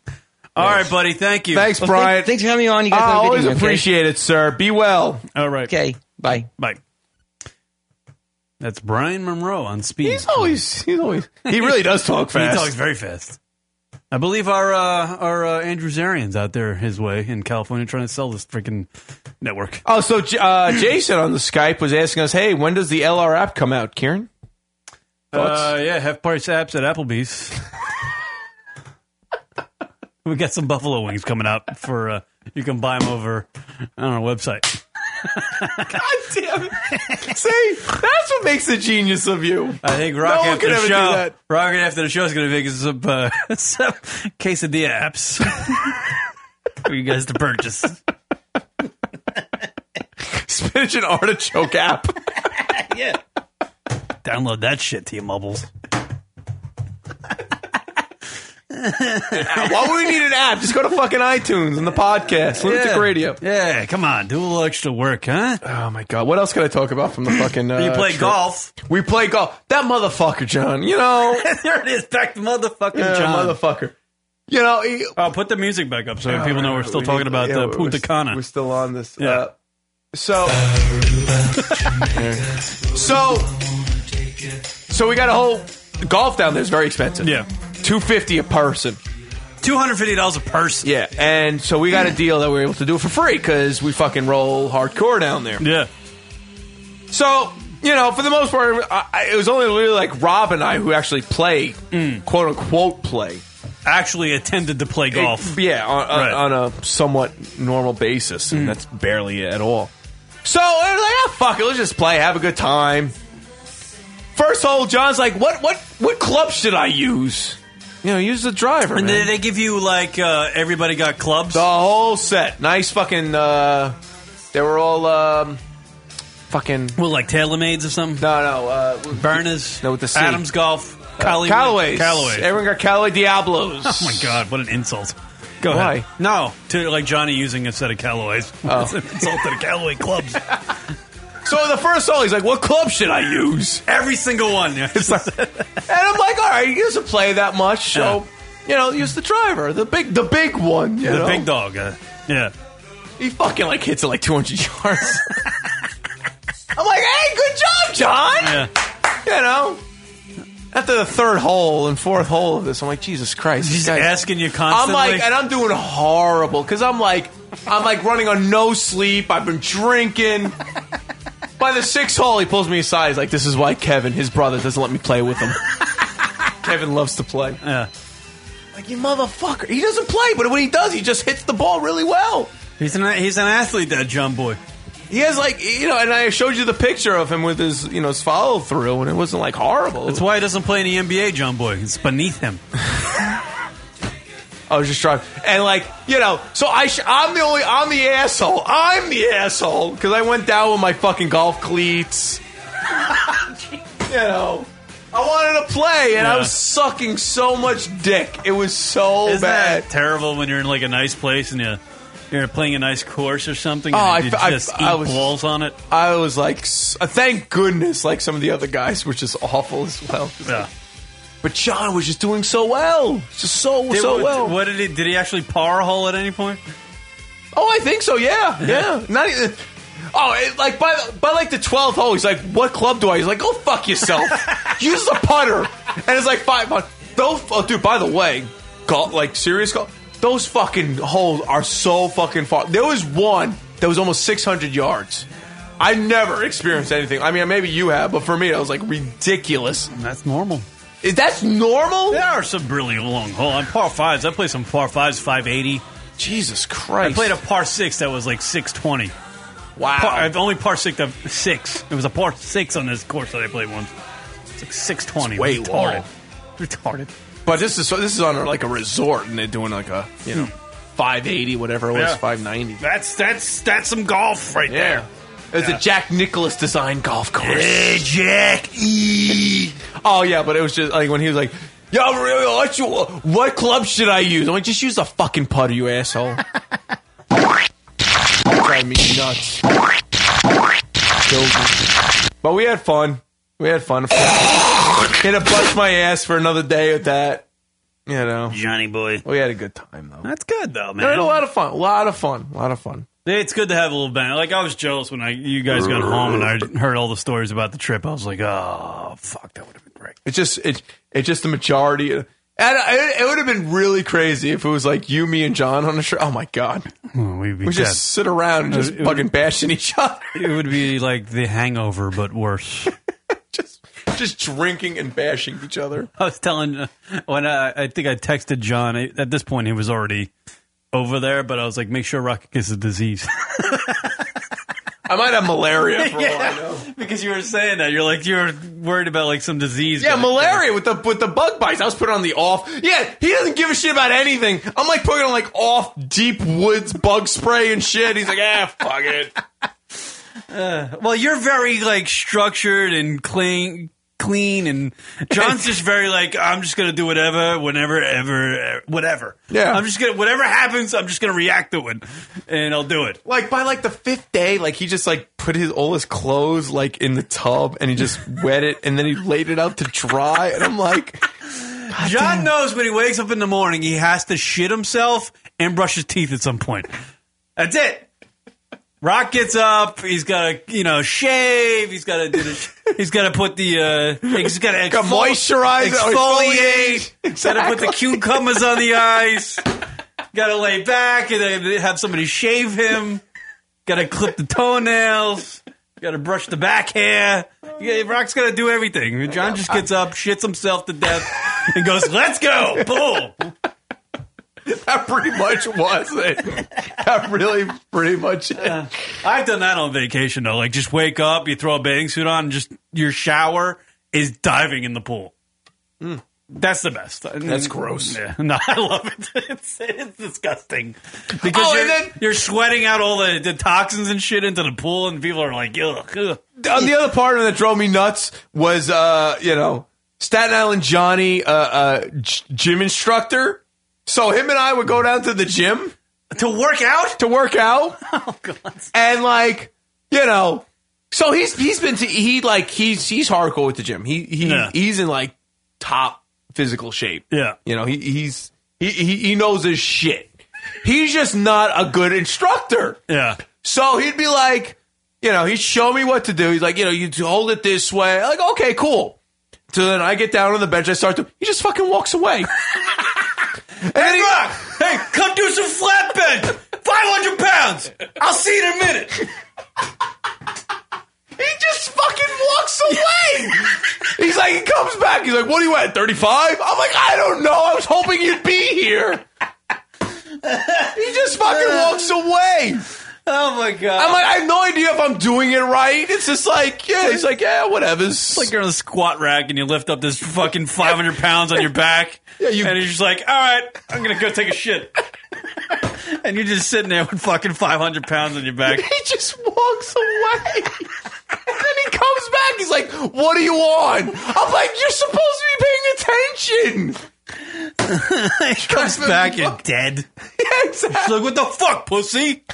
[SPEAKER 11] All right, buddy. Thank you.
[SPEAKER 12] Thanks, Brian.
[SPEAKER 23] thanks for having me on.
[SPEAKER 12] I Ah, always appreciate it, sir. Be well.
[SPEAKER 11] All right.
[SPEAKER 23] Okay. Bye.
[SPEAKER 11] Bye. That's Brian Monroe on speed.
[SPEAKER 12] He's always, he's always, he really does talk fast.
[SPEAKER 11] He talks very fast. I believe our uh, our uh, Andrew Zarian's out there his way in California trying to sell this freaking network.
[SPEAKER 12] Oh, so J- uh, Jason on the Skype was asking us, hey, when does the LR app come out, Kieran? Thoughts?
[SPEAKER 11] Uh, yeah, half price apps at Applebee's. we got some buffalo wings coming up for uh, you can buy them over on our website.
[SPEAKER 12] damn it. See, that's what makes a genius of you.
[SPEAKER 11] I think Rock
[SPEAKER 12] no one
[SPEAKER 11] after
[SPEAKER 12] could
[SPEAKER 11] the
[SPEAKER 12] ever do
[SPEAKER 11] show,
[SPEAKER 12] that.
[SPEAKER 11] Rock after the show is going to make us some, uh, some quesadilla apps for you guys to purchase.
[SPEAKER 12] Spinach and artichoke app.
[SPEAKER 11] yeah. Download that shit to your mobiles.
[SPEAKER 12] Why would we need an app? Just go to fucking iTunes and the podcast, Lunatic
[SPEAKER 11] Yeah.
[SPEAKER 12] Radio.
[SPEAKER 11] Yeah, come on, do a little extra work, huh?
[SPEAKER 12] Oh my god, what else could I talk about from the fucking? Uh,
[SPEAKER 11] You play
[SPEAKER 12] trip?
[SPEAKER 11] golf.
[SPEAKER 12] We play golf. That motherfucker, John. You know,
[SPEAKER 11] there it is, back to motherfucking
[SPEAKER 12] Yeah,
[SPEAKER 11] John.
[SPEAKER 12] motherfucker. You know, he,
[SPEAKER 11] Oh, put the music back up so
[SPEAKER 12] Yeah,
[SPEAKER 11] people know
[SPEAKER 12] right,
[SPEAKER 11] we're still
[SPEAKER 12] we
[SPEAKER 11] talking
[SPEAKER 12] need-
[SPEAKER 11] about
[SPEAKER 12] yeah,
[SPEAKER 11] uh,
[SPEAKER 12] we're-
[SPEAKER 11] Punta Cana.
[SPEAKER 12] we're still on this.
[SPEAKER 11] Yeah.
[SPEAKER 12] Uh, so, so, so we got a whole golf down there is very expensive. Yeah, two fifty a person.
[SPEAKER 11] Two hundred fifty dollars a person.
[SPEAKER 12] Yeah, and so we got a deal that we were able to do for free because we fucking roll hardcore down there.
[SPEAKER 11] Yeah.
[SPEAKER 12] So you know, for the most part, I, I, it was only really like Rob and I who actually play, quote unquote, play.
[SPEAKER 11] Actually attended to play golf.
[SPEAKER 12] It- yeah, on, on-
[SPEAKER 11] Right. Mm.
[SPEAKER 12] on a somewhat normal basis, and that's barely it at all. So I was like, ah, fuck it, let's just play, have a good time. First hole, John's like, what, what, what club should I use? You know, use the driver.
[SPEAKER 11] and
[SPEAKER 12] man.
[SPEAKER 11] did they give you like uh, everybody got clubs?
[SPEAKER 12] The whole set, nice fucking. uh They were all um fucking.
[SPEAKER 11] Well, like TaylorMaids or something.
[SPEAKER 12] No, no. Uh,
[SPEAKER 11] Burners.
[SPEAKER 12] No, with the C.
[SPEAKER 11] Adams Golf.
[SPEAKER 12] Uh,
[SPEAKER 11] Callaway.
[SPEAKER 12] Callaways. Everyone got Callaway Diablos.
[SPEAKER 11] Oh my god, what an insult! Go
[SPEAKER 12] Why?
[SPEAKER 11] ahead. No, to like Johnny using a set of Callaways.
[SPEAKER 12] Oh.
[SPEAKER 11] It's an insult to the Callaway clubs.
[SPEAKER 12] So the first hole, he's like, "What club should I use?"
[SPEAKER 11] Every single one. Yeah.
[SPEAKER 12] And I'm like, "All right, he doesn't play that much, so you know, use the driver, the big, the big one, you
[SPEAKER 11] the
[SPEAKER 12] know?
[SPEAKER 11] big dog. Uh, yeah.
[SPEAKER 12] He fucking like hits it like 200 yards. I'm like, hey, good job, John.
[SPEAKER 11] Yeah.
[SPEAKER 12] You know. After the third hole and fourth hole of this, I'm like, Jesus Christ!
[SPEAKER 11] He's
[SPEAKER 12] these guys-
[SPEAKER 11] asking you constantly.
[SPEAKER 12] I'm like, and I'm doing horrible because I'm like, I'm like running on no sleep. I've been drinking. By the sixth hole, he pulls me aside. He's like, "This is why Kevin, his brother, doesn't let me play with him. Kevin loves to play.
[SPEAKER 11] Yeah.
[SPEAKER 12] Like you motherfucker, he doesn't play, but when he does, he just hits the ball really well.
[SPEAKER 11] He's an he's an athlete, that John boy.
[SPEAKER 12] He has like you know, and I showed you the picture of him with his you know his follow through, and it wasn't like horrible.
[SPEAKER 11] That's why he doesn't play in the NBA, John boy. It's beneath him.
[SPEAKER 12] I was just trying, and like you know, so I sh- I'm the only I'm the asshole. I'm the asshole because I went down with my fucking golf cleats. you know, I wanted to play, and I
[SPEAKER 11] Yeah.
[SPEAKER 12] was sucking so much dick. It was so
[SPEAKER 11] Isn't
[SPEAKER 12] bad.
[SPEAKER 11] that terrible when you're in like a nice place and you you're playing a nice course or something?
[SPEAKER 12] Oh, I
[SPEAKER 11] and you
[SPEAKER 12] f- I-
[SPEAKER 11] just
[SPEAKER 12] I
[SPEAKER 11] eat
[SPEAKER 12] was-
[SPEAKER 11] balls on it.
[SPEAKER 12] I was like, s- uh, thank goodness, like some of the other guys were just awful as well.
[SPEAKER 11] Yeah.
[SPEAKER 12] But John was just doing so well, just so
[SPEAKER 11] Did-
[SPEAKER 12] so
[SPEAKER 11] what,
[SPEAKER 12] well.
[SPEAKER 11] What did he? Did he actually par hole at any point?
[SPEAKER 12] Oh, I think so. Yeah, yeah. Not even. Oh, it, like by the- by like the twelfth hole, he's like, "What club do I?" He's like, "Go fuck yourself. Use the putter." And it's like five. hun- Those oh, dude. By the way, golf, like serious golf. Those fucking holes are so fucking far. There was one that was almost six hundred yards. I never experienced anything. I mean, maybe you have, but for me, that was like ridiculous.
[SPEAKER 11] That's normal.
[SPEAKER 12] Is that normal?
[SPEAKER 11] There are some really long hole on par fives. I played some par fives, five eighty.
[SPEAKER 12] Jesus Christ!
[SPEAKER 11] I played a par six that was like six twenty.
[SPEAKER 12] Wow!
[SPEAKER 11] Par, I've only par six of six. It was a par six on this course that I played once. It's like six twenty.
[SPEAKER 12] It's way
[SPEAKER 11] retarded.
[SPEAKER 12] long.
[SPEAKER 11] Retarded.
[SPEAKER 12] But this is so this is on like a resort, and they're doing like a you know five eighty, whatever it was,
[SPEAKER 11] Yeah.
[SPEAKER 12] five ninety.
[SPEAKER 11] That's that's that's some golf right
[SPEAKER 12] Yeah. It was
[SPEAKER 11] Yeah.
[SPEAKER 12] a Jack Nicholas design golf course.
[SPEAKER 11] Yeah, Jack E.
[SPEAKER 12] oh yeah, but it was just like when he was like, "Yo, really, what, you, what club should I use?" I'm like, "Just use the fucking putter, you asshole." Drive me nuts. Killed me. But we had fun. We had fun. Hit a bust my ass for another day with that. You know,
[SPEAKER 11] Johnny boy.
[SPEAKER 12] We had a good time though.
[SPEAKER 11] That's good though,
[SPEAKER 12] We
[SPEAKER 11] man.
[SPEAKER 12] had a lot of fun. A lot of fun. A lot of fun.
[SPEAKER 11] It's good to have a little band. Like I was jealous when I you guys got home and I heard all the stories about the trip. I was like, oh fuck, that would have been great.
[SPEAKER 12] It's just it. It's just the majority. Of, and it, it would have been really crazy if it was like you, me, and John on the show. Oh my god,
[SPEAKER 11] we'd be
[SPEAKER 12] we
[SPEAKER 11] dead.
[SPEAKER 12] just sit around and just
[SPEAKER 11] It would-
[SPEAKER 12] fucking bashing each other,
[SPEAKER 11] It would be like the Hangover, but worse.
[SPEAKER 12] just drinking and bashing each other.
[SPEAKER 11] I was telling when I, I think I texted John. I- At this point, he was already over there, but I was like, make sure Rocket gets the disease.
[SPEAKER 12] I might have malaria. For
[SPEAKER 11] Yeah, because you were saying that you're like you were worried about like some disease.
[SPEAKER 12] Yeah, malaria with the with the bug bites. I was putting on the off. Yeah, he doesn't give a shit about anything. I'm like putting on like off deep woods bug spray and shit. He's like, ah, fuck it.
[SPEAKER 11] Uh, well, you're very like structured and clean, clean, and John's just very like I'm just gonna do whatever, whenever, ever, eh, whatever.
[SPEAKER 12] Yeah.
[SPEAKER 11] I'm just gonna whatever happens, I'm just gonna react to it, and I'll do it.
[SPEAKER 12] Like by like the fifth day, like he just like put his all his clothes like in the tub and he just wet it and then he laid it out to dry and I'm like
[SPEAKER 11] John knows when he wakes up in the morning, he has to shit himself and brush his teeth at some point. That's it. Rock gets up. He's got to, you know, shave. He's got to do the. He's got to put the. Uh, he's got to
[SPEAKER 12] Got moisturize,
[SPEAKER 11] exfoliate. Got to put
[SPEAKER 12] Exactly.
[SPEAKER 11] the cucumbers on the eyes. Got to lay back and then have somebody shave him. Got to clip the toenails. Got to brush the back hair. Yeah, Rock's got to do everything. John just gets up, shits himself to death, and goes, "Let's go!" Boom.
[SPEAKER 12] that pretty much was it. That really pretty much it.
[SPEAKER 11] Uh, I've done that on vacation though. Like just wake up, you throw a bathing suit on, and just your shower is diving in the pool. That's the best.
[SPEAKER 12] Hmm. That's gross.
[SPEAKER 11] Yeah, no, I love it. It's, it's disgusting because
[SPEAKER 12] Oh,
[SPEAKER 11] you're,
[SPEAKER 12] and
[SPEAKER 11] you're sweating out all the, the toxins and shit into the pool, and people are like, ugh. ugh.
[SPEAKER 12] Uh, the other part of it that drove me nuts was uh, you know, Staten Island Johnny uh, uh g- gym instructor. So him and I would go down to the gym
[SPEAKER 11] to work out, Oh,
[SPEAKER 12] to work out. And like, you know, so he's he's been to, he like he's he's hardcore with the gym. He he
[SPEAKER 11] Yeah.
[SPEAKER 12] he's in like top physical shape.
[SPEAKER 11] Yeah.
[SPEAKER 12] You know, he he's he he, he knows his shit. He's just not a good instructor.
[SPEAKER 11] Yeah.
[SPEAKER 12] So he'd be like, you know, he'd show me what to do. He's like, you know, you hold it this way. Like, okay, cool. So then I get down on the bench. I start to. He just fucking walks away. and then he,
[SPEAKER 11] hey, come do some flat bench. 500 pounds. I'll see you in a minute.
[SPEAKER 12] He just fucking walks away. he's like, he comes back. He's like, what are you at, 35? I'm like, I don't know. I was hoping you'd be here. he just fucking walks away. Oh my god! I'm like, I have no idea if I'm doing it right. It's just like, yeah, it's like, yeah, whatever. It's
[SPEAKER 11] like you're on a squat rack and you lift up this fucking 500 pounds on your back. Yeah, you, and you're just like, all right, I'm gonna go take a shit. and you're just sitting there with fucking 500 pounds on your back.
[SPEAKER 12] He just walks away. and then he comes back. He's like, what are you on? I'm like, you're supposed to be paying attention.
[SPEAKER 11] he comes back, you're dead.
[SPEAKER 12] Yeah, exactly.
[SPEAKER 11] He's like, what the fuck, pussy?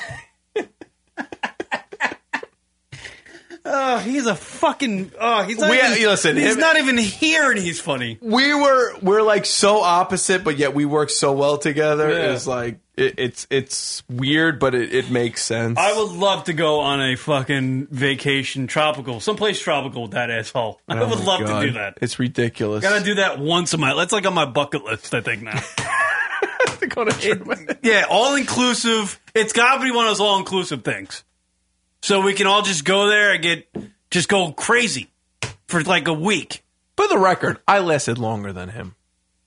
[SPEAKER 11] Oh, he's a fucking. Oh, he's not.
[SPEAKER 12] We-
[SPEAKER 11] even,
[SPEAKER 12] listen,
[SPEAKER 11] he's
[SPEAKER 12] him-
[SPEAKER 11] not even here, and he's funny.
[SPEAKER 12] we were we're like so opposite, but yet we work so well together.
[SPEAKER 11] Yeah.
[SPEAKER 12] It's like it, it's it's weird, but it, it makes sense.
[SPEAKER 11] I would love to go on a fucking vacation, tropical, someplace tropical with that asshole. I
[SPEAKER 12] Oh
[SPEAKER 11] would
[SPEAKER 12] my
[SPEAKER 11] love
[SPEAKER 12] God.
[SPEAKER 11] to do that.
[SPEAKER 12] It's ridiculous.
[SPEAKER 11] Gotta do that once in my. That's like on my bucket list. I think now. It- yeah, all inclusive. It's got to be one of those all inclusive things, so we can all just go there and get just go crazy for like a week.
[SPEAKER 12] For the record, I lasted longer than him.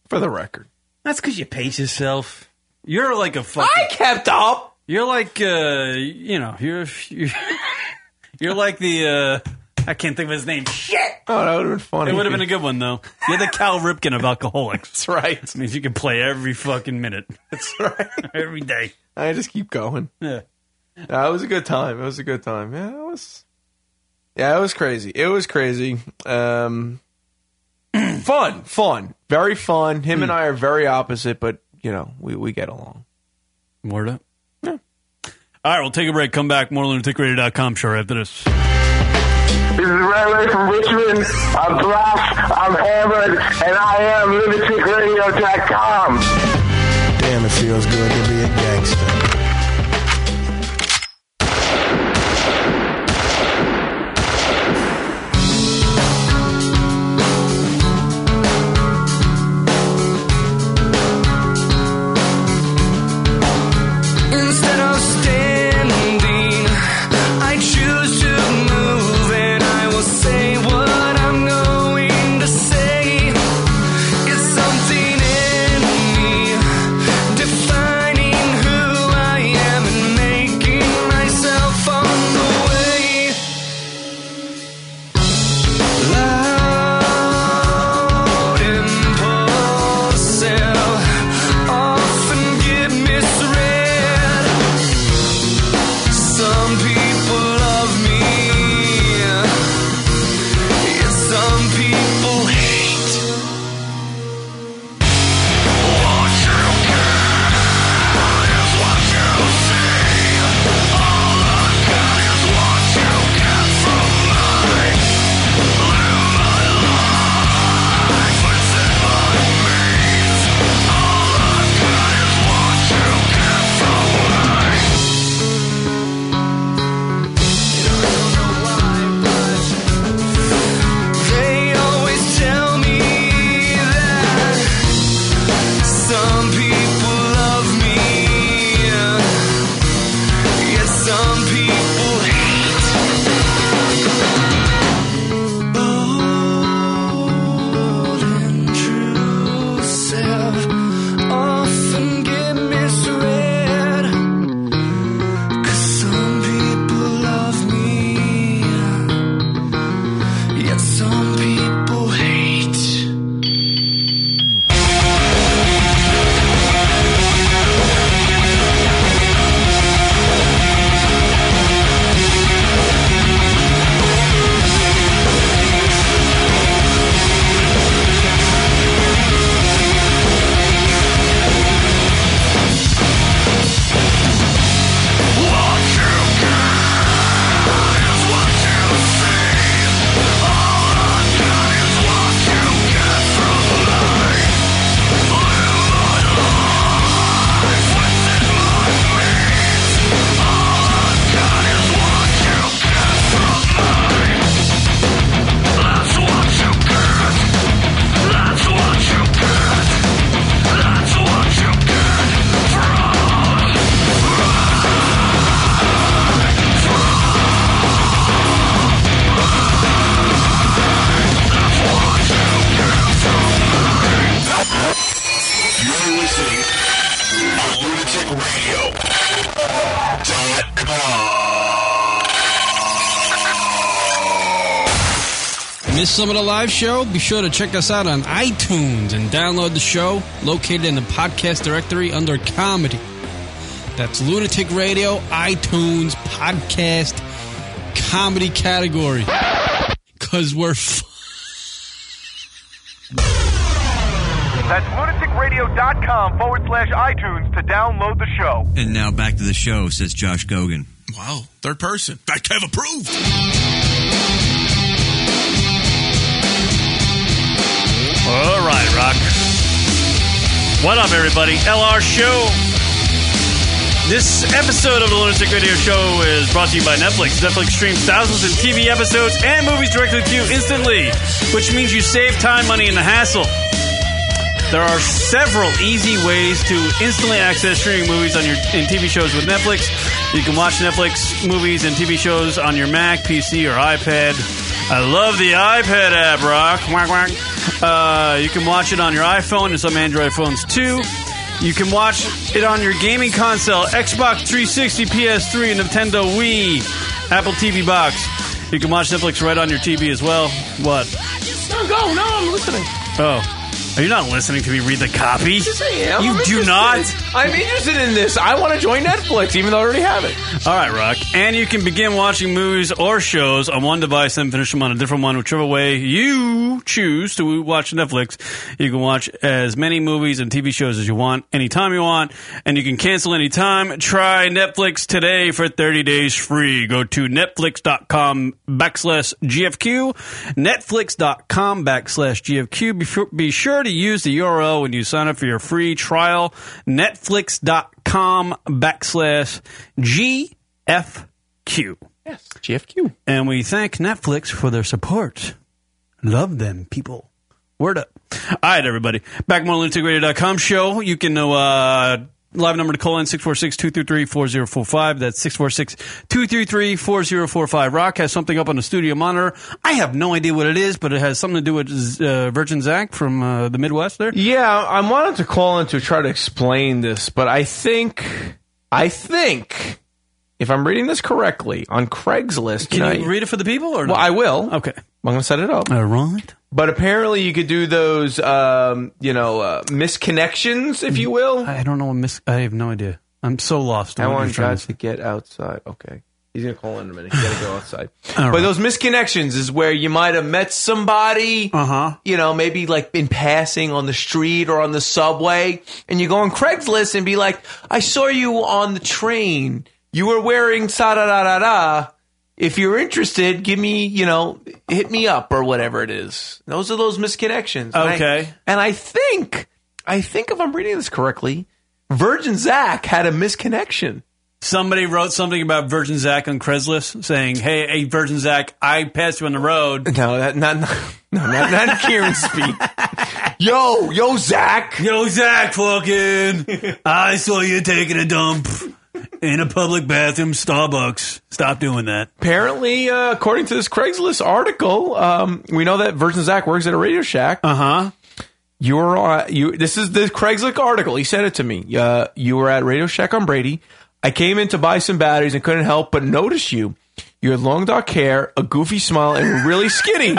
[SPEAKER 12] For the record,
[SPEAKER 11] That's because you pace yourself. You're like a fucking. I
[SPEAKER 12] kept up.
[SPEAKER 11] You're like, uh, you know, you're you're, you're like the. Uh, I can't think of his name. Shit.
[SPEAKER 12] Oh, that would have been funny.
[SPEAKER 11] It would have been a good one though. You're the Cal Ripken of alcoholics. That's
[SPEAKER 12] right.
[SPEAKER 11] It means you can play every fucking minute. That's
[SPEAKER 12] right.
[SPEAKER 11] Every day.
[SPEAKER 12] I just keep going.
[SPEAKER 11] Yeah.
[SPEAKER 12] That was a good time. It was a good time. Yeah, it was. Yeah, it was crazy. It was crazy. Um, fun, fun, very fun. Him and I are very opposite, but you know we we get along.
[SPEAKER 11] Word up. All right, we'll take a break. Come back. More lunaticradio.com. Sure, after this.
[SPEAKER 15] This is Ray Ray from Richmond. I'm drunk, I'm hammered, and I am lunaticradio.com.
[SPEAKER 13] Damn, it feels good to be a gangster.
[SPEAKER 15] Instead of standing, I choose to move and I will say what I'm going to say. It's something in me defining who I am and making myself on the way. Loud, impulsive, often get misread. Some people love me, yet some people hate. What you get is what you see. All I got is what you get from me. Live my life within my means. All I got is what you get from me. I don't know why, but they always tell me that. Some people love me, yet some people hate. Bold, intrusive, often get misread. 'Cause some people love me, yet some people hate.
[SPEAKER 10] You're listening to Lunatic Radio.
[SPEAKER 8] Miss some of the live show? Be sure to check us out on iTunes and download the show located in the podcast directory under comedy. That's Lunatic Radio, iTunes, podcast, comedy category. Because we're f-
[SPEAKER 13] That's lunaticradio.com forward slash iTunes to download the show.
[SPEAKER 25] And now back to the show, says Josh Gogan.
[SPEAKER 7] Wow, third person. I have approved.
[SPEAKER 11] All right, Rock. What up, everybody? LR Show. This episode of the Lunatic Radio Show is brought to you by Netflix. Netflix streams thousands of TV episodes and movies directly to you instantly, which means you save time, money, and the hassle. There are several easy ways to instantly access streaming movies on your and TV shows with Netflix. You can watch Netflix movies and TV shows on your Mac, PC, or iPad. I love the iPad app, Rock. Quack, quack. Uh, you can watch it on your iPhone and some Android phones too. You can watch it on your gaming console, Xbox 360, PS3, and Nintendo Wii, Apple TV box. You can watch Netflix right on your TV as well. What?
[SPEAKER 15] No, go. No, I'm listening.
[SPEAKER 11] Oh, are you not listening to me read the copy?
[SPEAKER 12] Yes, I am.
[SPEAKER 11] You
[SPEAKER 12] I'm
[SPEAKER 11] do
[SPEAKER 12] interested.
[SPEAKER 11] not.
[SPEAKER 12] I'm interested in this. I want to join Netflix, even though I already have it.
[SPEAKER 11] All right, Rock. And you can begin watching movies or shows on one device and finish them on a different one, whichever way you choose to watch Netflix. You can watch as many movies and TV shows as you want, anytime you want, and you can cancel anytime. Try Netflix today for 30 days free. Go to netflix.com backslash GFQ, netflix.com backslash GFQ. Be, fu- be sure to use the URL when you sign up for your free trial, netflix.com backslash GFQ. Yes,
[SPEAKER 12] GFQ.
[SPEAKER 11] And we thank Netflix for their support. Love them, people. Word up. All right, everybody. Back more lunaticradio.com show. You can uh, live number to call in 646-233-4045. That's 646-233-4045. Rock has something up on the studio monitor. I have no idea what it is, but it has something to do with uh, Virgin Zach from uh, the Midwest there.
[SPEAKER 12] Yeah, I wanted to call in to try to explain this, but I think, I think, if I'm reading this correctly, on Craigslist,
[SPEAKER 11] Can
[SPEAKER 12] tonight-
[SPEAKER 11] you read it for the people or no?
[SPEAKER 12] Well, I will.
[SPEAKER 11] Okay. I'm
[SPEAKER 12] going to set it up.
[SPEAKER 11] All right.
[SPEAKER 12] But apparently, you could do those, um, you know, uh, misconnections, if you will.
[SPEAKER 11] I don't know what miss. I have no idea. I'm so lost.
[SPEAKER 12] I
[SPEAKER 11] What
[SPEAKER 12] want
[SPEAKER 11] you're trying
[SPEAKER 12] God
[SPEAKER 11] to
[SPEAKER 12] to get outside. Okay. He's going to call in a minute. He's got to go outside.
[SPEAKER 11] All
[SPEAKER 12] but
[SPEAKER 11] right.
[SPEAKER 12] those misconnections is where you might have met somebody, uh-huh. you know, maybe like in passing on the street or on the subway, and you go on Craigslist and be like, I saw you on the train. You were wearing sa da da da da. If you're interested, give me, you know, hit me up or whatever it is. Those are those misconnections. And I-
[SPEAKER 11] Okay.
[SPEAKER 12] and I think, I think if I'm reading this correctly, Virgin Zach had a misconnection.
[SPEAKER 11] Somebody wrote something about Virgin Zach on Craigslist saying, "Hey, hey, Virgin Zach, I passed you on the road."
[SPEAKER 12] No, that not no, not, not Kieran speak. Yo, yo, Zach.
[SPEAKER 11] Yo, Zach, fucking, I saw you taking a dump in a public bathroom, Starbucks. Stop doing that.
[SPEAKER 12] Apparently, uh, according to this Craigslist article, um, we know that Virgin Zach works at a Radio Shack. Uh
[SPEAKER 11] huh.
[SPEAKER 12] You were on. You. This is the Craigslist article. He sent it to me. Uh, you were at Radio Shack on Brady. I came in to buy some batteries and couldn't help but notice you. You had long dark hair, a goofy smile, and were really skinny.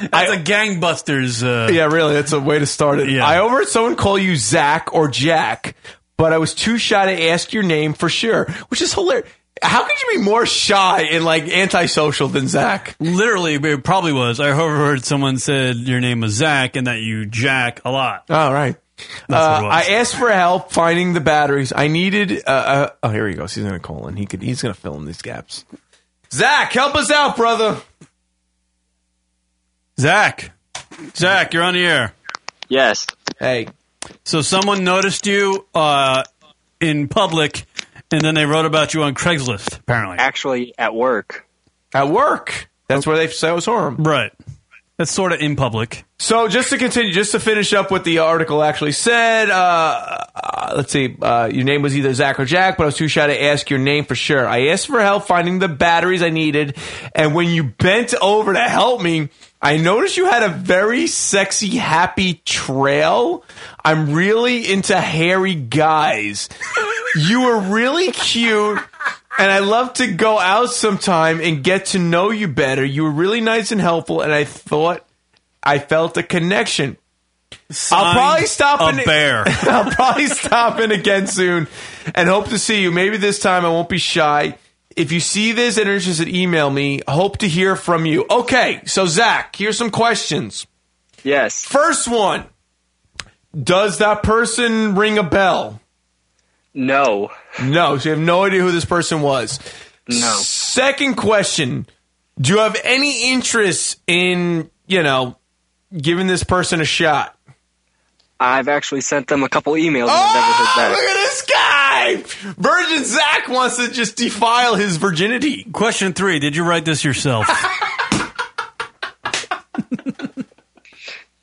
[SPEAKER 11] That's a gangbusters. Uh,
[SPEAKER 12] yeah, really. That's a way to start it.
[SPEAKER 11] Yeah.
[SPEAKER 12] I overheard someone call you Zach or Jack, but I was too shy to ask your name for sure, which is hilarious. How could you be more shy and like antisocial than Zach?
[SPEAKER 11] Literally, it probably was. I overheard someone said your name was Zach and that you jack a lot.
[SPEAKER 12] All right. Uh, I asked for help finding the batteries. I needed. Uh, uh, oh, here he goes. He's gonna call in. He could. He's gonna fill in these gaps. Zach, help us out, brother.
[SPEAKER 11] Zach, Zach, you're on the air.
[SPEAKER 26] Yes.
[SPEAKER 12] Hey.
[SPEAKER 11] So someone noticed you uh, in public, and then they wrote about you on Craigslist. Apparently,
[SPEAKER 26] actually, at work.
[SPEAKER 12] At work. That's where they saw him.
[SPEAKER 11] Right. That's sort of in public.
[SPEAKER 12] So just to continue, just to finish up what the article actually said, uh, uh, let's see, uh, your name was either Zach or Jack, but I was too shy to ask your name for sure. I asked for help finding the batteries I needed, and when you bent over to help me, I noticed you had a very sexy, happy trail. I'm really into hairy guys. you were really cute. And I love to go out sometime and get to know you better. You were really nice and helpful, and I thought I felt a connection. I'll
[SPEAKER 11] Sign
[SPEAKER 12] probably stop
[SPEAKER 11] a
[SPEAKER 12] in
[SPEAKER 11] bear.
[SPEAKER 12] I'll probably stop in again soon, and hope to see you. Maybe this time I won't be shy. If you see this and are interested, email me. Hope to hear from you. Okay, so Zach, here's some questions.
[SPEAKER 26] Yes.
[SPEAKER 12] First one: Does that person ring a bell?
[SPEAKER 26] No.
[SPEAKER 12] No. So you have no idea who this person was.
[SPEAKER 26] No.
[SPEAKER 12] Second question: Do you have any interest in you know giving this person a shot?
[SPEAKER 26] I've actually sent them a couple emails and I've never heard back.
[SPEAKER 12] Oh, Look at this guy! Virgin Zach wants to just defile his virginity.
[SPEAKER 11] Question three: Did you write this yourself?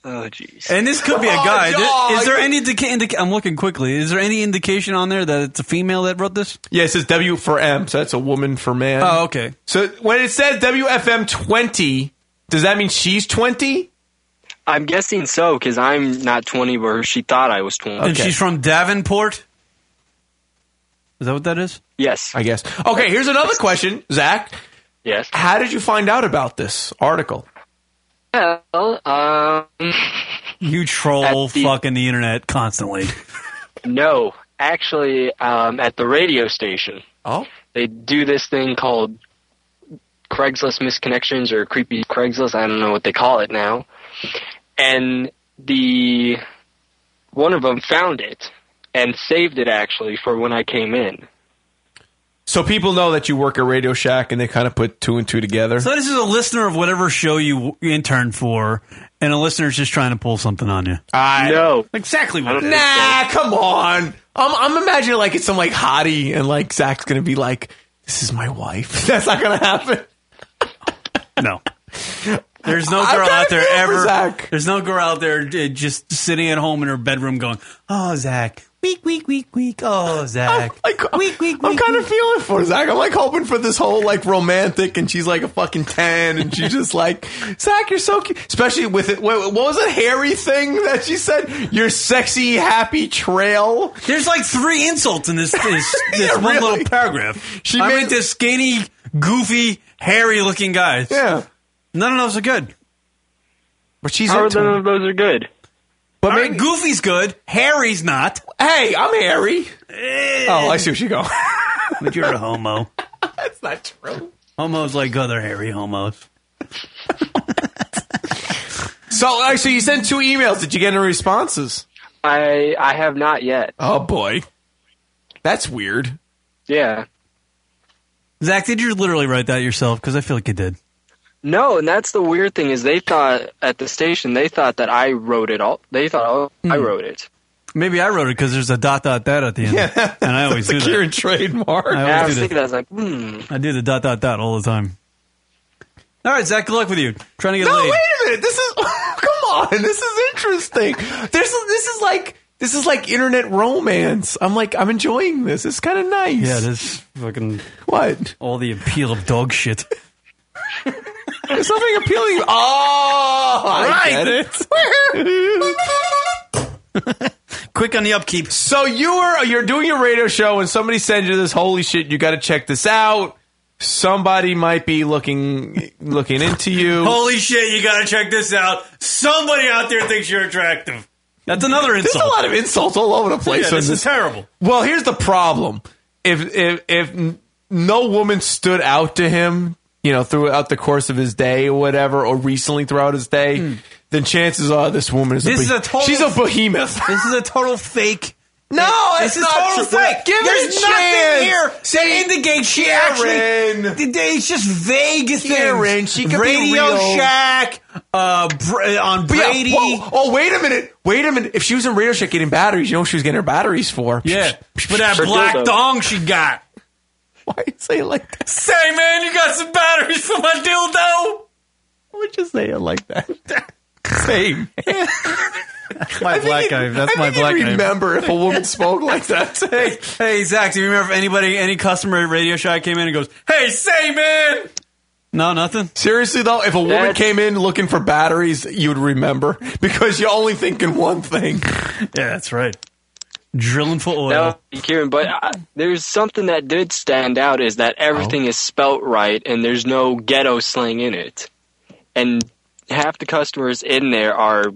[SPEAKER 26] Oh, jeez.
[SPEAKER 11] And this could be a
[SPEAKER 26] Oh,
[SPEAKER 11] guy.
[SPEAKER 26] dog.
[SPEAKER 11] Is there any indica- indica- I'm looking quickly. Is there any indication on there that it's a female that wrote this?
[SPEAKER 12] Yeah, it says W for M, so that's a woman for man.
[SPEAKER 11] Oh, okay.
[SPEAKER 12] So when it says WFM twenty, does that mean she's twenty?
[SPEAKER 26] I'm guessing so because I'm not 20, where she thought I was 20.
[SPEAKER 11] And she's from Davenport. Is that what that is?
[SPEAKER 26] Yes,
[SPEAKER 12] I guess. Okay, here's another question, Zach.
[SPEAKER 26] Yes.
[SPEAKER 12] How did you find out about this article?
[SPEAKER 26] Well, um,
[SPEAKER 11] You troll fucking the internet constantly.
[SPEAKER 26] no, actually, um, at the radio station.
[SPEAKER 12] Oh.
[SPEAKER 26] They do this thing called Craigslist misconnections or creepy Craigslist. I don't know what they call it now. And the one of them found it and saved it actually for when I came in.
[SPEAKER 12] So people know that you work at Radio Shack, and they kind of put two and two together.
[SPEAKER 11] So this is a listener of whatever show you interned for, and a listener's just trying to pull something on you.
[SPEAKER 12] I
[SPEAKER 26] know
[SPEAKER 11] exactly what. it is.
[SPEAKER 12] Nah, come on. I'm, I'm imagining like it's some like hottie, and like Zach's gonna be like, "This is my wife." That's not gonna happen.
[SPEAKER 11] No. There's no
[SPEAKER 12] I'm
[SPEAKER 11] girl
[SPEAKER 12] trying
[SPEAKER 11] out
[SPEAKER 12] to
[SPEAKER 11] there
[SPEAKER 12] feel for
[SPEAKER 11] ever.
[SPEAKER 12] Zach.
[SPEAKER 11] There's no girl out there uh, just sitting at home in her bedroom going, "Oh, Zach, weak, weak, weak, weak. Oh, Zach, weak, weak,
[SPEAKER 12] I'm kind of feeling for Zach. I'm like hoping for this whole like romantic, and she's like a fucking ten, and she's just like, Zach, you're so cute. Especially with it. What, what was the hairy thing that she said? Your sexy, happy trail.
[SPEAKER 11] There's like three insults in this this, this
[SPEAKER 12] Yeah,
[SPEAKER 11] one
[SPEAKER 12] really.
[SPEAKER 11] little paragraph.
[SPEAKER 12] She
[SPEAKER 11] I
[SPEAKER 12] made-
[SPEAKER 11] mean, this skinny, goofy, hairy-looking guys.
[SPEAKER 12] Yeah,
[SPEAKER 11] none of those are good.
[SPEAKER 12] But she's
[SPEAKER 11] How are
[SPEAKER 26] into none it. of those are good.
[SPEAKER 12] But
[SPEAKER 11] Goofy's good. Harry's not. Eh.
[SPEAKER 12] Hey, I'm hairy. Oh, I see what you go.
[SPEAKER 11] but you're a homo.
[SPEAKER 12] That's not true.
[SPEAKER 11] Homos like other hairy homos.
[SPEAKER 12] So, all right, so you sent two emails. Did you get any responses?
[SPEAKER 26] I I have not yet.
[SPEAKER 12] Oh boy, that's weird.
[SPEAKER 26] Yeah.
[SPEAKER 11] Zach, did you literally write that yourself? Because I feel like you did.
[SPEAKER 26] No, and that's the weird thing is they thought at the station they thought that I wrote it all. They thought oh I
[SPEAKER 11] Hmm.
[SPEAKER 26] wrote it.
[SPEAKER 11] Maybe I wrote it because there's a dot dot dot at the end.
[SPEAKER 26] Yeah.
[SPEAKER 11] and I always do that.
[SPEAKER 12] trademark.
[SPEAKER 11] I
[SPEAKER 26] And I
[SPEAKER 11] always
[SPEAKER 26] was thinking,
[SPEAKER 11] do that.
[SPEAKER 26] I was like, hmm.
[SPEAKER 11] I do the dot dot dot all the time. All right, Zach. Good luck with you. Trying to get
[SPEAKER 12] no,
[SPEAKER 11] laid.
[SPEAKER 12] wait a minute. This is come on. This is interesting. There's this is like this is like internet romance. I'm like I'm enjoying this. It's kind of nice.
[SPEAKER 11] Yeah, this fucking
[SPEAKER 12] what?
[SPEAKER 11] All the appeal of dog shit.
[SPEAKER 12] There's something appealing. Oh, I
[SPEAKER 11] Right.
[SPEAKER 12] get it.
[SPEAKER 11] Quick on the upkeep.
[SPEAKER 12] So you were you're doing your radio show and somebody sends you this. Holy shit! You got to check this out. Somebody might be looking looking into you.
[SPEAKER 11] Holy shit! You gotta check this out. Somebody out there thinks you're attractive. That's another insult.
[SPEAKER 12] There's a lot of insults all over the place.
[SPEAKER 11] Yeah,
[SPEAKER 12] on
[SPEAKER 11] this is terrible.
[SPEAKER 12] Well, here's the problem: if if if n- no woman stood out to him, you know, throughout the course of his day or whatever, or recently throughout his day, then chances are this woman is
[SPEAKER 11] Hmm. This
[SPEAKER 12] a
[SPEAKER 11] is a total.
[SPEAKER 12] she's a behemoth.
[SPEAKER 11] This is a total fake.
[SPEAKER 12] No,
[SPEAKER 11] this
[SPEAKER 12] it's
[SPEAKER 11] is
[SPEAKER 12] not
[SPEAKER 11] total
[SPEAKER 12] true.
[SPEAKER 11] fake.
[SPEAKER 12] Give it
[SPEAKER 11] There's
[SPEAKER 12] a chance.
[SPEAKER 11] nothing here that
[SPEAKER 12] Say-
[SPEAKER 11] indicates she actually.
[SPEAKER 12] Karen.
[SPEAKER 11] It's just vague things.
[SPEAKER 12] Karen, she could be
[SPEAKER 11] Radio
[SPEAKER 12] real.
[SPEAKER 11] Shack uh, Br- uh, on
[SPEAKER 12] But yeah,
[SPEAKER 11] Brady.
[SPEAKER 12] whoa, oh, wait a minute. Wait a minute. If she was in Radio Shack getting batteries, you know what she was getting her batteries for?
[SPEAKER 11] Yeah, for that
[SPEAKER 12] Her
[SPEAKER 11] black
[SPEAKER 12] dildo.
[SPEAKER 11] dong she got.
[SPEAKER 12] Why you say it like that?
[SPEAKER 11] Say, man, you got some batteries for my dildo.
[SPEAKER 12] Why would you say it like that? Same.
[SPEAKER 11] That's my black guy. That's
[SPEAKER 12] I think you'd remember if a woman spoke like that. Hey,
[SPEAKER 11] hey, Zach, do you remember if anybody, any customer at Radio Shack came in and goes, "Hey, say, man"? No, Oh, nothing.
[SPEAKER 12] Seriously though, if a woman
[SPEAKER 11] That's-
[SPEAKER 12] came in looking for batteries, you would remember because you only think in one thing.
[SPEAKER 11] Yeah, that's right. drilling for oil.
[SPEAKER 26] That would be Kieran, but I, there's something that did stand out is that everything
[SPEAKER 12] Oh.
[SPEAKER 26] is spelt right and there's no ghetto slang in it. And half the customers in there are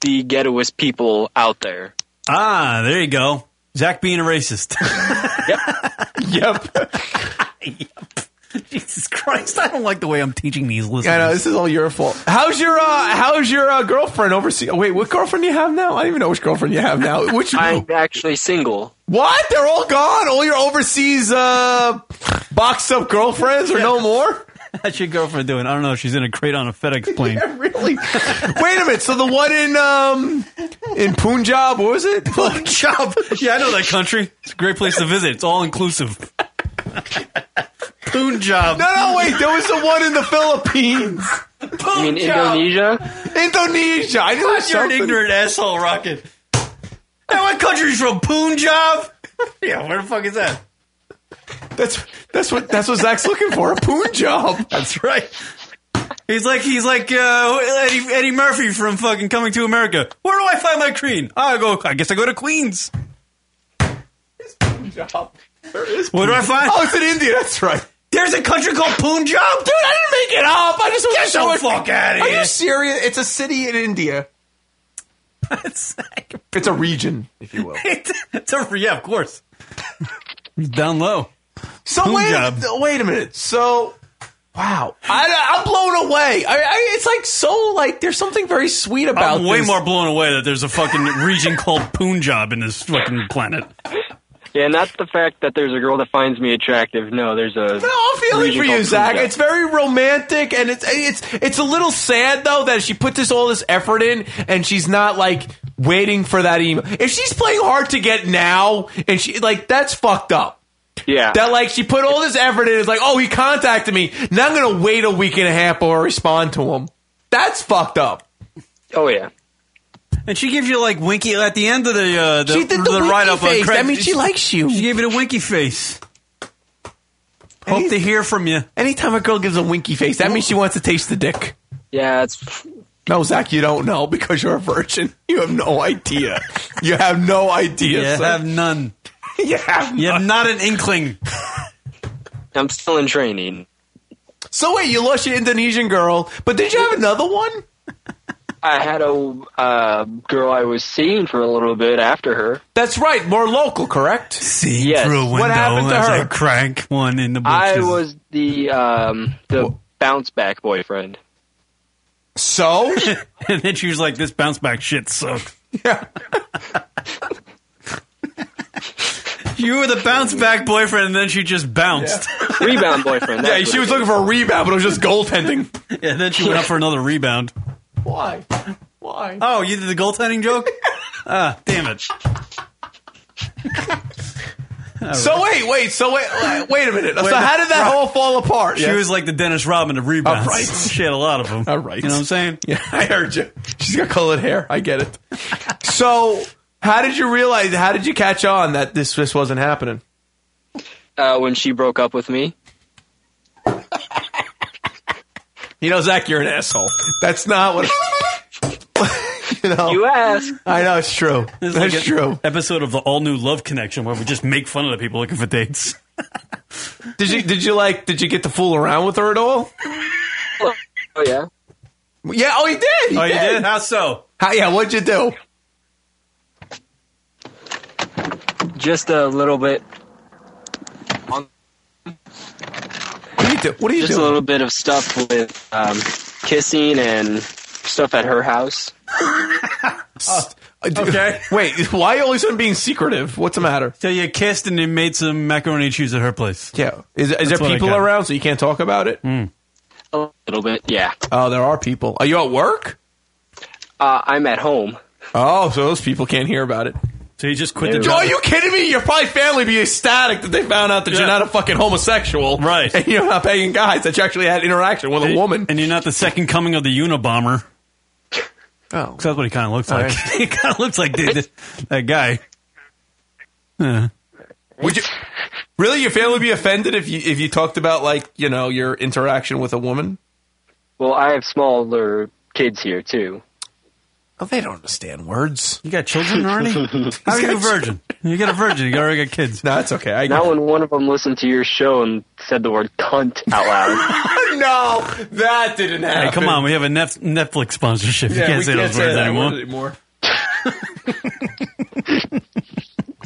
[SPEAKER 26] the ghettoest people out there.
[SPEAKER 11] Ah, there you go. Zach being a racist.
[SPEAKER 12] yep.
[SPEAKER 11] yep. Jesus Christ! I don't like the way I'm teaching these listeners.
[SPEAKER 12] I know this is all your fault. How's your uh, How's your uh, girlfriend overseas? Oh, wait, what girlfriend do you have now? I don't even know which girlfriend you have now. Which
[SPEAKER 26] I'm actually single.
[SPEAKER 12] what? They're all gone. All your overseas uh, boxed up girlfriends are no more.
[SPEAKER 11] That's your girlfriend doing. I don't know. She's in a crate on a FedEx plane.
[SPEAKER 12] Really? Wait a minute. So the one in um in Punjab, what was it? Punjab.
[SPEAKER 11] Yeah, I know that country. It's a great place to visit. It's all inclusive. Punjab.
[SPEAKER 12] No, no, wait. There was the one in the Philippines.
[SPEAKER 26] You mean Indonesia?
[SPEAKER 12] Indonesia. I knew it was
[SPEAKER 11] you're an
[SPEAKER 12] something.
[SPEAKER 11] ignorant asshole, Rocket. Hey, what country's from Punjab? Yeah, where the fuck is that?
[SPEAKER 12] That's that's what that's what Zach's looking for. A Punjab.
[SPEAKER 11] That's right. He's like he's like uh, Eddie, Eddie Murphy from fucking Coming to America. Where do I find my queen? I go. I guess I go to Queens.
[SPEAKER 12] Punjab. There is
[SPEAKER 11] Where do I find?
[SPEAKER 12] Oh, it's in India. That's right.
[SPEAKER 11] There's a country called Punjab, dude. I didn't make it up. I just was
[SPEAKER 12] Get
[SPEAKER 11] just showing-
[SPEAKER 12] the fuck
[SPEAKER 11] outta
[SPEAKER 12] Are
[SPEAKER 11] here.
[SPEAKER 12] you serious? It's a city in India. it's a region, if you will.
[SPEAKER 11] it's, it's a, yeah, of course. He's down low.
[SPEAKER 12] So wait,
[SPEAKER 11] Punjab.
[SPEAKER 12] wait a minute. So wow, I, am blown away. I, I, it's like so like there's something very sweet about
[SPEAKER 11] I'm way
[SPEAKER 12] this.
[SPEAKER 11] more blown away that there's a fucking region called Punjab in this fucking planet.
[SPEAKER 26] Yeah, not the fact that there's a girl that finds me attractive. No, there's a.
[SPEAKER 12] No, I'm feeling for you, Zach. It's very romantic, and it's it's it's a little sad though that she put this all this effort in, and she's not like waiting for that email. If she's playing hard to get now, and she like that's fucked up.
[SPEAKER 26] Yeah.
[SPEAKER 12] That like she put all this effort in. It's like, oh, he contacted me. Now I'm gonna wait a week and a half before I respond to him. That's fucked up.
[SPEAKER 26] Oh yeah.
[SPEAKER 11] And she gives you like winky at the end of the uh, the,
[SPEAKER 12] She did the winky
[SPEAKER 11] write up
[SPEAKER 12] face.
[SPEAKER 11] on Craig.
[SPEAKER 12] That means she likes you.
[SPEAKER 11] She gave it a winky face. Hope to hear from you.
[SPEAKER 12] Anytime a girl gives a winky face, that means she wants to taste the dick.
[SPEAKER 26] Yeah, it's.
[SPEAKER 12] No, Zach, you don't know because you're a virgin. You have no idea. You have no idea.
[SPEAKER 11] You
[SPEAKER 12] son.
[SPEAKER 11] have none.
[SPEAKER 12] you have
[SPEAKER 11] You have not an inkling.
[SPEAKER 26] I'm still in training.
[SPEAKER 12] So wait, you lost your Indonesian girl, but did you have another one?
[SPEAKER 26] I had a uh, girl I was seeing for a little bit after her.
[SPEAKER 12] That's right, more local, correct?
[SPEAKER 11] See
[SPEAKER 26] Yes.
[SPEAKER 11] through a window
[SPEAKER 26] What happened to
[SPEAKER 11] as
[SPEAKER 26] her?
[SPEAKER 11] I crank one in the bushes.
[SPEAKER 26] I was the um, the bounce back boyfriend.
[SPEAKER 12] So?
[SPEAKER 11] and then she was like, this bounce back shit sucked. Yeah. you were the bounce back boyfriend, and then she just bounced.
[SPEAKER 26] Rebound boyfriend.
[SPEAKER 12] Yeah, she was looking for a rebound, but it was just goaltending.
[SPEAKER 11] and then she went up for another rebound.
[SPEAKER 12] Why? Why?
[SPEAKER 11] Oh, you did the goaltending joke? ah, damn it.
[SPEAKER 12] So wait, wait, so wait, wait- wait a minute.
[SPEAKER 11] Wait,
[SPEAKER 12] so how did that
[SPEAKER 11] right.
[SPEAKER 12] all fall apart?
[SPEAKER 11] She was like the Dennis Rodman of rebounds.
[SPEAKER 12] All right.
[SPEAKER 11] She had a lot of them.
[SPEAKER 12] All right.
[SPEAKER 11] You know what I'm saying?
[SPEAKER 12] Yeah, I heard you. She's got colored hair. I get it. So, how did you realize? How did you catch on that this this wasn't happening?
[SPEAKER 26] Uh, when she broke up with me.
[SPEAKER 12] You know, Zach, you're an asshole. That's not what. you know.
[SPEAKER 26] You ask.
[SPEAKER 12] I know it's true.
[SPEAKER 11] This
[SPEAKER 12] That's
[SPEAKER 11] is like an
[SPEAKER 12] true.
[SPEAKER 11] Episode of the all new Love Connection where we just make fun of the people looking for dates.
[SPEAKER 12] Did you did you like did you get to fool around with her at all?
[SPEAKER 26] Oh yeah.
[SPEAKER 12] Yeah. Oh, he did. He
[SPEAKER 11] oh, you did? How so?
[SPEAKER 12] How, yeah. What'd you do?
[SPEAKER 26] Just a little bit.
[SPEAKER 12] What do you do? What do you
[SPEAKER 26] Just
[SPEAKER 12] do?
[SPEAKER 26] a little bit of stuff with um, kissing and stuff at her house.
[SPEAKER 12] Oh.
[SPEAKER 11] okay.
[SPEAKER 12] Wait. Why always on being secretive? What's the matter?
[SPEAKER 11] So you kissed and you made some macaroni and cheese at her place.
[SPEAKER 12] Yeah. Is, is
[SPEAKER 11] That's
[SPEAKER 12] there
[SPEAKER 11] what I
[SPEAKER 12] people
[SPEAKER 11] got.
[SPEAKER 12] around so you can't talk about it?
[SPEAKER 26] A little bit. Yeah.
[SPEAKER 12] Oh, there are people. Are you at work?
[SPEAKER 26] Uh, I'm at home.
[SPEAKER 12] Oh, so those people can't hear about it.
[SPEAKER 11] So you just quit
[SPEAKER 26] There we
[SPEAKER 11] the
[SPEAKER 12] Joe,
[SPEAKER 11] job.
[SPEAKER 12] are you kidding me? Your probably family be ecstatic that they found out that
[SPEAKER 11] Yeah.
[SPEAKER 12] you're not a fucking homosexual,
[SPEAKER 11] Right.
[SPEAKER 12] And you're not banging guys that you actually had interaction with a woman.
[SPEAKER 11] And you're not the second coming of the Unabomber.
[SPEAKER 12] Oh.
[SPEAKER 11] That's what he kind of looks like.
[SPEAKER 12] right.
[SPEAKER 11] he kind of looks like the, the, that guy. Yeah.
[SPEAKER 12] Would you really? Your family be offended if you if you talked about like you know your interaction with a woman?
[SPEAKER 26] Well, I have smaller kids here too.
[SPEAKER 7] Oh, they don't understand words.
[SPEAKER 11] You got children already? How are you a virgin? You got a virgin. You already got kids.
[SPEAKER 7] No, that's okay. I
[SPEAKER 26] Not when one of them listened to your show and said the word cunt out loud.
[SPEAKER 7] no, that didn't happen.
[SPEAKER 11] Hey, come on. We have a Nef- Netflix sponsorship. you
[SPEAKER 7] Yeah,
[SPEAKER 11] can't
[SPEAKER 7] we
[SPEAKER 11] say those
[SPEAKER 7] can't
[SPEAKER 11] words
[SPEAKER 7] that
[SPEAKER 11] anymore.
[SPEAKER 7] word anymore.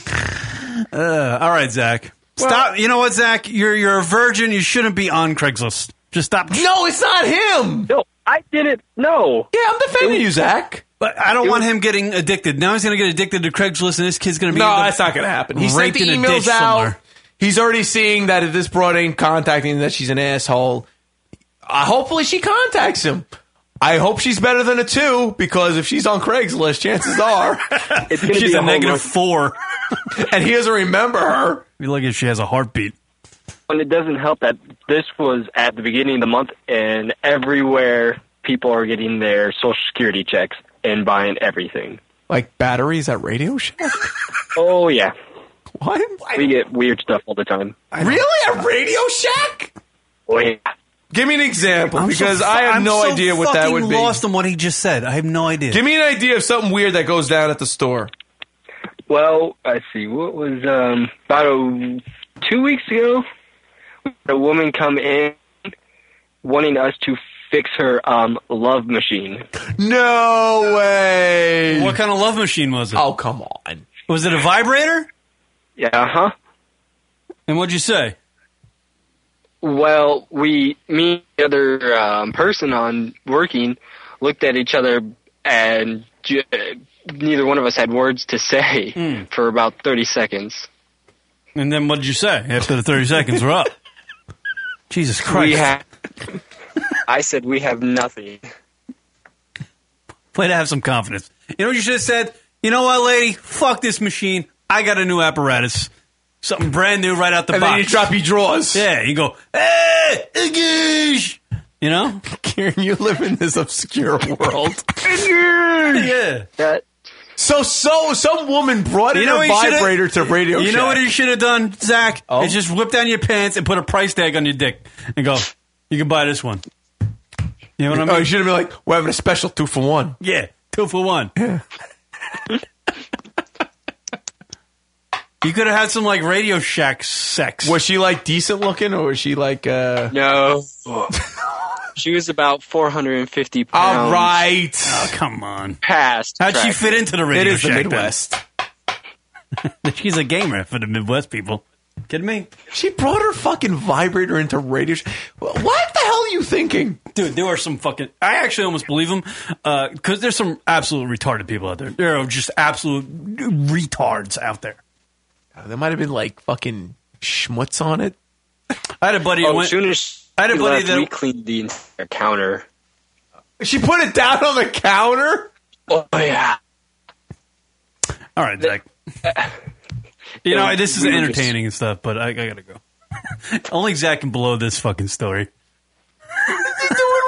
[SPEAKER 11] Uh, all right, Zach. Stop. You know what, Zach? You're you're a virgin. You shouldn't be on Craigslist. Just stop.
[SPEAKER 12] No, it's not him.
[SPEAKER 26] No, I didn't. No.
[SPEAKER 12] Yeah, I'm defending you, Zach.
[SPEAKER 11] But I don't want him getting addicted. Now he's going to get addicted to Craigslist, and this kid's going to be
[SPEAKER 12] No,
[SPEAKER 11] in the-
[SPEAKER 12] that's not going to happen. He sent
[SPEAKER 11] raped
[SPEAKER 12] the
[SPEAKER 11] in a
[SPEAKER 12] emails
[SPEAKER 11] ditch
[SPEAKER 12] out.
[SPEAKER 11] somewhere.
[SPEAKER 12] He's already seeing that if this broad ain't contacting him, that she's an asshole. Uh, hopefully she contacts him. I hope she's better than a two because if she's on Craigslist, chances are
[SPEAKER 11] She's be a a whole negative lot. four,
[SPEAKER 12] and he doesn't remember her.
[SPEAKER 11] Be lucky if she has a heartbeat.
[SPEAKER 26] And it doesn't help that this was at the beginning of the month, and everywhere people are getting their social security checks and buying everything.
[SPEAKER 12] Like batteries at Radio Shack.
[SPEAKER 26] Oh yeah.
[SPEAKER 12] What?
[SPEAKER 26] We get weird stuff all the time.
[SPEAKER 12] Really, a Radio Shack?
[SPEAKER 26] Oh yeah.
[SPEAKER 12] Give me an example
[SPEAKER 11] I'm so
[SPEAKER 12] because
[SPEAKER 11] fu-
[SPEAKER 12] I have
[SPEAKER 11] I'm
[SPEAKER 12] no
[SPEAKER 11] so
[SPEAKER 12] idea what that
[SPEAKER 11] fucking
[SPEAKER 12] would be.
[SPEAKER 11] Lost on what he just said. I have no idea.
[SPEAKER 12] Give me an idea of something weird that goes down at the store.
[SPEAKER 26] Well, I see. What was um, about a, two weeks ago? we had A woman come in wanting us to fix her um, love machine.
[SPEAKER 12] No way.
[SPEAKER 11] What kind of love machine was it?
[SPEAKER 12] Oh come on.
[SPEAKER 11] Was it a vibrator?
[SPEAKER 26] Yeah. Huh.
[SPEAKER 11] And what'd you say?
[SPEAKER 26] Well, we, me, and the other um, person on working, looked at each other, and j- neither one of us had words to say
[SPEAKER 11] Hmm.
[SPEAKER 26] for about thirty seconds.
[SPEAKER 11] And then what did you say after the thirty seconds were up? Jesus Christ!
[SPEAKER 26] We had. I said we have nothing.
[SPEAKER 11] Way to have some confidence. You know what you should have said? You know what, lady? Fuck this machine. I got a new apparatus. Something brand new right out the
[SPEAKER 12] And
[SPEAKER 11] box.
[SPEAKER 12] then you drop your drawers.
[SPEAKER 11] Yeah, you go, hey, Iggy! You know?
[SPEAKER 12] Karen, you live in this obscure world.
[SPEAKER 11] yeah.
[SPEAKER 26] That.
[SPEAKER 12] So, so some woman brought in a
[SPEAKER 11] what you should have-
[SPEAKER 12] vibrator to Radio
[SPEAKER 11] You
[SPEAKER 12] Shack. Oh?
[SPEAKER 11] know what you should have done, Zach? Is just whip down your pants and put a price tag on your dick and go, you can buy this one. You know what I mean?
[SPEAKER 12] Oh, you should have been like, we're having a special two for one.
[SPEAKER 11] Yeah, two for one. you could have had some like Radio Shack sex.
[SPEAKER 12] Was she like decent looking, or was she like? uh
[SPEAKER 26] No. she was about four hundred and fifty pounds.
[SPEAKER 12] All right.
[SPEAKER 11] Oh, come on.
[SPEAKER 26] Past.
[SPEAKER 11] How'd she
[SPEAKER 26] track.
[SPEAKER 11] fit into the Radio
[SPEAKER 12] It is the
[SPEAKER 11] Shack?
[SPEAKER 12] Midwest.
[SPEAKER 11] then? She's a gamer for the Midwest people. Kidding me?
[SPEAKER 12] She brought her fucking vibrator into Radio Shack. What the hell are you thinking?
[SPEAKER 11] Dude, there are some fucking. I actually almost believe them because there's some absolute retarded people out there. There are just absolute retards out there.
[SPEAKER 12] Uh, There might have been like fucking schmutz on it.
[SPEAKER 11] I had a buddy.
[SPEAKER 12] Oh,
[SPEAKER 11] who went,
[SPEAKER 12] soon
[SPEAKER 11] I had a buddy
[SPEAKER 12] she left,
[SPEAKER 11] that
[SPEAKER 12] we
[SPEAKER 26] cleaned the entire counter.
[SPEAKER 12] She put it down on the counter.
[SPEAKER 26] Oh yeah.
[SPEAKER 11] All right, Zach. you know,
[SPEAKER 26] It was-
[SPEAKER 11] this is
[SPEAKER 26] we were
[SPEAKER 11] entertaining and stuff, but I, I gotta go. Only Zach can blow this fucking story.
[SPEAKER 12] What are you doing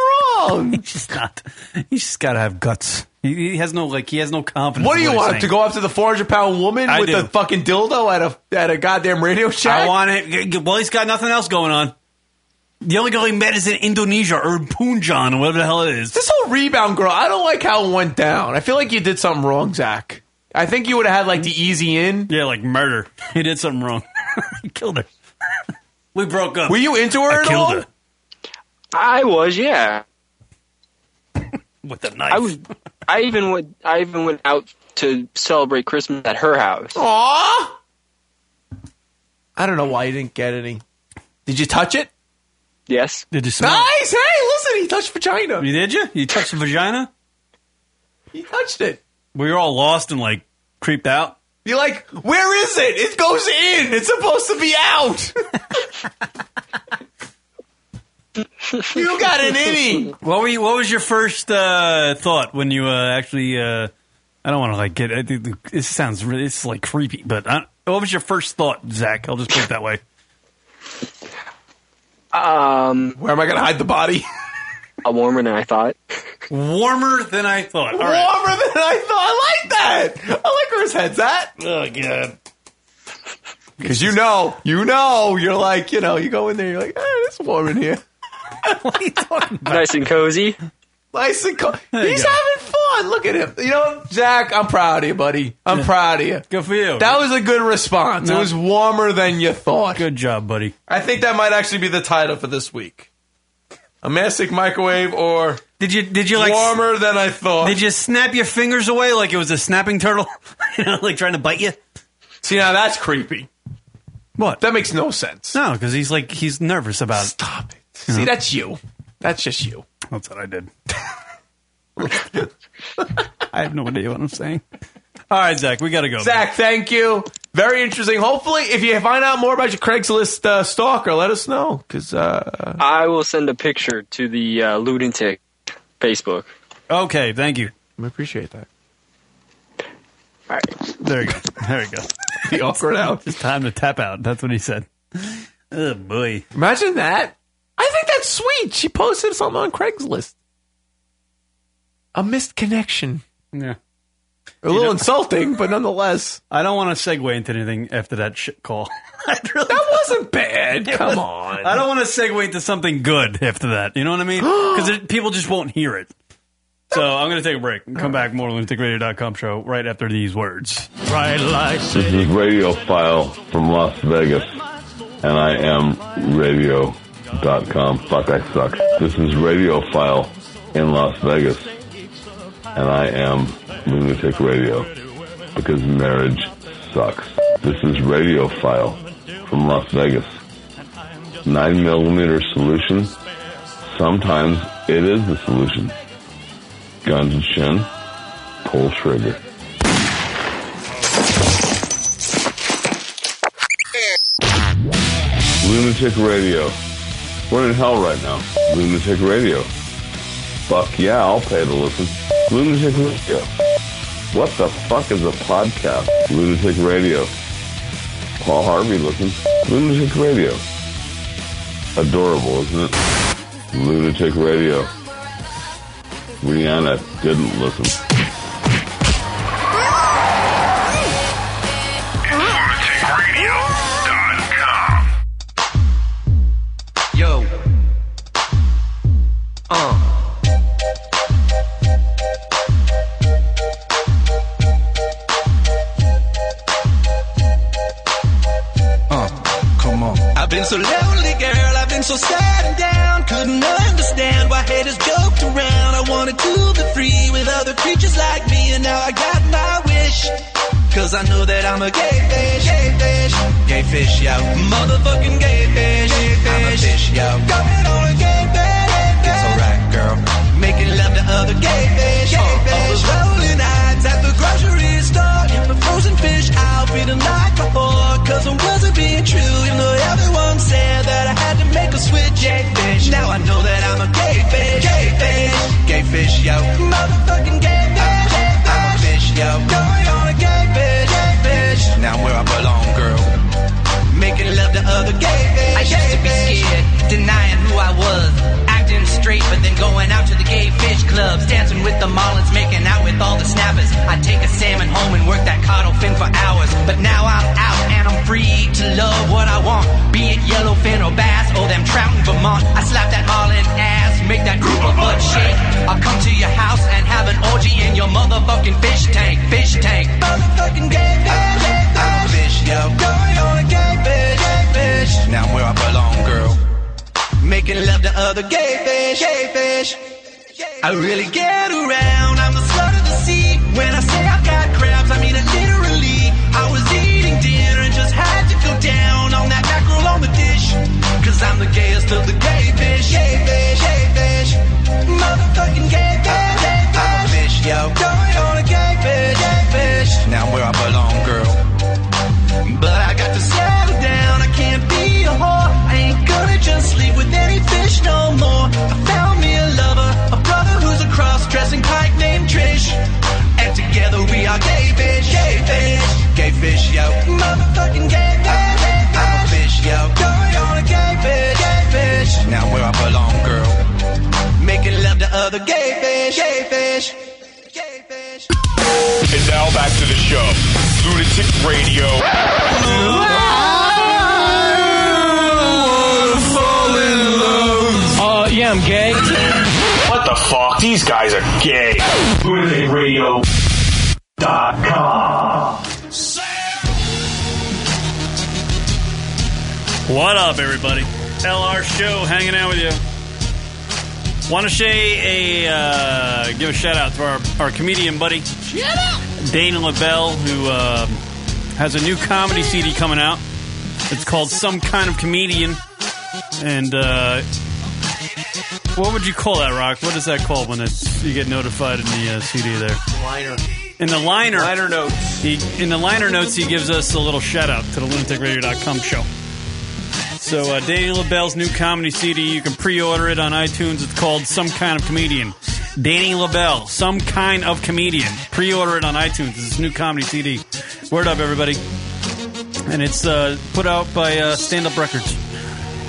[SPEAKER 12] wrong?
[SPEAKER 11] He's just not. He's just gotta have guts. He, he has no like. He has no confidence.
[SPEAKER 12] What do
[SPEAKER 11] in
[SPEAKER 12] you
[SPEAKER 11] he's
[SPEAKER 12] want
[SPEAKER 11] saying.
[SPEAKER 12] to go after the 400 pound woman
[SPEAKER 11] I
[SPEAKER 12] with
[SPEAKER 11] do.
[SPEAKER 12] the fucking dildo at a at a goddamn Radio Shack?
[SPEAKER 11] I want it. Well, he's got nothing else going on. The only girl he met is in Indonesia or Punjan or whatever the hell it is.
[SPEAKER 12] This whole rebound girl, I don't like how it went down. I feel like you did something wrong, Zach. I think you would have had like the easy in.
[SPEAKER 11] Yeah, like murder. He did something wrong. he killed her. we broke up.
[SPEAKER 12] Were you into her
[SPEAKER 11] I
[SPEAKER 12] at
[SPEAKER 11] killed
[SPEAKER 12] all?
[SPEAKER 11] her
[SPEAKER 26] I was, yeah.
[SPEAKER 11] with a knife.
[SPEAKER 26] I was. I even went. I even went out to celebrate Christmas at her house.
[SPEAKER 12] Aww. I don't know why you didn't get any. Did you touch it?
[SPEAKER 26] Yes.
[SPEAKER 11] Did you smell? it?
[SPEAKER 12] Nice. Hey, listen, he touched vagina.
[SPEAKER 11] You did you? You touched the vagina?
[SPEAKER 12] He touched it.
[SPEAKER 11] We were all lost and like creeped out.
[SPEAKER 12] You're like, where is it? It goes in. It's supposed to be out. you got an innie.
[SPEAKER 11] What were you, What was your first uh, thought when you uh, actually? Uh, I don't want to like get. I think This sounds really. This is like creepy. But I, what was your first thought, Zach? I'll just put it that way.
[SPEAKER 26] Um.
[SPEAKER 12] Where am I gonna hide the body?
[SPEAKER 26] A warmer than I thought.
[SPEAKER 11] Warmer than I thought. All
[SPEAKER 12] Warmer
[SPEAKER 11] right.
[SPEAKER 12] than I thought. I like that. I like where his head's at.
[SPEAKER 11] Oh god.
[SPEAKER 12] Because you know, you know, you're like, you know, you go in there, you're like, eh, it's warm in here.
[SPEAKER 11] what are you talking
[SPEAKER 26] Nice and cozy.
[SPEAKER 12] Nice and cold.
[SPEAKER 11] you
[SPEAKER 12] He's
[SPEAKER 11] go.
[SPEAKER 12] having fun. on, look at him. You know, Zach, I'm proud of you, buddy. I'm proud of you.
[SPEAKER 11] Good for you.
[SPEAKER 12] That was a good response.
[SPEAKER 11] No.
[SPEAKER 12] It was warmer than you thought.
[SPEAKER 11] Good job, buddy.
[SPEAKER 12] I think that might actually be the title for this week. A mastic microwave or
[SPEAKER 11] did you did you like
[SPEAKER 12] warmer than I thought?
[SPEAKER 11] Did you snap your fingers away like it was a snapping turtle, you know, like trying to bite you?
[SPEAKER 12] See, now that's creepy.
[SPEAKER 11] What?
[SPEAKER 12] That makes no sense.
[SPEAKER 11] No, because he's like he's nervous about. Stop
[SPEAKER 12] it. See, that's you. That's just you.
[SPEAKER 11] That's what I did. I have no idea what I'm saying. All right, Zach, we got to go.
[SPEAKER 12] Zach, thank you. Very interesting. Hopefully, if you find out more about your Craigslist uh, stalker, let us
[SPEAKER 11] Oh,
[SPEAKER 12] know. Because uh,
[SPEAKER 26] I will send a picture to the uh, Lunatic Facebook.
[SPEAKER 11] Okay, thank you.
[SPEAKER 12] I appreciate that.
[SPEAKER 26] All right.
[SPEAKER 11] There you go. There you go.
[SPEAKER 12] the awkward out.
[SPEAKER 11] It's time to tap out. That's what he said. Oh boy!
[SPEAKER 12] Imagine that. I think that's sweet. She posted something on Craigslist. A missed connection.
[SPEAKER 11] Yeah.
[SPEAKER 12] A little insulting, but nonetheless.
[SPEAKER 11] I don't want to segue into anything after that shit call.
[SPEAKER 12] that wasn't bad. Come on.
[SPEAKER 11] I don't want to segue into something good after that. You know what I mean? Because people just won't hear it. So I'm going to take a break and come back more lunaticradio.com show right after these words. Right like
[SPEAKER 1] This is Radiophile from Las Vegas, and I am radio.com. Fuck, I suck. This is Radiophile in Las Vegas, and I am Lunatic Radio because marriage sucks. This is Radiophile from Las Vegas. 9 millimeter solution. Sometimes it is the solution. Guns and shin, pull trigger. Lunatic Radio. We're in hell right now. Lunatic Radio. Fuck yeah, I'll pay to listen. Lunatic Radio. What the fuck is a podcast? Lunatic Radio. Paul Harvey looking. Lunatic Radio. Adorable, isn't it? Lunatic Radio. Rihanna didn't listen.
[SPEAKER 15] Yo. Uh.
[SPEAKER 5] Uh, come on.
[SPEAKER 15] I've been so lonely, girl. I've been so sad and down. Couldn't understand why haters joked around. I wanted to be free with other creatures like me, and now I got my wish. Cause I know that I'm a gay fish, gay fish, gay fish, yo. Motherfucking gay fish, I'm a fish, yo. Going on a gay fish, it's alright, girl. Making love to other gay fish, gay fish. Rolling eyes at the grocery store in the frozen fish aisle be the night before. Cause I wasn't being true, you know everyone said that I had to make a switch, gay fish. Now I know that I'm a gay fish, gay fish, gay fish, yo. Motherfucking gay fish, I'm a fish, yo. Going on a gay fish, gay fish. Now I'm where I belong, girl. Making love to other gay fish.
[SPEAKER 27] I used to be scared, denying who I was. Acting straight, but then going out to the gay fish clubs. Dancing with the marlins, making out with all the snappers. I'd take a salmon home and work that caudal fin for hours. But now I'm out and I'm free to love what I want. Be it yellowfin or bass or them trout in Vermont. I slap that marlin ass, make that grouper butt shake. I'll come to your house and have an orgy in your motherfucking fish tank. Fish tank.
[SPEAKER 15] Motherfucking gay fish, I'm a fish, yo. Going on a gay fish, gay fish. Now I'm where I belong, girl. Making love to other gay fish, gay fish. I really get around. I'm the slut of the sea. When I say I've got crabs, I mean it literally. I was eating dinner and just had to go down on that mackerel on the dish. Cause I'm the gayest of the gay fish, gay fish, gay fish. Motherfucking gay fish, gay fish. I'm a fish, yo. Going on a gay fish, gay fish. Now I'm where I belong, girl. But I got to settle down. I can't be a whore. I ain't gonna just sleep with any fish no more. I found me a lover, a brother who's a cross-dressing pike named Trish. And together we are gay fish, gay fish, gay fish, yo. Motherfucking gay fish, I'm a fish, yo. Going on a gay fish, gay fish. Now I'm where I belong, girl. Making love to other gay fish, gay fish.
[SPEAKER 10] And now back to the show. Lunatic Radio.
[SPEAKER 28] Uh, yeah, I'm gay.
[SPEAKER 12] Uh,
[SPEAKER 10] What the fuck? These guys are gay. Lunatic radio.com.
[SPEAKER 11] What up, everybody? LR Show hanging out with you. Want to say a uh, give a shout out to our, our comedian buddy, Dana LaBelle, who uh, has a new comedy CD coming out. It's called Some Kind of Comedian. And uh, what would you call that, Rock? What is that called when it's, you get notified in the uh, CD there?
[SPEAKER 12] Liner.
[SPEAKER 11] In the liner, liner notes. He, in the liner notes, he gives us a little shout out to the lunaticradio.com show. So, uh, Danny LaBelle's new comedy CD, you can pre order it on iTunes. It's called Some Kind of Comedian. Danny LaBelle, Some Kind of Comedian. Pre order it on iTunes. It's his new comedy CD. Word up, everybody. And it's uh, put out by uh, Stand Up Records.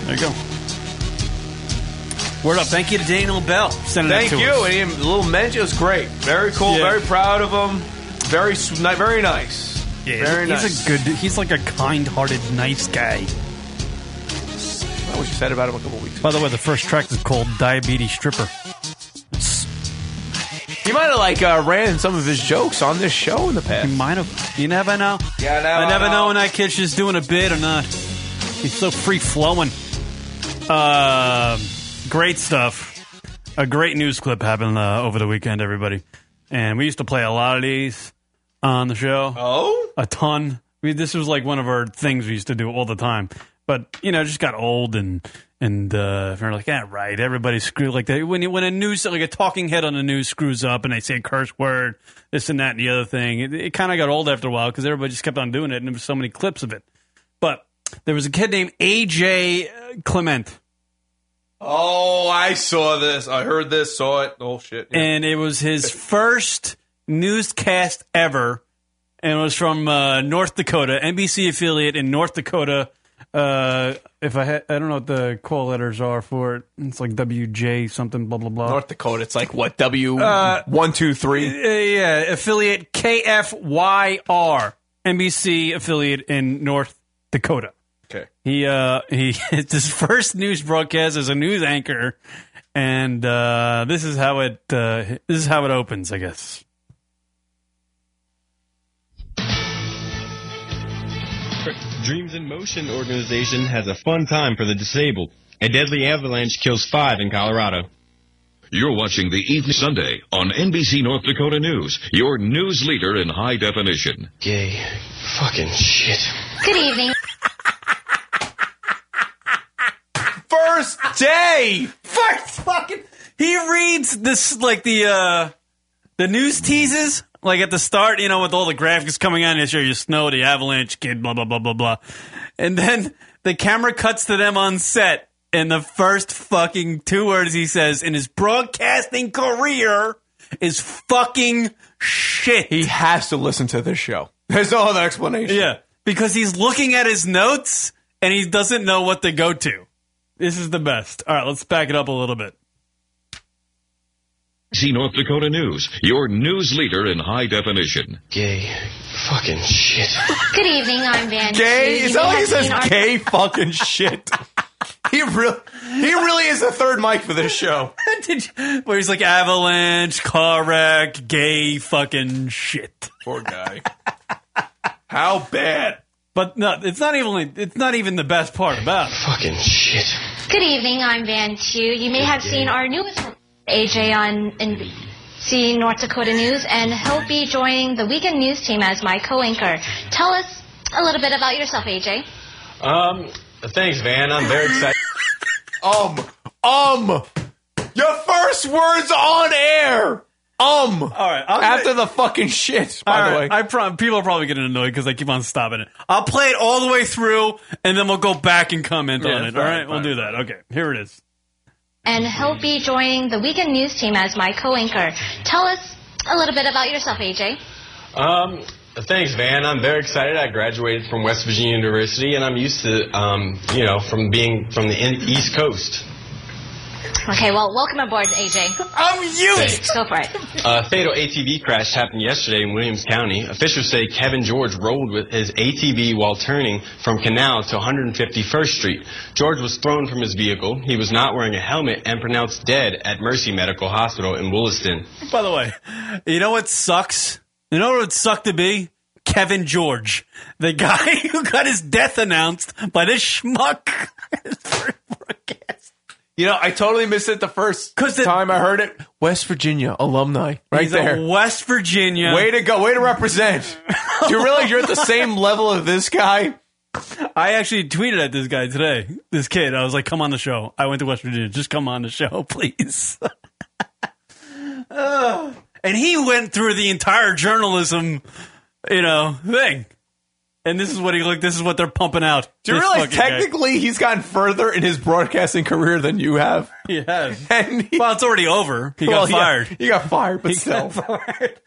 [SPEAKER 11] There you go. Word up. Thank you to Danny LaBelle. for Sending
[SPEAKER 12] Thank
[SPEAKER 11] it to
[SPEAKER 12] you.
[SPEAKER 11] us.
[SPEAKER 12] And he- little mention was great. Very cool.
[SPEAKER 11] Yeah.
[SPEAKER 12] Very proud of him. Very s- ni- very nice.
[SPEAKER 11] Yeah,
[SPEAKER 12] very
[SPEAKER 11] he's
[SPEAKER 12] nice.
[SPEAKER 11] a good. He's like a kind-hearted, nice guy.
[SPEAKER 12] I was said about him a couple weeks.
[SPEAKER 11] By the way, the first track is called "Diabetes Stripper."
[SPEAKER 12] He might have like uh, ran some of his jokes on this show in the past. He
[SPEAKER 11] might have. You never know.
[SPEAKER 12] Yeah,
[SPEAKER 11] I never know when that kid's just doing a bit or not. He's so free flowing. Uh, great stuff. A great news clip happened uh, over the weekend, everybody. And we used to play a lot of these on the show.
[SPEAKER 12] Oh,
[SPEAKER 11] a ton. We, this was like one of our things we used to do all the time. But you know, it just got old and and uh, we're like, ah, right. Everybody screwed like that. When you- when a news like a talking head on the news screws up and they say a curse word, this and that and the other thing, it, it kind of got old after a while because everybody just kept on doing it, and there was so many clips of it. But there was a kid named AJ Clement.
[SPEAKER 12] Oh, I saw this. I heard this. Saw it. Oh shit.
[SPEAKER 11] and it was his first newscast ever, and it was from uh, North Dakota, NBC affiliate in North Dakota. Uh, if I ha- I don't know what the call letters are for it. It's like WJ something blah blah blah.
[SPEAKER 12] North Dakota. It's like what W
[SPEAKER 11] Uh,
[SPEAKER 12] one two three.
[SPEAKER 11] Uh, yeah, affiliate KFYR, NBC affiliate in North Dakota.
[SPEAKER 12] Okay.
[SPEAKER 11] He uh he it's his first news broadcast as a news anchor, and uh, this is how it uh, this is how it opens, I guess.
[SPEAKER 2] Dreams in Motion organization has a fun time for the disabled. A deadly avalanche kills five in Colorado.
[SPEAKER 4] You're watching the Evening Sunday on NBC North Dakota News, your news leader in high definition. Gay fucking shit.
[SPEAKER 5] Good evening.
[SPEAKER 12] First day.
[SPEAKER 11] First fucking. He reads this like the uh the news teases like at the start, you know, with all the graphics coming on. They show you snow, the avalanche, kid, blah blah blah blah blah, and then the camera cuts to them on set, and the first fucking two words he says in his broadcasting career is fucking shit. He
[SPEAKER 12] has to listen to this show. There's no other explanation.
[SPEAKER 11] Yeah, because he's looking at his notes and he doesn't know what to go to. This is the best. All right, let's back it up a little bit.
[SPEAKER 4] NBC North Dakota News, your news leader in high definition. Gay fucking shit.
[SPEAKER 5] Good evening. I'm Van.
[SPEAKER 12] Gay.
[SPEAKER 5] Chu. You
[SPEAKER 12] It's not like
[SPEAKER 5] have
[SPEAKER 12] he says
[SPEAKER 5] seen our-
[SPEAKER 12] gay fucking shit. he really, he really is the third mic for this show.
[SPEAKER 11] Did you, where he's like avalanche, car wreck, gay fucking shit.
[SPEAKER 12] Poor guy. How bad?
[SPEAKER 11] But no, it's not even it's not even the best part about it. Fucking shit.
[SPEAKER 5] Good evening. I'm Van Chu. You may have seen our newest report, AJ on NBC North Dakota News, and he'll be joining the weekend news team as my co-anchor. Tell us a little bit about yourself, AJ.
[SPEAKER 2] Um, thanks, Van. I'm very excited.
[SPEAKER 12] Um, um, your first words on air. Um. All
[SPEAKER 11] right.
[SPEAKER 12] after the fucking shit. By the way,
[SPEAKER 11] I prom- people are probably getting annoyed because I keep on stopping it. I'll play it all the way through, and then we'll go back and comment
[SPEAKER 5] Yeah,
[SPEAKER 11] on it.
[SPEAKER 5] fine,
[SPEAKER 11] All right, we'll
[SPEAKER 5] fine,
[SPEAKER 11] do that. Okay, here it is.
[SPEAKER 5] And he'll be joining the weekend news team as my co-anchor. Tell us a little bit about yourself, AJ.
[SPEAKER 2] Um, thanks, Van. I'm very excited. I graduated from West Virginia University, and I'm used to, um, you know, from being from the in- East Coast.
[SPEAKER 5] Okay, well, welcome aboard, AJ. I'm
[SPEAKER 2] used.
[SPEAKER 5] Go for it.
[SPEAKER 2] A fatal ATV crash happened yesterday in Williams County. Officials say Kevin George rolled with his ATV while turning from Canal to 151st Street. George was thrown from his vehicle. He was not wearing a helmet and pronounced dead at Mercy Medical Hospital in Williston.
[SPEAKER 11] By the way, you know what sucks? You know what would suck to be? Kevin George, the guy who got his death announced by this schmuck.
[SPEAKER 12] You know, I totally missed it the first time I heard it. West Virginia alumni, right
[SPEAKER 11] He's a
[SPEAKER 12] there.
[SPEAKER 11] West Virginia.
[SPEAKER 12] Way to go! Way to represent. Do you realize you're at the same level of this guy?
[SPEAKER 11] I actually tweeted at this guy today, this kid. I was like, come on the show. I went to West Virginia. Just come on the show, please. Ugh. and he went through the entire journalism, you know, thing. And this is what he looked, this is what they're pumping out.
[SPEAKER 12] Do you
[SPEAKER 11] This
[SPEAKER 12] realize
[SPEAKER 11] fucking guy.
[SPEAKER 12] technically he's gotten further in his broadcasting career than you have?
[SPEAKER 11] He has. well, it's already over. He
[SPEAKER 12] Well,
[SPEAKER 11] got
[SPEAKER 12] yeah,
[SPEAKER 11] fired.
[SPEAKER 12] he got fired, but
[SPEAKER 11] He
[SPEAKER 12] still.
[SPEAKER 11] got fired.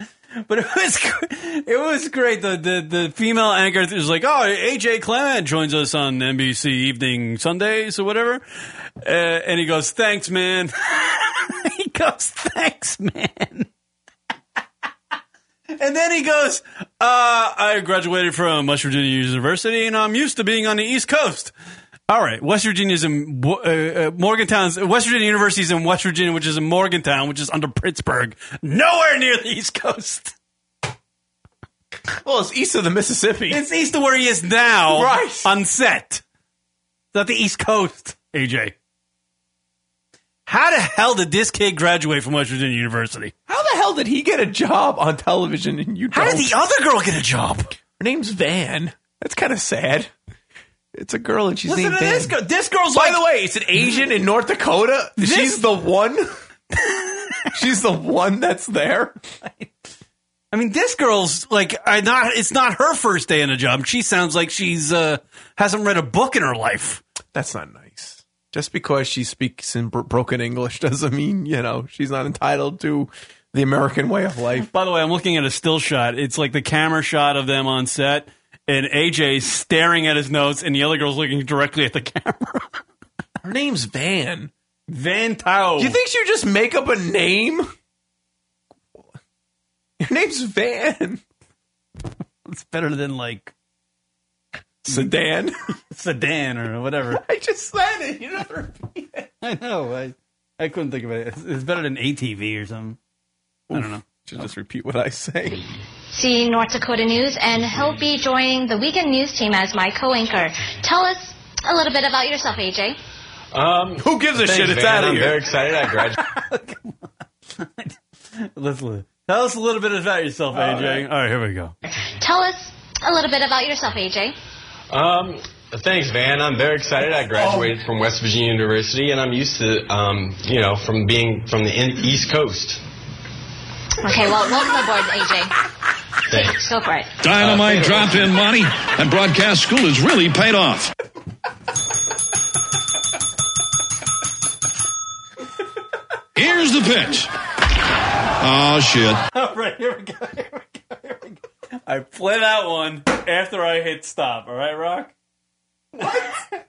[SPEAKER 11] But it was gr- it was great. The the, the female anchor was like, "Oh, AJ Clement joins us on NBC Evening Sundays or whatever," uh, and he goes, "Thanks, man." he goes, "Thanks, man." And then he goes, uh, I graduated from West Virginia University and I'm used to being on the East Coast. All right, West Virginia's in uh, uh, Morgantown's West Virginia University's in West Virginia, which is in Morgantown, which is under Pittsburgh, nowhere near the East Coast.
[SPEAKER 12] Well, it's east of the Mississippi.
[SPEAKER 11] It's east of where he is now,
[SPEAKER 12] Right.
[SPEAKER 11] On set, not the East Coast. AJ, how the hell did this kid graduate from West Virginia University?
[SPEAKER 12] How the hell did he get a job on television and you?
[SPEAKER 11] How did
[SPEAKER 12] don't?
[SPEAKER 11] the other girl get a job?
[SPEAKER 12] Her name's Van. That's kind of sad. It's a girl and she's
[SPEAKER 11] Listen
[SPEAKER 12] named
[SPEAKER 11] to
[SPEAKER 12] Van.
[SPEAKER 11] this girl. This girl's
[SPEAKER 12] By
[SPEAKER 11] like-
[SPEAKER 12] the way, it's an Asian in North Dakota. she's the one. she's the one that's there.
[SPEAKER 11] I mean, this girl's like, I not. It's not her first day in a job. She sounds like she's uh hasn't read a book in her life.
[SPEAKER 12] That's not nice. Just because she speaks in bro- broken English doesn't mean you know she's not entitled to the American way of life.
[SPEAKER 11] By the way, I'm looking at a still shot. It's like the camera shot of them on set, and AJ's staring at his notes, and the other girl's looking directly at the camera.
[SPEAKER 12] Her name's Van.
[SPEAKER 11] Van Tao.
[SPEAKER 12] Do you think she would just make up a name? Your name's Van.
[SPEAKER 11] It's better than like
[SPEAKER 12] Sedan,
[SPEAKER 11] sedan, or whatever.
[SPEAKER 12] I just said it. You never.
[SPEAKER 11] I know. I I couldn't think of it. It's, it's better than ATV or something. I don't know.
[SPEAKER 12] Should just repeat what I say.
[SPEAKER 5] See North Dakota News, and he'll be joining the weekend news team as my co-anchor. Tell us a little bit about yourself, AJ.
[SPEAKER 2] Um,
[SPEAKER 12] Who gives a shit? It's outta
[SPEAKER 2] I'm
[SPEAKER 12] here.
[SPEAKER 2] very excited. I graduated.
[SPEAKER 11] Let's li- tell us a little bit about yourself, AJ. All right, here we go.
[SPEAKER 5] Tell us a little bit about yourself, AJ.
[SPEAKER 2] Um, thanks, Van. I'm very excited. I graduated from West Virginia University, and I'm used to, um, you know, from being from the in- East Coast.
[SPEAKER 5] Okay, well, welcome aboard, AJ.
[SPEAKER 2] Thanks.
[SPEAKER 5] Go for it.
[SPEAKER 4] Uh,
[SPEAKER 1] Dynamite dropped in money, and broadcast school has really paid off. Here's the pitch. Oh, shit.
[SPEAKER 11] All right, here we go. Here we go. Here we go. I play that one after I hit stop. All right, Rock.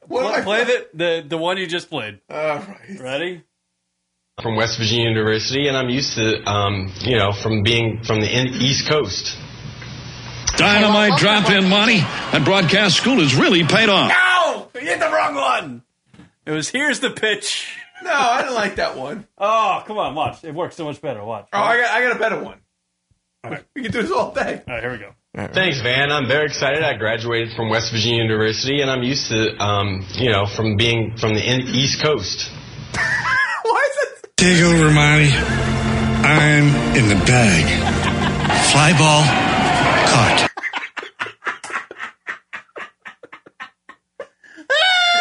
[SPEAKER 11] What?
[SPEAKER 2] am I-
[SPEAKER 11] play the, the the one you just played. All right. Ready?
[SPEAKER 2] From West Virginia University, and I'm used to, um, you know, from being from the in- East Coast.
[SPEAKER 1] Dynamite dropped in money, and broadcast school has really paid off.
[SPEAKER 11] No, you hit the wrong one. It was here's the pitch.
[SPEAKER 12] No, I didn't like that one.
[SPEAKER 11] Oh, come on, watch. It works so much better. Watch.
[SPEAKER 12] Oh, I got, I got a better one. We can do this all day.
[SPEAKER 11] All right, here we go.
[SPEAKER 2] Thanks, Van. I'm very excited. I graduated from West Virginia University, and I'm used to, um, you know, from being from the in- East Coast.
[SPEAKER 15] Take over, Monty. I'm in the bag. Fly ball caught.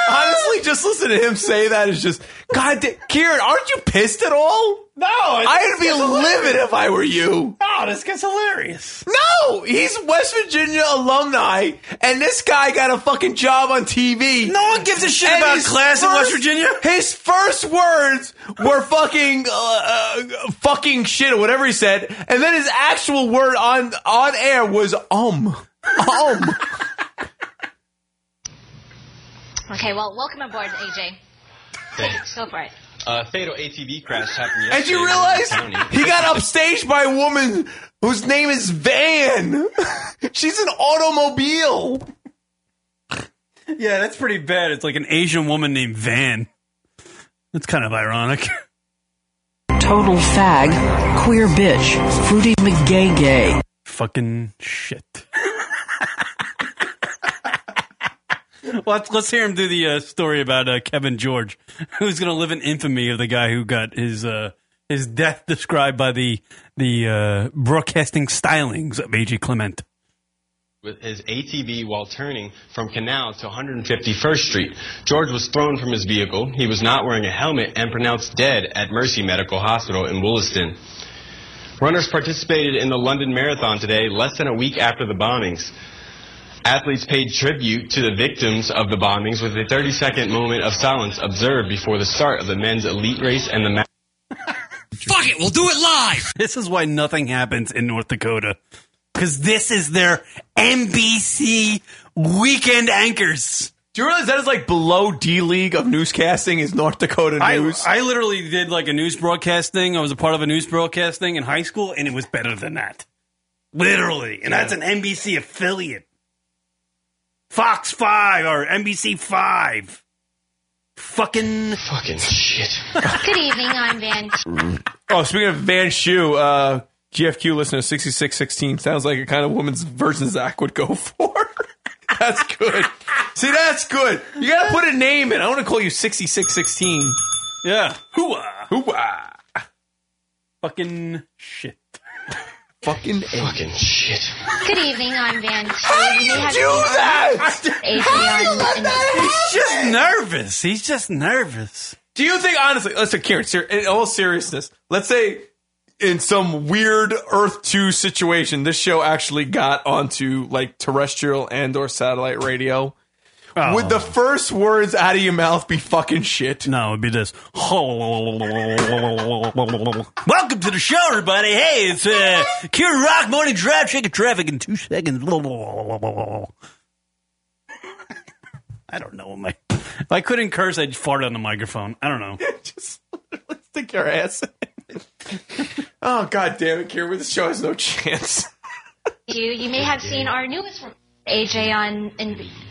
[SPEAKER 12] Honestly, just listen to him say that is just God. da- Kieran, aren't you pissed at all?
[SPEAKER 11] No,
[SPEAKER 12] I'd be livid if I were you.
[SPEAKER 11] Oh, this gets hilarious.
[SPEAKER 12] No, he's West Virginia alumni, and this guy got a fucking job on TV. No
[SPEAKER 11] one gives a shit about class in West Virginia.
[SPEAKER 12] His first words were fucking, uh, uh, fucking shit or whatever he said, and then his actual word on on air was um, um.
[SPEAKER 5] Okay, well, welcome aboard, AJ. Thanks. Go for it.
[SPEAKER 2] A Uh, fatal ATV crash happened yesterday.
[SPEAKER 12] And you
[SPEAKER 2] in
[SPEAKER 12] realize
[SPEAKER 2] Orange County.
[SPEAKER 12] he got upstaged by a woman whose name is Van. She's an automobile.
[SPEAKER 11] Yeah, that's pretty bad. It's like an Asian woman named Van. That's kind of ironic.
[SPEAKER 29] Total fag, queer bitch, fruity McGay gay.
[SPEAKER 11] Fucking shit. let's, let's hear him do the uh, story about uh, Kevin George, who's going to live in infamy of the guy who got his uh, his death described by the the uh, broadcasting stylings of A.G. Clement.
[SPEAKER 2] with his ATV while turning from Canal to 151st Street. George was thrown from his vehicle. He was not wearing a helmet and pronounced dead at Mercy Medical Hospital in Williston. Runners participated in the London Marathon today, less than a week after the bombings. Athletes paid tribute to the victims of the bombings with a 30 second moment of silence observed before the start of the men's elite race and the ma-
[SPEAKER 11] Fuck it, we'll do it live. This is why nothing happens in North Dakota. Because this is their NBC weekend anchors.
[SPEAKER 12] Do you realize that is like below D League of newscasting is North Dakota
[SPEAKER 11] I,
[SPEAKER 12] news?
[SPEAKER 11] I literally did like a news broadcast thing. I was a part of a news broadcast thing in high school, and it was better than that. Literally. And that's an NBC affiliate. Fox 5 or NBC 5. Fucking.
[SPEAKER 2] Fucking shit.
[SPEAKER 5] Good evening, I'm Van.
[SPEAKER 12] oh, speaking of Van Shu, uh, GFQ listener sixty six sixteen sounds like a kind of woman's version Zach would go for. that's good. See, that's good. You gotta put a name in. I want to call you sixty six sixteen.
[SPEAKER 11] Yeah.
[SPEAKER 12] Hooah. Hooah.
[SPEAKER 11] Fucking shit.
[SPEAKER 12] Fucking fucking
[SPEAKER 2] shit.
[SPEAKER 5] Good evening, I'm Van.
[SPEAKER 7] How do you do that? How do you let that
[SPEAKER 11] He's just nervous. He's just nervous.
[SPEAKER 12] Do you think honestly? Listen, Karen. Ser- in all seriousness, let's say in some weird Earth Two situation, this show actually got onto like terrestrial and or satellite radio.
[SPEAKER 11] Oh,
[SPEAKER 12] Would the first words out of your mouth be fucking shit?
[SPEAKER 11] No, it'd be this. Welcome to the show, everybody. Hey, it's uh, Kieran Rock Morning Drive. Check the traffic in two seconds. I don't know. My, if I couldn't curse, I'd fart on the microphone. I don't know.
[SPEAKER 12] Just stick your ass. in. oh god damn it, Karen! This show has no chance.
[SPEAKER 5] you. You may have seen our newest reporter, AJ on NBC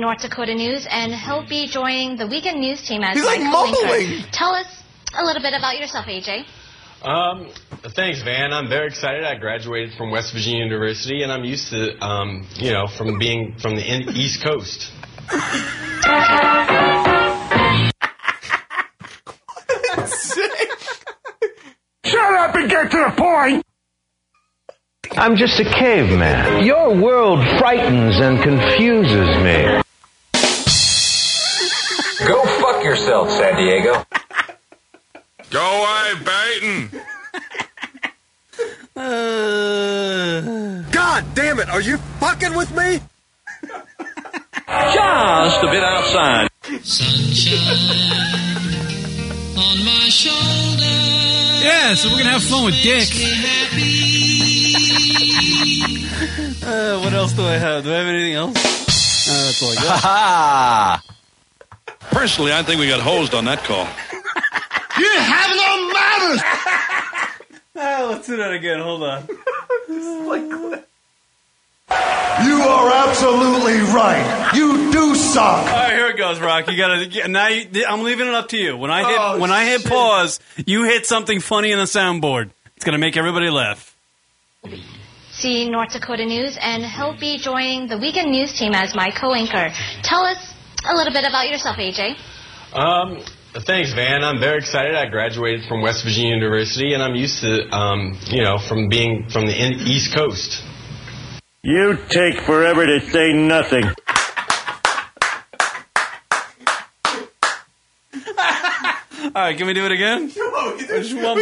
[SPEAKER 5] North Dakota News, and he'll be joining the weekend news team as
[SPEAKER 2] He's,
[SPEAKER 5] my
[SPEAKER 2] like,
[SPEAKER 5] co-anchor.
[SPEAKER 2] mumbling.
[SPEAKER 5] Tell us a little bit about yourself, AJ.
[SPEAKER 2] Um, thanks, Van. I'm very excited. I graduated from West Virginia University, and I'm used to, um, you know, from being from the in- East Coast.
[SPEAKER 7] Shut up and get to the point.
[SPEAKER 15] I'm just a caveman. Your world frightens and confuses me. Go fuck yourself, San Diego.
[SPEAKER 30] Go away, Baton.
[SPEAKER 31] God damn it, are you fucking with me?
[SPEAKER 15] Just a bit outside.
[SPEAKER 7] On my shoulder.
[SPEAKER 32] Yeah, so we're gonna have fun with Dick.
[SPEAKER 11] Uh, what else do I have? Do I have anything else? No, that's all I got.
[SPEAKER 1] Personally, I think we got hosed on that call.
[SPEAKER 7] You have no manners.
[SPEAKER 11] Ah, let's do that again. Hold on.
[SPEAKER 31] You are absolutely right. You do suck.
[SPEAKER 11] All right, here it goes, Rock. You gotta yeah, now. You, I'm leaving it up to you. When I hit
[SPEAKER 31] Oh,
[SPEAKER 11] when I hit
[SPEAKER 31] shit.
[SPEAKER 11] pause, you hit something funny in the soundboard. It's gonna make everybody laugh.
[SPEAKER 5] See North Dakota News, and he'll be joining the weekend news team as my co-anchor. Tell us a little bit about yourself, AJ.
[SPEAKER 2] Um, thanks, Van. I'm very excited. I graduated from West Virginia University, and I'm used to, um, you know, from being from the in- East Coast.
[SPEAKER 33] You take forever to say nothing.
[SPEAKER 11] All right, can we do it again? Just one
[SPEAKER 7] we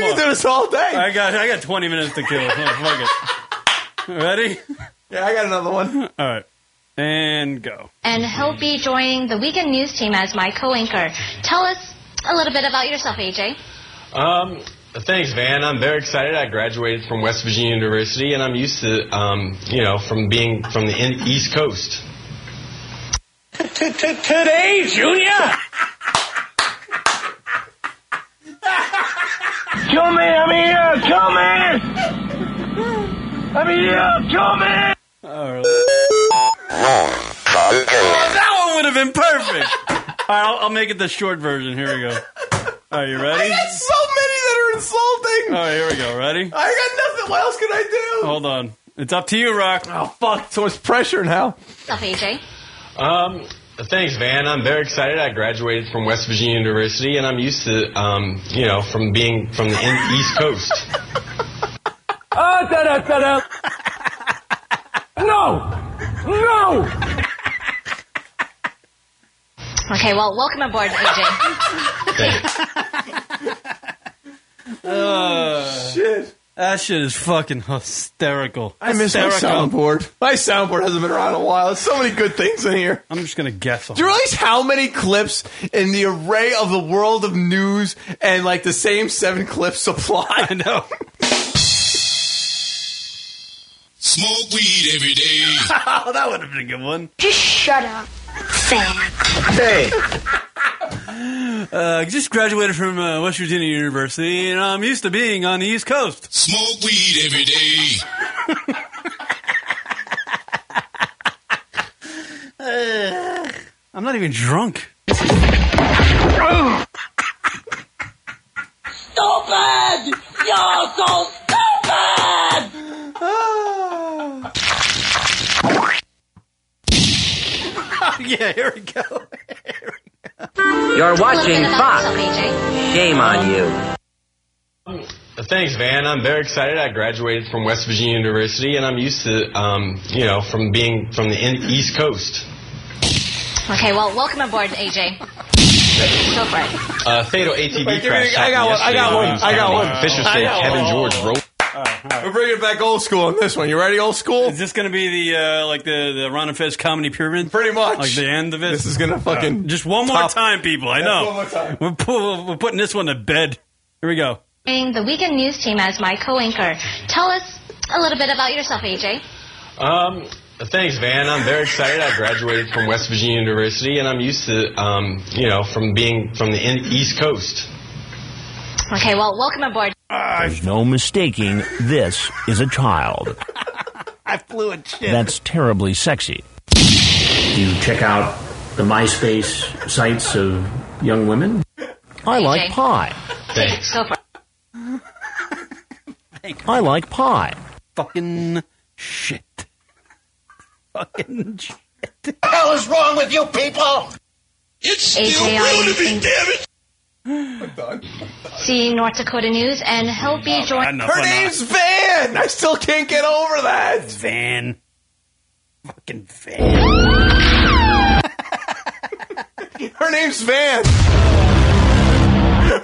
[SPEAKER 11] more.
[SPEAKER 7] can do this all day.
[SPEAKER 11] I got I got 20 minutes to kill. Oh, fuck it. Ready?
[SPEAKER 12] Yeah, I got another one.
[SPEAKER 11] All right, and go.
[SPEAKER 5] And he'll be joining the weekend news team as my co-anchor. Tell us a little bit about yourself, AJ.
[SPEAKER 2] Um, thanks, Van. I'm very excited. I graduated from West Virginia University, and I'm used to, um, you know, from being from the in- East Coast.
[SPEAKER 7] Today, Junior. Kill me! I'm here! Kill me! I'm here! Kill me!
[SPEAKER 11] that one would have been perfect. All right, I'll, I'll make it the short version. Here we go. All right, you
[SPEAKER 12] I
[SPEAKER 11] ready?
[SPEAKER 12] got so many that are
[SPEAKER 11] All
[SPEAKER 12] insulting.
[SPEAKER 11] right, here we go. Ready?
[SPEAKER 12] I got nothing. What else can I do?
[SPEAKER 11] Hold on. It's up to you, Rock. Oh
[SPEAKER 12] fuck! So much pressure now.
[SPEAKER 5] What's up, AJ?
[SPEAKER 2] Um, thanks, Van. I'm very excited. I graduated from West Virginia University, and I'm used to, um, you know, from being from the in- East Coast.
[SPEAKER 7] Ah, da da da da! No! No!
[SPEAKER 5] Okay, well, welcome aboard, AJ.
[SPEAKER 12] shit.
[SPEAKER 11] Uh, That shit is fucking hysterical.
[SPEAKER 12] I miss my
[SPEAKER 11] hysterical.
[SPEAKER 12] soundboard. My soundboard hasn't been around in a while. There's so many good things in here.
[SPEAKER 11] I'm just gonna guess.
[SPEAKER 12] Do you realize how many clips in the array of the world of news and like the same seven clips supply? I
[SPEAKER 11] know.
[SPEAKER 34] Smoke weed every day.
[SPEAKER 11] oh, that would have been a good one.
[SPEAKER 15] Just shut up, fan.
[SPEAKER 11] Hey. Uh, just graduated from uh, West Virginia University, and I'm used to being on the East Coast.
[SPEAKER 34] Smoke weed every day.
[SPEAKER 11] Uh, I'm not even drunk.
[SPEAKER 15] Stupid! You're so stupid!
[SPEAKER 11] yeah, here we go.
[SPEAKER 2] You're watching Fox.
[SPEAKER 35] Shame on you.
[SPEAKER 2] Um, Thanks, Van. I'm very excited. I graduated from West Virginia University, and I'm used to, um, you know, from being from the in- East Coast.
[SPEAKER 5] okay, well, welcome aboard, AJ. Go for it.
[SPEAKER 2] Uh, fatal ATV
[SPEAKER 12] Wait, give me-
[SPEAKER 2] crash.
[SPEAKER 12] I got one, I got one, I got one.
[SPEAKER 2] Fisher
[SPEAKER 12] I
[SPEAKER 2] said
[SPEAKER 12] got
[SPEAKER 2] Kevin
[SPEAKER 12] one.
[SPEAKER 2] George wrote.
[SPEAKER 12] We're bringing it back old school on this one. You ready, old school?
[SPEAKER 11] Is this going to be the uh, like the the Ron and Fez comedy pyramid? Pretty
[SPEAKER 12] much.
[SPEAKER 11] Like the end of it. Uh,
[SPEAKER 12] This is gonna fucking
[SPEAKER 11] just one more
[SPEAKER 12] top-
[SPEAKER 11] time, people. I
[SPEAKER 12] Yeah,
[SPEAKER 11] know.
[SPEAKER 12] one more time.
[SPEAKER 11] We're, pu- we're putting this one to bed. Here we go.
[SPEAKER 5] Joining the weekend news team as my co-anchor. Tell us a little bit about yourself, AJ.
[SPEAKER 2] Um, thanks, Van. I'm very excited. I graduated from West Virginia University, and I'm used to, um, you know, from being from the in- East Coast.
[SPEAKER 5] Okay, well, welcome aboard.
[SPEAKER 36] There's no mistaking this is a child.
[SPEAKER 11] I flew a chip.
[SPEAKER 36] That's terribly sexy. Do you check out the MySpace sites of young women? I like pie.
[SPEAKER 5] Thanks. Go for it.
[SPEAKER 36] I like pie.
[SPEAKER 11] Fucking shit. Fucking shit.
[SPEAKER 15] What the hell is wrong with you people?
[SPEAKER 5] It's still real to me, damn it! See North Dakota news and he'll be joined.
[SPEAKER 11] enough Her on that. name's
[SPEAKER 12] Van. I still can't get over that.
[SPEAKER 11] Van.
[SPEAKER 12] Fucking Van. her name's Van.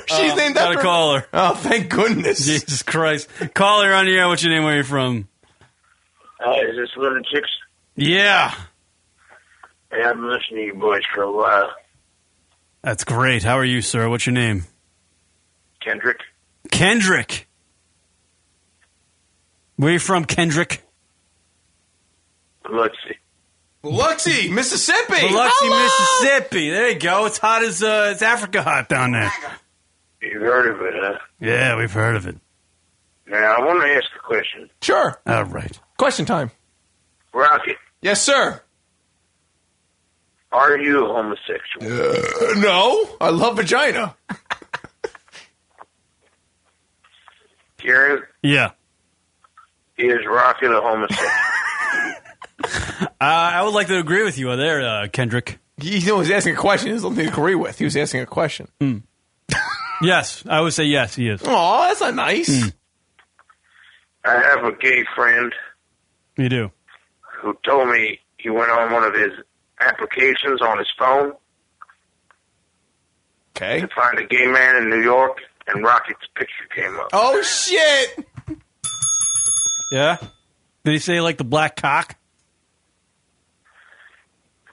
[SPEAKER 12] She's named
[SPEAKER 11] Oh, Gotta
[SPEAKER 12] after.
[SPEAKER 11] call her.
[SPEAKER 12] Oh, thank goodness.
[SPEAKER 11] Jesus Christ. Call her on the air. What's your name? Where you from?
[SPEAKER 7] Hey, is this Little Chicks?
[SPEAKER 11] Yeah.
[SPEAKER 7] Hey, I've been listening to you boys for a while.
[SPEAKER 11] That's great. How are you, sir? What's your name?
[SPEAKER 7] Kendrick,
[SPEAKER 11] Kendrick. Where you from, Kendrick?
[SPEAKER 7] Biloxi.
[SPEAKER 12] Biloxi, Mississippi.
[SPEAKER 11] Biloxi,
[SPEAKER 12] Hello.
[SPEAKER 11] Mississippi. There you go. It's hot as uh, it's Africa hot down there.
[SPEAKER 7] You've heard of it, huh?
[SPEAKER 11] Yeah, we've heard of it.
[SPEAKER 7] Now, I want to ask a question.
[SPEAKER 12] Sure.
[SPEAKER 11] All right.
[SPEAKER 12] Question time.
[SPEAKER 7] Rocket,
[SPEAKER 12] Yes, sir.
[SPEAKER 7] are you homosexual?
[SPEAKER 12] Uh, no, I love vagina.
[SPEAKER 7] Gary,
[SPEAKER 11] Yeah.
[SPEAKER 7] is Rocket a homosexual?
[SPEAKER 11] Uh, I would like to agree with you there, uh, Kendrick.
[SPEAKER 12] He he was asking a question. There's nothing to agree with. He was asking a question.
[SPEAKER 11] Hmm. Yes, I would say yes, he is.
[SPEAKER 12] Oh, that's not nice.
[SPEAKER 36] Hmm.
[SPEAKER 7] I have a gay friend
[SPEAKER 11] You do.
[SPEAKER 7] who told me he went on one of his applications on his phone
[SPEAKER 12] okay.
[SPEAKER 7] to find a gay man in New York, and Rocket's picture came up.
[SPEAKER 12] Oh shit!
[SPEAKER 11] Yeah? Did he say like the black cock?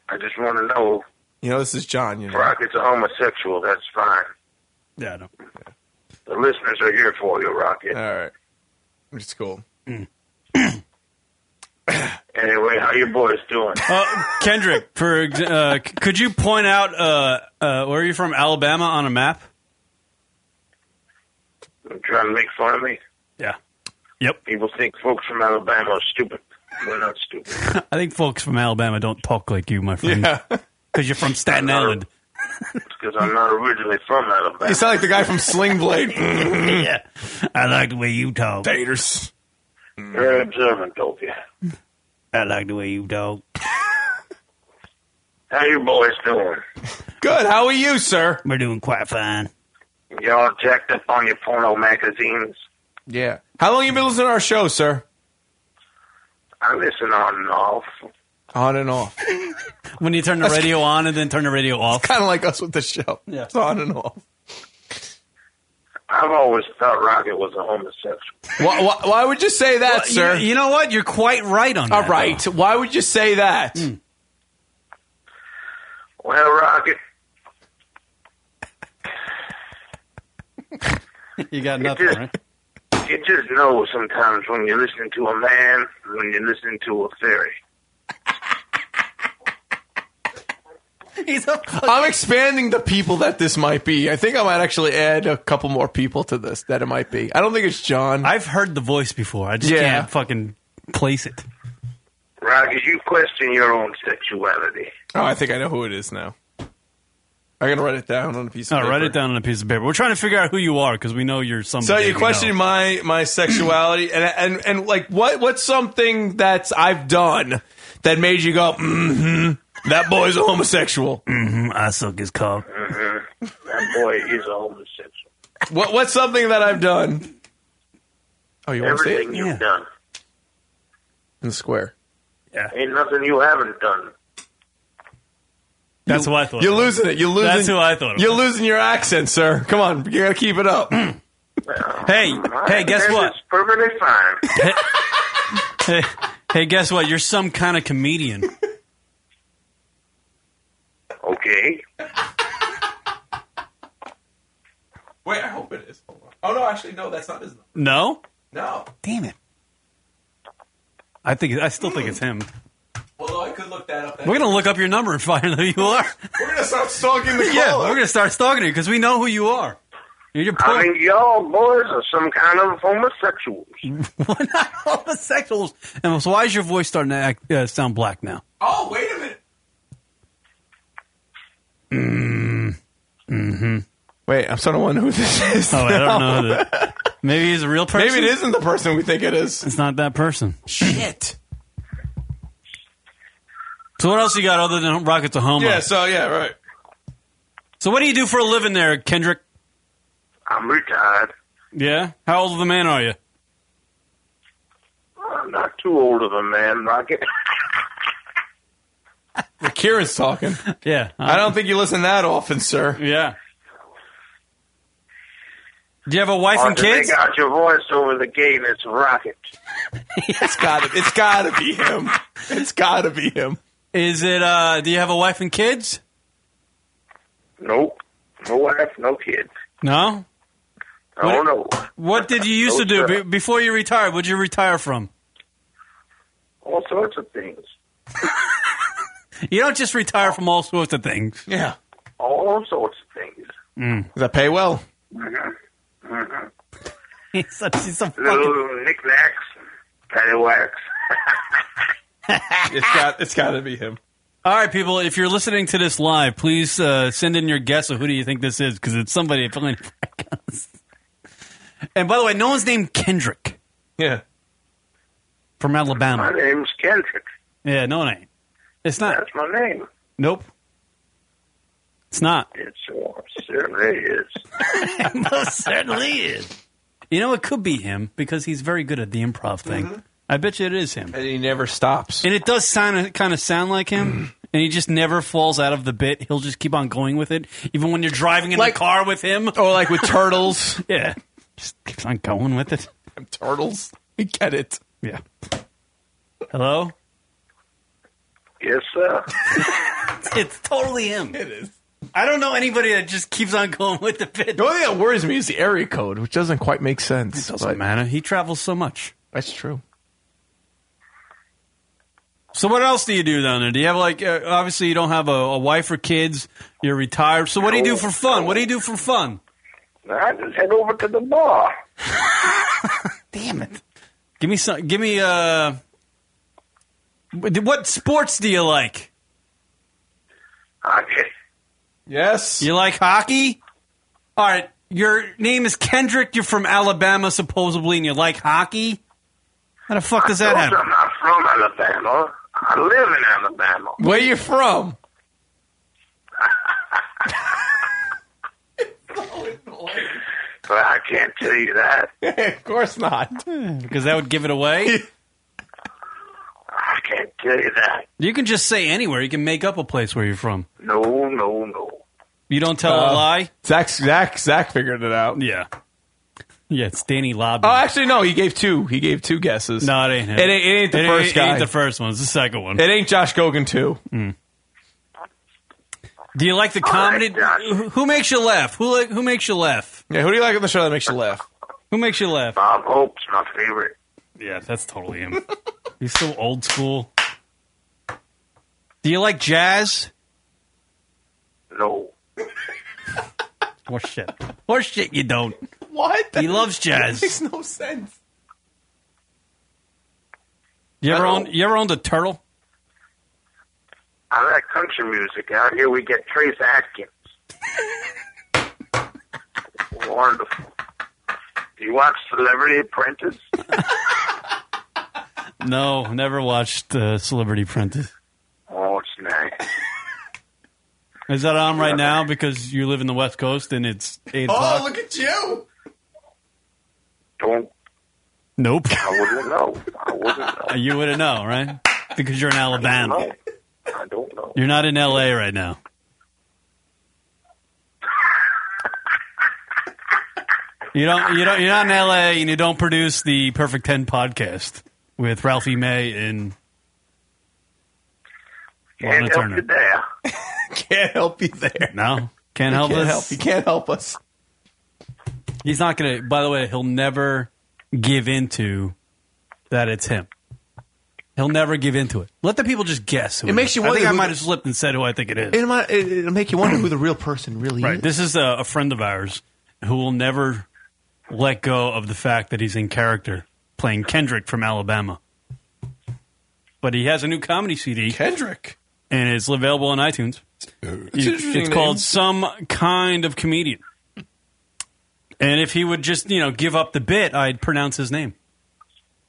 [SPEAKER 7] I just want to know
[SPEAKER 12] You know, this is John. You
[SPEAKER 7] if
[SPEAKER 12] know.
[SPEAKER 7] Rocket's a homosexual. That's fine.
[SPEAKER 11] Yeah, I don't.
[SPEAKER 7] The listeners are here for you, Rocket.
[SPEAKER 12] All right. It's cool.
[SPEAKER 11] Hmm.
[SPEAKER 7] Anyway, how you boys doing?
[SPEAKER 11] Uh, Kendrick, for ex- uh, c- could you point out uh, uh, where are you from, Alabama, on a map?
[SPEAKER 7] trying to make fun of me.
[SPEAKER 11] Yeah.
[SPEAKER 7] People think folks from Alabama are stupid. We're not stupid.
[SPEAKER 11] I think folks from Alabama don't talk like you, my friend.
[SPEAKER 7] Yeah.
[SPEAKER 11] Because you're from Staten Island.
[SPEAKER 7] because I'm not originally from Alabama.
[SPEAKER 11] You sound like the guy from Sling Blade. yeah. I like the way you talk.
[SPEAKER 7] Taters. Very observant, don't you?
[SPEAKER 11] I like the way you talk.
[SPEAKER 7] How you boys doing?
[SPEAKER 12] Good. How are you, sir?
[SPEAKER 11] We're doing quite fine.
[SPEAKER 7] Y'all jacked up on your porno magazines?
[SPEAKER 12] Yeah. How long you been listening to our show, sir?
[SPEAKER 7] I listen on and off.
[SPEAKER 12] On and off.
[SPEAKER 11] when you turn the radio on and then turn the radio off.
[SPEAKER 12] kind of like us with the show. Yeah. It's on and off.
[SPEAKER 7] I've always thought Rocket was a homosexual.
[SPEAKER 12] Why, why, why would you say that,
[SPEAKER 7] Well, you-
[SPEAKER 12] sir?
[SPEAKER 7] you
[SPEAKER 11] know what? You're quite right on Hmm.
[SPEAKER 12] All right. Why would you say that?
[SPEAKER 7] Well, Rocket,
[SPEAKER 11] you got nothing, right?
[SPEAKER 7] you just know sometimes when you're listening to a man, when you're listening to a fairy.
[SPEAKER 11] He's a
[SPEAKER 12] I'm expanding the people that this might be. I think I might actually add a couple more people to this that it might be. I don't think it's John.
[SPEAKER 11] I've heard the voice before. I just
[SPEAKER 12] Yeah.
[SPEAKER 11] can't fucking place it.
[SPEAKER 7] Rocket, you question your own sexuality.
[SPEAKER 12] Oh, I think I know who it is now. I'm gonna write it down on a piece of
[SPEAKER 11] No,
[SPEAKER 12] paper.
[SPEAKER 11] write it down on a piece of paper. We're trying to figure out who you are because we know you're somebody.
[SPEAKER 12] So
[SPEAKER 11] we
[SPEAKER 12] you
[SPEAKER 11] know.
[SPEAKER 12] questioned my my sexuality and and and like what what's something that's I've done that made you go mm-hmm, that boy's a homosexual.
[SPEAKER 11] Mm-hmm, I suck his cock.
[SPEAKER 7] Mm-hmm. That boy is a homosexual.
[SPEAKER 12] What what's something that I've done? Oh, you want to say
[SPEAKER 7] Everything
[SPEAKER 12] it?
[SPEAKER 7] you've done.
[SPEAKER 12] In square.
[SPEAKER 7] Ain't nothing you haven't done.
[SPEAKER 11] That's what I thought.
[SPEAKER 12] You're losing it. You're losing.
[SPEAKER 11] That's who I thought. it
[SPEAKER 12] You're
[SPEAKER 11] was. Mm.
[SPEAKER 12] losing your accent, sir. Come on, you gotta keep it up.
[SPEAKER 11] Hey, hey, guess what?
[SPEAKER 7] It's perfectly fine.
[SPEAKER 11] Hey, hey, guess what? You're some kind of comedian.
[SPEAKER 7] Okay.
[SPEAKER 12] Wait, I hope it is. Hold on. Oh no, actually, no, that's not his. Number.
[SPEAKER 11] No,
[SPEAKER 12] No,
[SPEAKER 11] damn it. I think I still think it's him.
[SPEAKER 12] although I could look that up.
[SPEAKER 11] We're gonna look up your number and find out who you are.
[SPEAKER 12] We're gonna start stalking the
[SPEAKER 11] yeah,
[SPEAKER 12] caller.
[SPEAKER 11] we're gonna start stalking you because we know who you are. You're your
[SPEAKER 7] I mean, y'all boys are some kind of homosexuals.
[SPEAKER 11] homosexuals. And so, why is your voice starting to act, uh, sound black now?
[SPEAKER 12] Oh, wait a minute.
[SPEAKER 11] Mm. Hmm.
[SPEAKER 12] mm-hmm. Wait, I'm starting to wonder who this is.
[SPEAKER 11] Oh, I don't know.
[SPEAKER 12] now.
[SPEAKER 11] Who the, maybe he's a real person.
[SPEAKER 12] Maybe it isn't the person we think it is.
[SPEAKER 11] It's not that person.
[SPEAKER 12] Shit.
[SPEAKER 11] So what else you got other than rockets a homo?
[SPEAKER 12] Yeah. So yeah, right.
[SPEAKER 11] So what do you do for a living there, Kendrick?
[SPEAKER 7] I'm retired.
[SPEAKER 11] Yeah. How old of a man are you?
[SPEAKER 7] I'm not too old of a man, Rocket.
[SPEAKER 12] Kieran's talking.
[SPEAKER 11] Yeah. uh-huh.
[SPEAKER 12] I don't think you listen that often, sir.
[SPEAKER 11] Yeah. Do you have a wife
[SPEAKER 7] Hard to make out your voice over the gate. It's Rocket.
[SPEAKER 12] it's gotta. It's gotta be him. It's gotta be him.
[SPEAKER 11] Is it? uh Do you have a wife and kids?
[SPEAKER 7] Nope. No wife, no kids.
[SPEAKER 11] No.
[SPEAKER 7] I don't know.
[SPEAKER 11] What did you used
[SPEAKER 7] No,
[SPEAKER 11] to do
[SPEAKER 7] sir.
[SPEAKER 11] be- before you retired? What'd you retire from?
[SPEAKER 7] All sorts of things.
[SPEAKER 11] You don't just retire from all sorts of things.
[SPEAKER 12] Yeah.
[SPEAKER 7] All sorts of things.
[SPEAKER 11] Mm.
[SPEAKER 12] Does that pay well?
[SPEAKER 7] Mm-hmm. Mm-hmm.
[SPEAKER 11] He's such, he's so fucking.
[SPEAKER 7] Little knickknacks, paddywhacks.
[SPEAKER 12] It's got. It's gotta be him.
[SPEAKER 11] All right, people. If you're listening to this live, please uh, send in your guess of who do you think this is because it's somebody. fucking- and by the way, no one's named Kendrick
[SPEAKER 12] Yeah.
[SPEAKER 11] from
[SPEAKER 7] My
[SPEAKER 11] Alabama.
[SPEAKER 7] name's Kendrick.
[SPEAKER 11] Yeah, no one ain't. It's not.
[SPEAKER 7] That's my name.
[SPEAKER 11] Nope. It's not.
[SPEAKER 7] It sure certainly is.
[SPEAKER 11] Most certainly is. You know, it could be him because he's very good at the improv thing. I bet you it is him.
[SPEAKER 12] Mm-hmm. And he never stops.
[SPEAKER 11] And it does sound kind of sound like him. And he just never falls out of the bit. He'll just keep on going with it, even when you're driving in the car with him,
[SPEAKER 12] or Oh, like with turtles.
[SPEAKER 11] yeah, just keeps on going with it.
[SPEAKER 12] Turtles. We get it.
[SPEAKER 11] Yeah. Hello.
[SPEAKER 7] Yes, sir.
[SPEAKER 11] It's totally him. It is. I don't know anybody that just keeps on going with the bit.
[SPEAKER 12] The only thing that worries me is the area code, which doesn't quite make sense. It doesn't
[SPEAKER 11] matter. He travels so much.
[SPEAKER 12] That's true.
[SPEAKER 11] So what else do you do down there? Do you have like uh, obviously you don't have a, a wife or kids? You're retired. So what do you do for fun? What do you do for fun?
[SPEAKER 7] I just head over to the bar.
[SPEAKER 11] Damn it. Give me some. Give me uh. what- What sports do you like?
[SPEAKER 7] Hockey.
[SPEAKER 11] Yes. You like hockey? All right. Your name is Kendrick. You're from Alabama, supposedly, and you like hockey. How the fuck does that
[SPEAKER 7] I told you
[SPEAKER 11] happen?
[SPEAKER 7] I'm not from Alabama. I live in Alabama.
[SPEAKER 11] Where you from?
[SPEAKER 7] But I can't tell you that.
[SPEAKER 12] of course not.
[SPEAKER 11] Because that would give it away.
[SPEAKER 7] I can't tell you that.
[SPEAKER 11] you can just say anywhere. You can make up a place where you're from.
[SPEAKER 7] No, no, no.
[SPEAKER 11] You don't tell a
[SPEAKER 12] Uh,
[SPEAKER 11] lie.
[SPEAKER 12] Zach, Zach, Zach figured it out.
[SPEAKER 11] Yeah. Yeah, it's Danny Lobby.
[SPEAKER 12] Oh, actually, no. He gave two. He gave two guesses.
[SPEAKER 11] No, it ain't him.
[SPEAKER 12] It ain't, it ain't the
[SPEAKER 11] It
[SPEAKER 12] first
[SPEAKER 11] ain't- it
[SPEAKER 12] guy.
[SPEAKER 11] ain't the first one. It's the second one. Mm.
[SPEAKER 12] It ain't Josh Gogan too.
[SPEAKER 11] Do you like
[SPEAKER 7] Oh,
[SPEAKER 11] the comedy? Who who makes you laugh? Who like, who makes you laugh?
[SPEAKER 12] Yeah, who do you like on the show that makes you laugh?
[SPEAKER 11] Who makes you laugh?
[SPEAKER 7] Bob Hope's my favorite.
[SPEAKER 11] Yeah, that's totally him. He's so old school. Do you like jazz?
[SPEAKER 7] No.
[SPEAKER 11] Horseshit. Horseshit, you don't.
[SPEAKER 12] What?
[SPEAKER 11] He loves jazz.
[SPEAKER 12] That makes no sense.
[SPEAKER 11] You ever owned, you ever owned a turtle?
[SPEAKER 7] I like country music. Out here we get Trace Atkins. Wonderful. Do you watch Celebrity Apprentice?
[SPEAKER 11] No, never watched uh, Celebrity Apprentice.
[SPEAKER 7] Oh, it's nice.
[SPEAKER 11] Is that on right now because you live in the West Coast and it's 8
[SPEAKER 7] Oh,
[SPEAKER 11] o'clock?
[SPEAKER 12] look at you.
[SPEAKER 7] Don't.
[SPEAKER 11] Nope.
[SPEAKER 7] I wouldn't know. I wouldn't know.
[SPEAKER 11] You wouldn't know, right? Because you're in Alabama.
[SPEAKER 7] I don't know.
[SPEAKER 11] You're not in LA right now. You don't you don't you're not in LA and you don't produce the Perfect 10 podcast with Ralphie May and Lana
[SPEAKER 7] Can't help you
[SPEAKER 11] Turner.
[SPEAKER 7] there.
[SPEAKER 12] Can't help you there.
[SPEAKER 11] No. Can't help
[SPEAKER 12] can't
[SPEAKER 11] us.
[SPEAKER 12] Help. He can't help us.
[SPEAKER 11] He's not going to by the way, he'll never give into that it's him. He'll never give into it. Let the people just guess. Who
[SPEAKER 12] It makes you
[SPEAKER 11] is. I think
[SPEAKER 12] wonder
[SPEAKER 11] I
[SPEAKER 12] who-
[SPEAKER 11] might have slipped and said who I think it is.
[SPEAKER 12] It might, it, it'll make you wonder who the real person really
[SPEAKER 11] Right.
[SPEAKER 12] is.
[SPEAKER 11] This is a, a friend of ours who will never let go of the fact that he's in character playing Kendrick from Alabama. But he has a new comedy CD.
[SPEAKER 12] Kendrick.
[SPEAKER 11] And it's available on iTunes. It's,
[SPEAKER 12] interesting name.
[SPEAKER 11] called Some Kind of Comedian. And if he would just, you know, give up the bit, I'd pronounce his name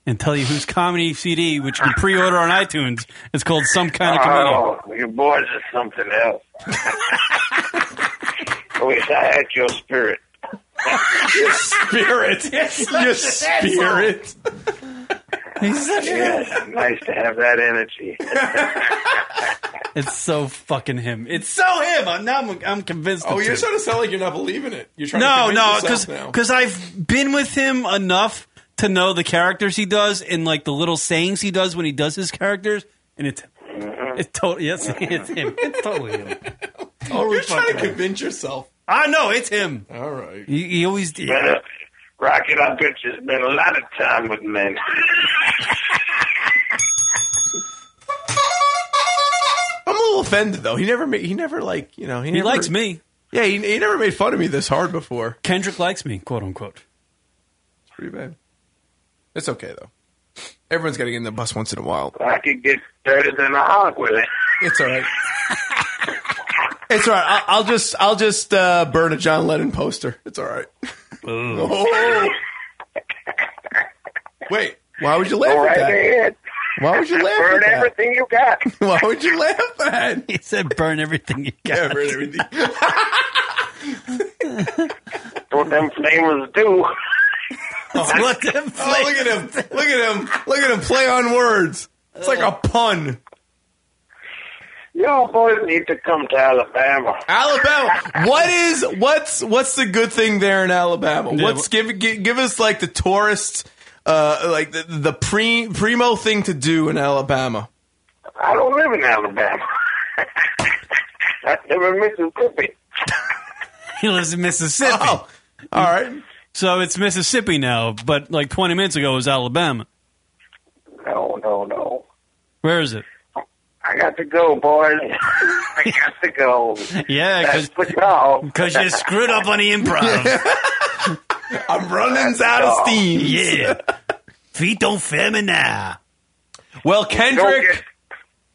[SPEAKER 11] and tell you whose comedy CD, which you can pre order on iTunes, is called Some Kind of Comedian.
[SPEAKER 7] Oh, your boys is something else. I wish I had your spirit.
[SPEAKER 12] your spirit. Your spirit.
[SPEAKER 11] He's
[SPEAKER 15] Oh,
[SPEAKER 11] such
[SPEAKER 7] yeah, nice to have that energy.
[SPEAKER 11] It's so fucking him. It's so him. I'm, now I'm, I'm convinced.
[SPEAKER 12] Oh,
[SPEAKER 11] it's
[SPEAKER 12] you're
[SPEAKER 11] him.
[SPEAKER 12] trying to sound like you're not believing it. You're trying
[SPEAKER 11] no,
[SPEAKER 12] to
[SPEAKER 11] no,
[SPEAKER 12] convince
[SPEAKER 11] because
[SPEAKER 12] yourself now.
[SPEAKER 11] I've been with him enough to know the characters he does and like the little sayings he does when he does his characters, and it's it's totally yes, it's him. Mm-hmm. It's totally him.
[SPEAKER 12] you're trying to
[SPEAKER 11] fucking-
[SPEAKER 12] convince yourself.
[SPEAKER 11] I know Oh, it's him.
[SPEAKER 12] All right.
[SPEAKER 11] He, he always did.
[SPEAKER 7] Better. Rocket, I bet you spent a lot of time with men.
[SPEAKER 12] I'm a little offended though. He never made. He never like you know. He,
[SPEAKER 11] He
[SPEAKER 12] never,
[SPEAKER 11] likes me.
[SPEAKER 12] Yeah, he, he never made fun of me this hard before.
[SPEAKER 11] Kendrick likes me, quote unquote.
[SPEAKER 12] Pretty bad. It's okay though. Everyone's got to get in the bus once in a while.
[SPEAKER 7] I could get better than a hog with it.
[SPEAKER 12] It's all right. It's all right. I'll, I'll just I'll just uh, burn a John Lennon poster. It's all right. Oh. Wait, why would you laugh
[SPEAKER 7] Go
[SPEAKER 12] at
[SPEAKER 7] right
[SPEAKER 12] that?
[SPEAKER 7] ahead.
[SPEAKER 12] Why would you laugh
[SPEAKER 7] Burn
[SPEAKER 12] at that?
[SPEAKER 7] everything you got.
[SPEAKER 12] Why would you laugh at that?
[SPEAKER 11] He said, "Burn everything you got."
[SPEAKER 12] Yeah, burn everything.
[SPEAKER 7] What them flamers do.
[SPEAKER 11] what the
[SPEAKER 12] Oh, look at him! Look at him! Look at him play on words. It's like a pun.
[SPEAKER 7] Y'all boys need to come to Alabama.
[SPEAKER 12] Alabama. What is what's what's the good thing there in Alabama?
[SPEAKER 11] Yeah,
[SPEAKER 12] What's give, give give us like the tourist uh like the, the pre primo thing to do in Alabama?
[SPEAKER 7] I don't live in Alabama. I live in Mississippi.
[SPEAKER 11] He lives in Mississippi.
[SPEAKER 12] All right.
[SPEAKER 11] So it's Mississippi now, but like 20 minutes ago it was Alabama.
[SPEAKER 7] No, no, no.
[SPEAKER 11] Where is it?
[SPEAKER 7] I I got to go, boys. I got to go.
[SPEAKER 37] Yeah,
[SPEAKER 7] That's for y'all.
[SPEAKER 37] Because you screwed up on the improv.
[SPEAKER 12] I'm running out of steam.
[SPEAKER 37] Yeah. Vito Femina.
[SPEAKER 12] Well, Kendrick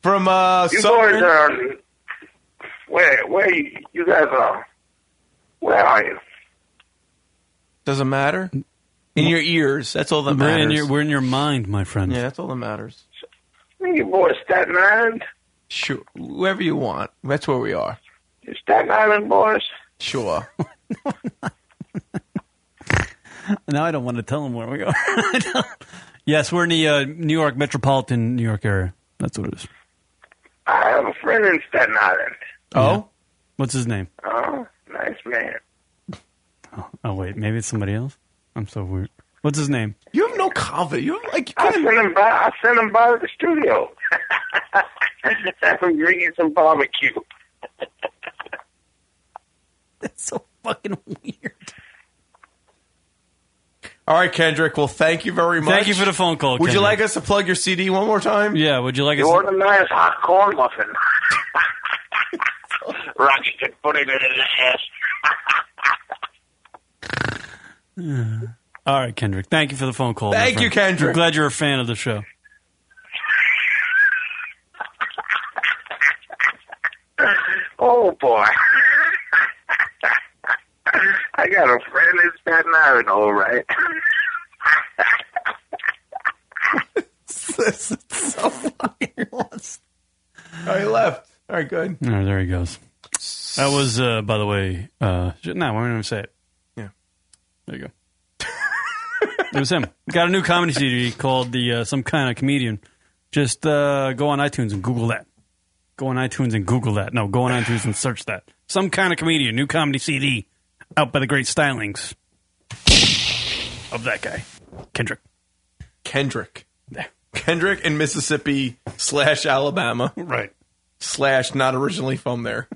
[SPEAKER 12] from uh,
[SPEAKER 7] you
[SPEAKER 12] Southern-
[SPEAKER 7] boys are where? Where you, you guys are? Where are you?
[SPEAKER 12] doesn't matter. In your ears, that's all that
[SPEAKER 11] We're in
[SPEAKER 12] matters.
[SPEAKER 11] your, we're in your mind, my friend.
[SPEAKER 12] yeah, that's all that matters.
[SPEAKER 7] You boys, Staten Island.
[SPEAKER 12] Sure, wherever you want, that's where we are.
[SPEAKER 7] You Staten Island boys.
[SPEAKER 12] Sure.
[SPEAKER 11] Now I don't want to tell him where we are. yes, we're in the uh, New York metropolitan New York area. That's what it is.
[SPEAKER 7] I have a friend in Staten Island.
[SPEAKER 11] Oh? What's his name?
[SPEAKER 7] Oh, nice man.
[SPEAKER 11] Oh, wait. Maybe it's somebody else? I'm so weird. What's his name?
[SPEAKER 12] You have no confidence. You're like
[SPEAKER 7] I sent him by. I sent him by to the studio. I'm drinking some barbecue.
[SPEAKER 11] That's so fucking weird.
[SPEAKER 12] All right, Kendrick. Well, thank you very much.
[SPEAKER 11] Thank you for the phone call.
[SPEAKER 12] Would you
[SPEAKER 11] Kendrick.
[SPEAKER 12] like us to plug your CD one more time?
[SPEAKER 11] Yeah. Would you like
[SPEAKER 7] You
[SPEAKER 11] us?
[SPEAKER 7] ordered a nice hot corn muffin. Rocky could put it in his ass.
[SPEAKER 11] To... Uh, All right, Kendrick. Thank you for the phone call. my
[SPEAKER 12] Thank you,
[SPEAKER 11] friend.
[SPEAKER 12] Kendrick.
[SPEAKER 11] I'm glad you're a fan of the show.
[SPEAKER 7] Oh boy. I got a friend in Staten Island, all right.
[SPEAKER 12] this is so fucking lost. All right, left. All right, good.
[SPEAKER 11] All right, there he goes. That was, uh, by the way, uh, sh- no, we're not going to say it.
[SPEAKER 12] Yeah.
[SPEAKER 11] There you go. it was him. Got a new comedy CD called the uh, Some Kind of Comedian. Just uh, go on iTunes and Google that. Go on iTunes and Google that. No, go on iTunes and search that. Some Kind of Comedian, new comedy CD out by the great stylings of that guy, Kendrick.
[SPEAKER 12] Kendrick. Kendrick in Mississippi slash Alabama.
[SPEAKER 11] Right.
[SPEAKER 12] Slash not originally from there.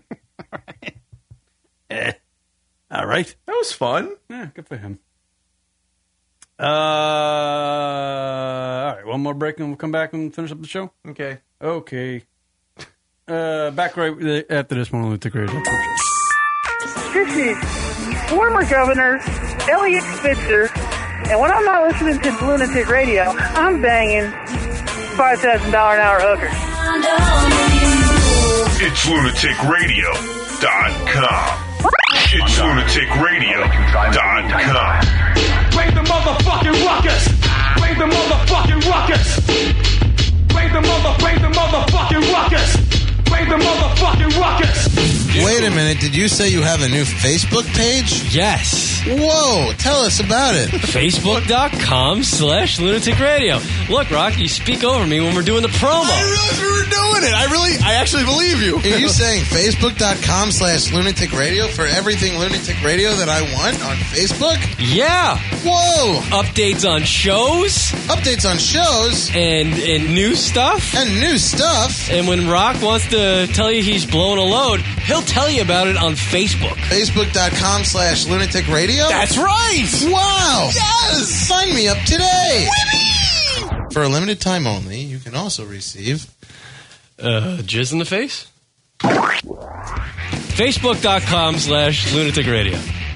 [SPEAKER 11] Eh. All right.
[SPEAKER 12] That was fun.
[SPEAKER 11] Yeah, good for him. Uh, all right, one more break and we'll come back and finish up the show.
[SPEAKER 12] Okay.
[SPEAKER 11] Okay. Uh, back right with- after this one, we'll take a
[SPEAKER 38] This is former Governor Elliot Spitzer, and when I'm not listening to Lunatic Radio, I'm banging five thousand dollar an hour hookers.
[SPEAKER 10] It's lunaticradio.com. It's lunaticradio.com.
[SPEAKER 39] Bring the motherfucking ruckus! Bring the motherfucking ruckus! Bring the mother, bring the motherfucking ruckus! Bring the motherfucking ruckus!
[SPEAKER 15] Wait a minute. Did you say you have a new Facebook page?
[SPEAKER 40] Yes.
[SPEAKER 15] Whoa. Tell us about it.
[SPEAKER 40] Facebook.com slash lunatic radio. Look, Rock, you speak over me when we're doing the promo.
[SPEAKER 15] we were doing it. I really, I actually believe you. Are you saying facebook.com slash lunatic radio for everything lunatic radio that I want on Facebook?
[SPEAKER 40] Yeah.
[SPEAKER 15] Whoa.
[SPEAKER 40] Updates on shows.
[SPEAKER 15] Updates on shows.
[SPEAKER 40] And and new stuff.
[SPEAKER 15] And new stuff.
[SPEAKER 40] And when Rock wants to tell you he's blowing a load, he'll tell you about it on Facebook.
[SPEAKER 15] Facebook.com slash lunatic radio?
[SPEAKER 40] That's right.
[SPEAKER 15] Wow. Yes. Sign me up today. For a limited time only, you can also receive.
[SPEAKER 40] Uh, jizz in the face? Facebook.com slash lunatic radio.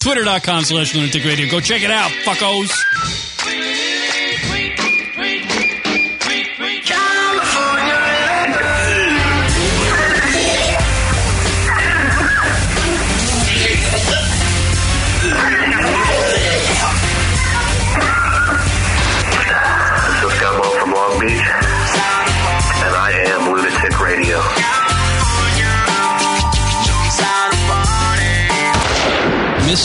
[SPEAKER 41] Twitter.com slash lunatic radio. Go check it out, fuckos.
[SPEAKER 10] This is Gumbo from Long Beach, and I am Lunatic Radio.
[SPEAKER 41] Miss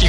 [SPEAKER 25] You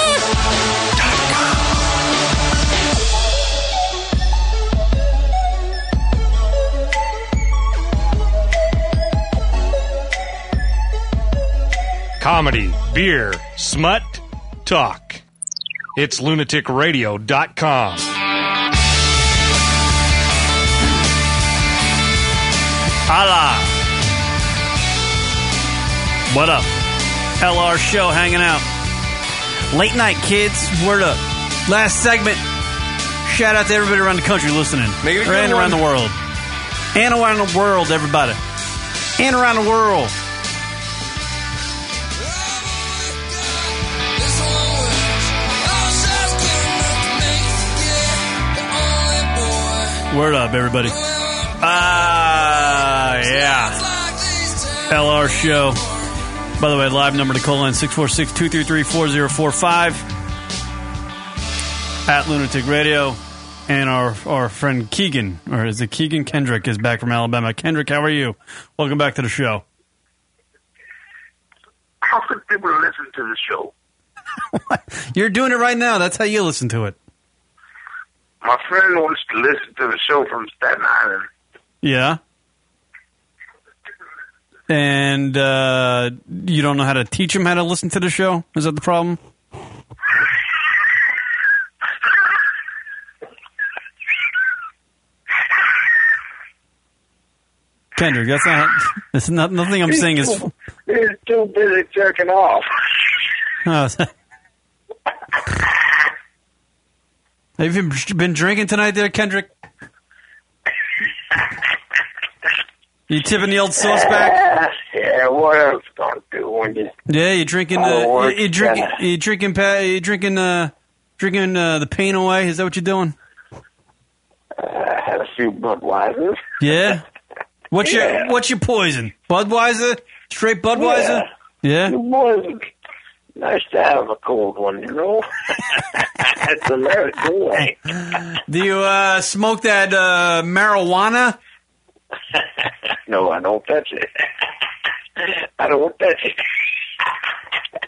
[SPEAKER 9] Comedy, beer, smut, talk. It's lunaticradio.com.
[SPEAKER 11] Hola. What up? LR show hanging out. Late night kids, word up. Last segment. Shout out to everybody around the country listening.
[SPEAKER 12] Make it a good
[SPEAKER 11] and around
[SPEAKER 12] one.
[SPEAKER 11] the world. And around the world, everybody. And around the world. Word up, everybody. Ah, yeah. LR Show. By the way, live number to call in 646 233 4045 at Lunatic Radio. And our, our friend Keegan, or is it Keegan Kendrick, is back from Alabama. Kendrick, how are you? Welcome back to the show.
[SPEAKER 7] How could people listen to the show?
[SPEAKER 11] You're doing it right now. That's how you listen to it.
[SPEAKER 7] My friend wants to listen to the show from Staten Island.
[SPEAKER 11] Yeah. And uh, you don't know how to teach him how to listen to the show? Is that the problem? Kendrick, that's not. That's not. Nothing I'm saying is.
[SPEAKER 7] He's too busy jerking off.
[SPEAKER 11] Oh, is that- Have you been, been drinking tonight, there, Kendrick? You tipping the old sauce back?
[SPEAKER 7] Yeah, what else gonna do when you?
[SPEAKER 11] Yeah, you drinking.
[SPEAKER 7] Oh,
[SPEAKER 11] Uh, you, you
[SPEAKER 7] it's
[SPEAKER 11] drinking.
[SPEAKER 7] better.
[SPEAKER 11] You drinking. pa- You drinking. Uh, drinking uh, the pain away. Is that what you're doing?
[SPEAKER 7] I had a few Budweisers.
[SPEAKER 11] Yeah. What's your What's your poison? Budweiser. Straight Budweiser. Yeah.
[SPEAKER 7] You boys, nice to have a cold one, you know. That's a very good one.
[SPEAKER 11] Do you uh, smoke that uh, marijuana?
[SPEAKER 7] No, I don't touch it. I don't touch it.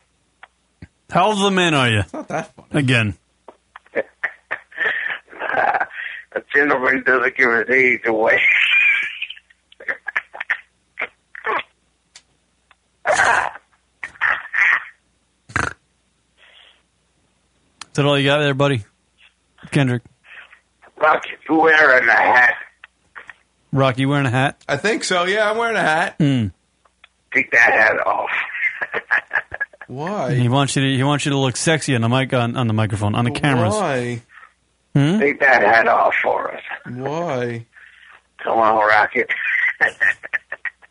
[SPEAKER 11] How old of a man are you? not that funny. Again.
[SPEAKER 7] A gentleman doesn't give his age away.
[SPEAKER 11] Is that all you got there, buddy? Kendrick,
[SPEAKER 7] Rocky, you wearing a hat.
[SPEAKER 11] Rocky, you wearing a hat?
[SPEAKER 12] I think so. Yeah, I'm wearing a hat.
[SPEAKER 11] Mm.
[SPEAKER 7] Take that hat off.
[SPEAKER 12] Why?
[SPEAKER 11] He wants you to. He wants you to look sexy on the mic on, on the microphone on the cameras.
[SPEAKER 12] Why?
[SPEAKER 11] Hmm?
[SPEAKER 7] Take that hat off for us.
[SPEAKER 12] Why?
[SPEAKER 7] Come on, Rocket.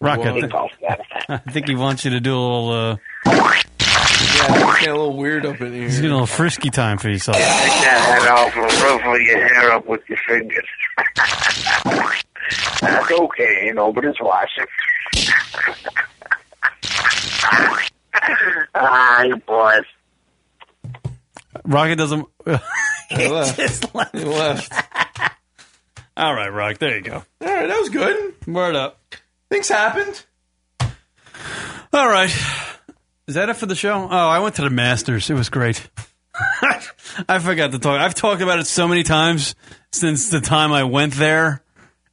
[SPEAKER 11] Rocket.
[SPEAKER 7] Take off that hat.
[SPEAKER 11] I think he wants you to do a little. Uh,
[SPEAKER 12] Yeah, it's a little weird up in
[SPEAKER 11] he's
[SPEAKER 12] here.
[SPEAKER 11] getting a little frisky time for yourself.
[SPEAKER 7] Take that hat off and ruffle your hair up with your fingers. That's okay, you know, but it's washing. ah, you boys.
[SPEAKER 11] Rocket doesn't.
[SPEAKER 12] He left. He left.
[SPEAKER 11] All right, Rock. There you go.
[SPEAKER 12] All right, that was good.
[SPEAKER 11] Word up.
[SPEAKER 12] Things happened.
[SPEAKER 11] All right. Is that it for the show? Oh, I went to the Masters. It was great. I forgot to talk. I've talked about it so many times since the time I went there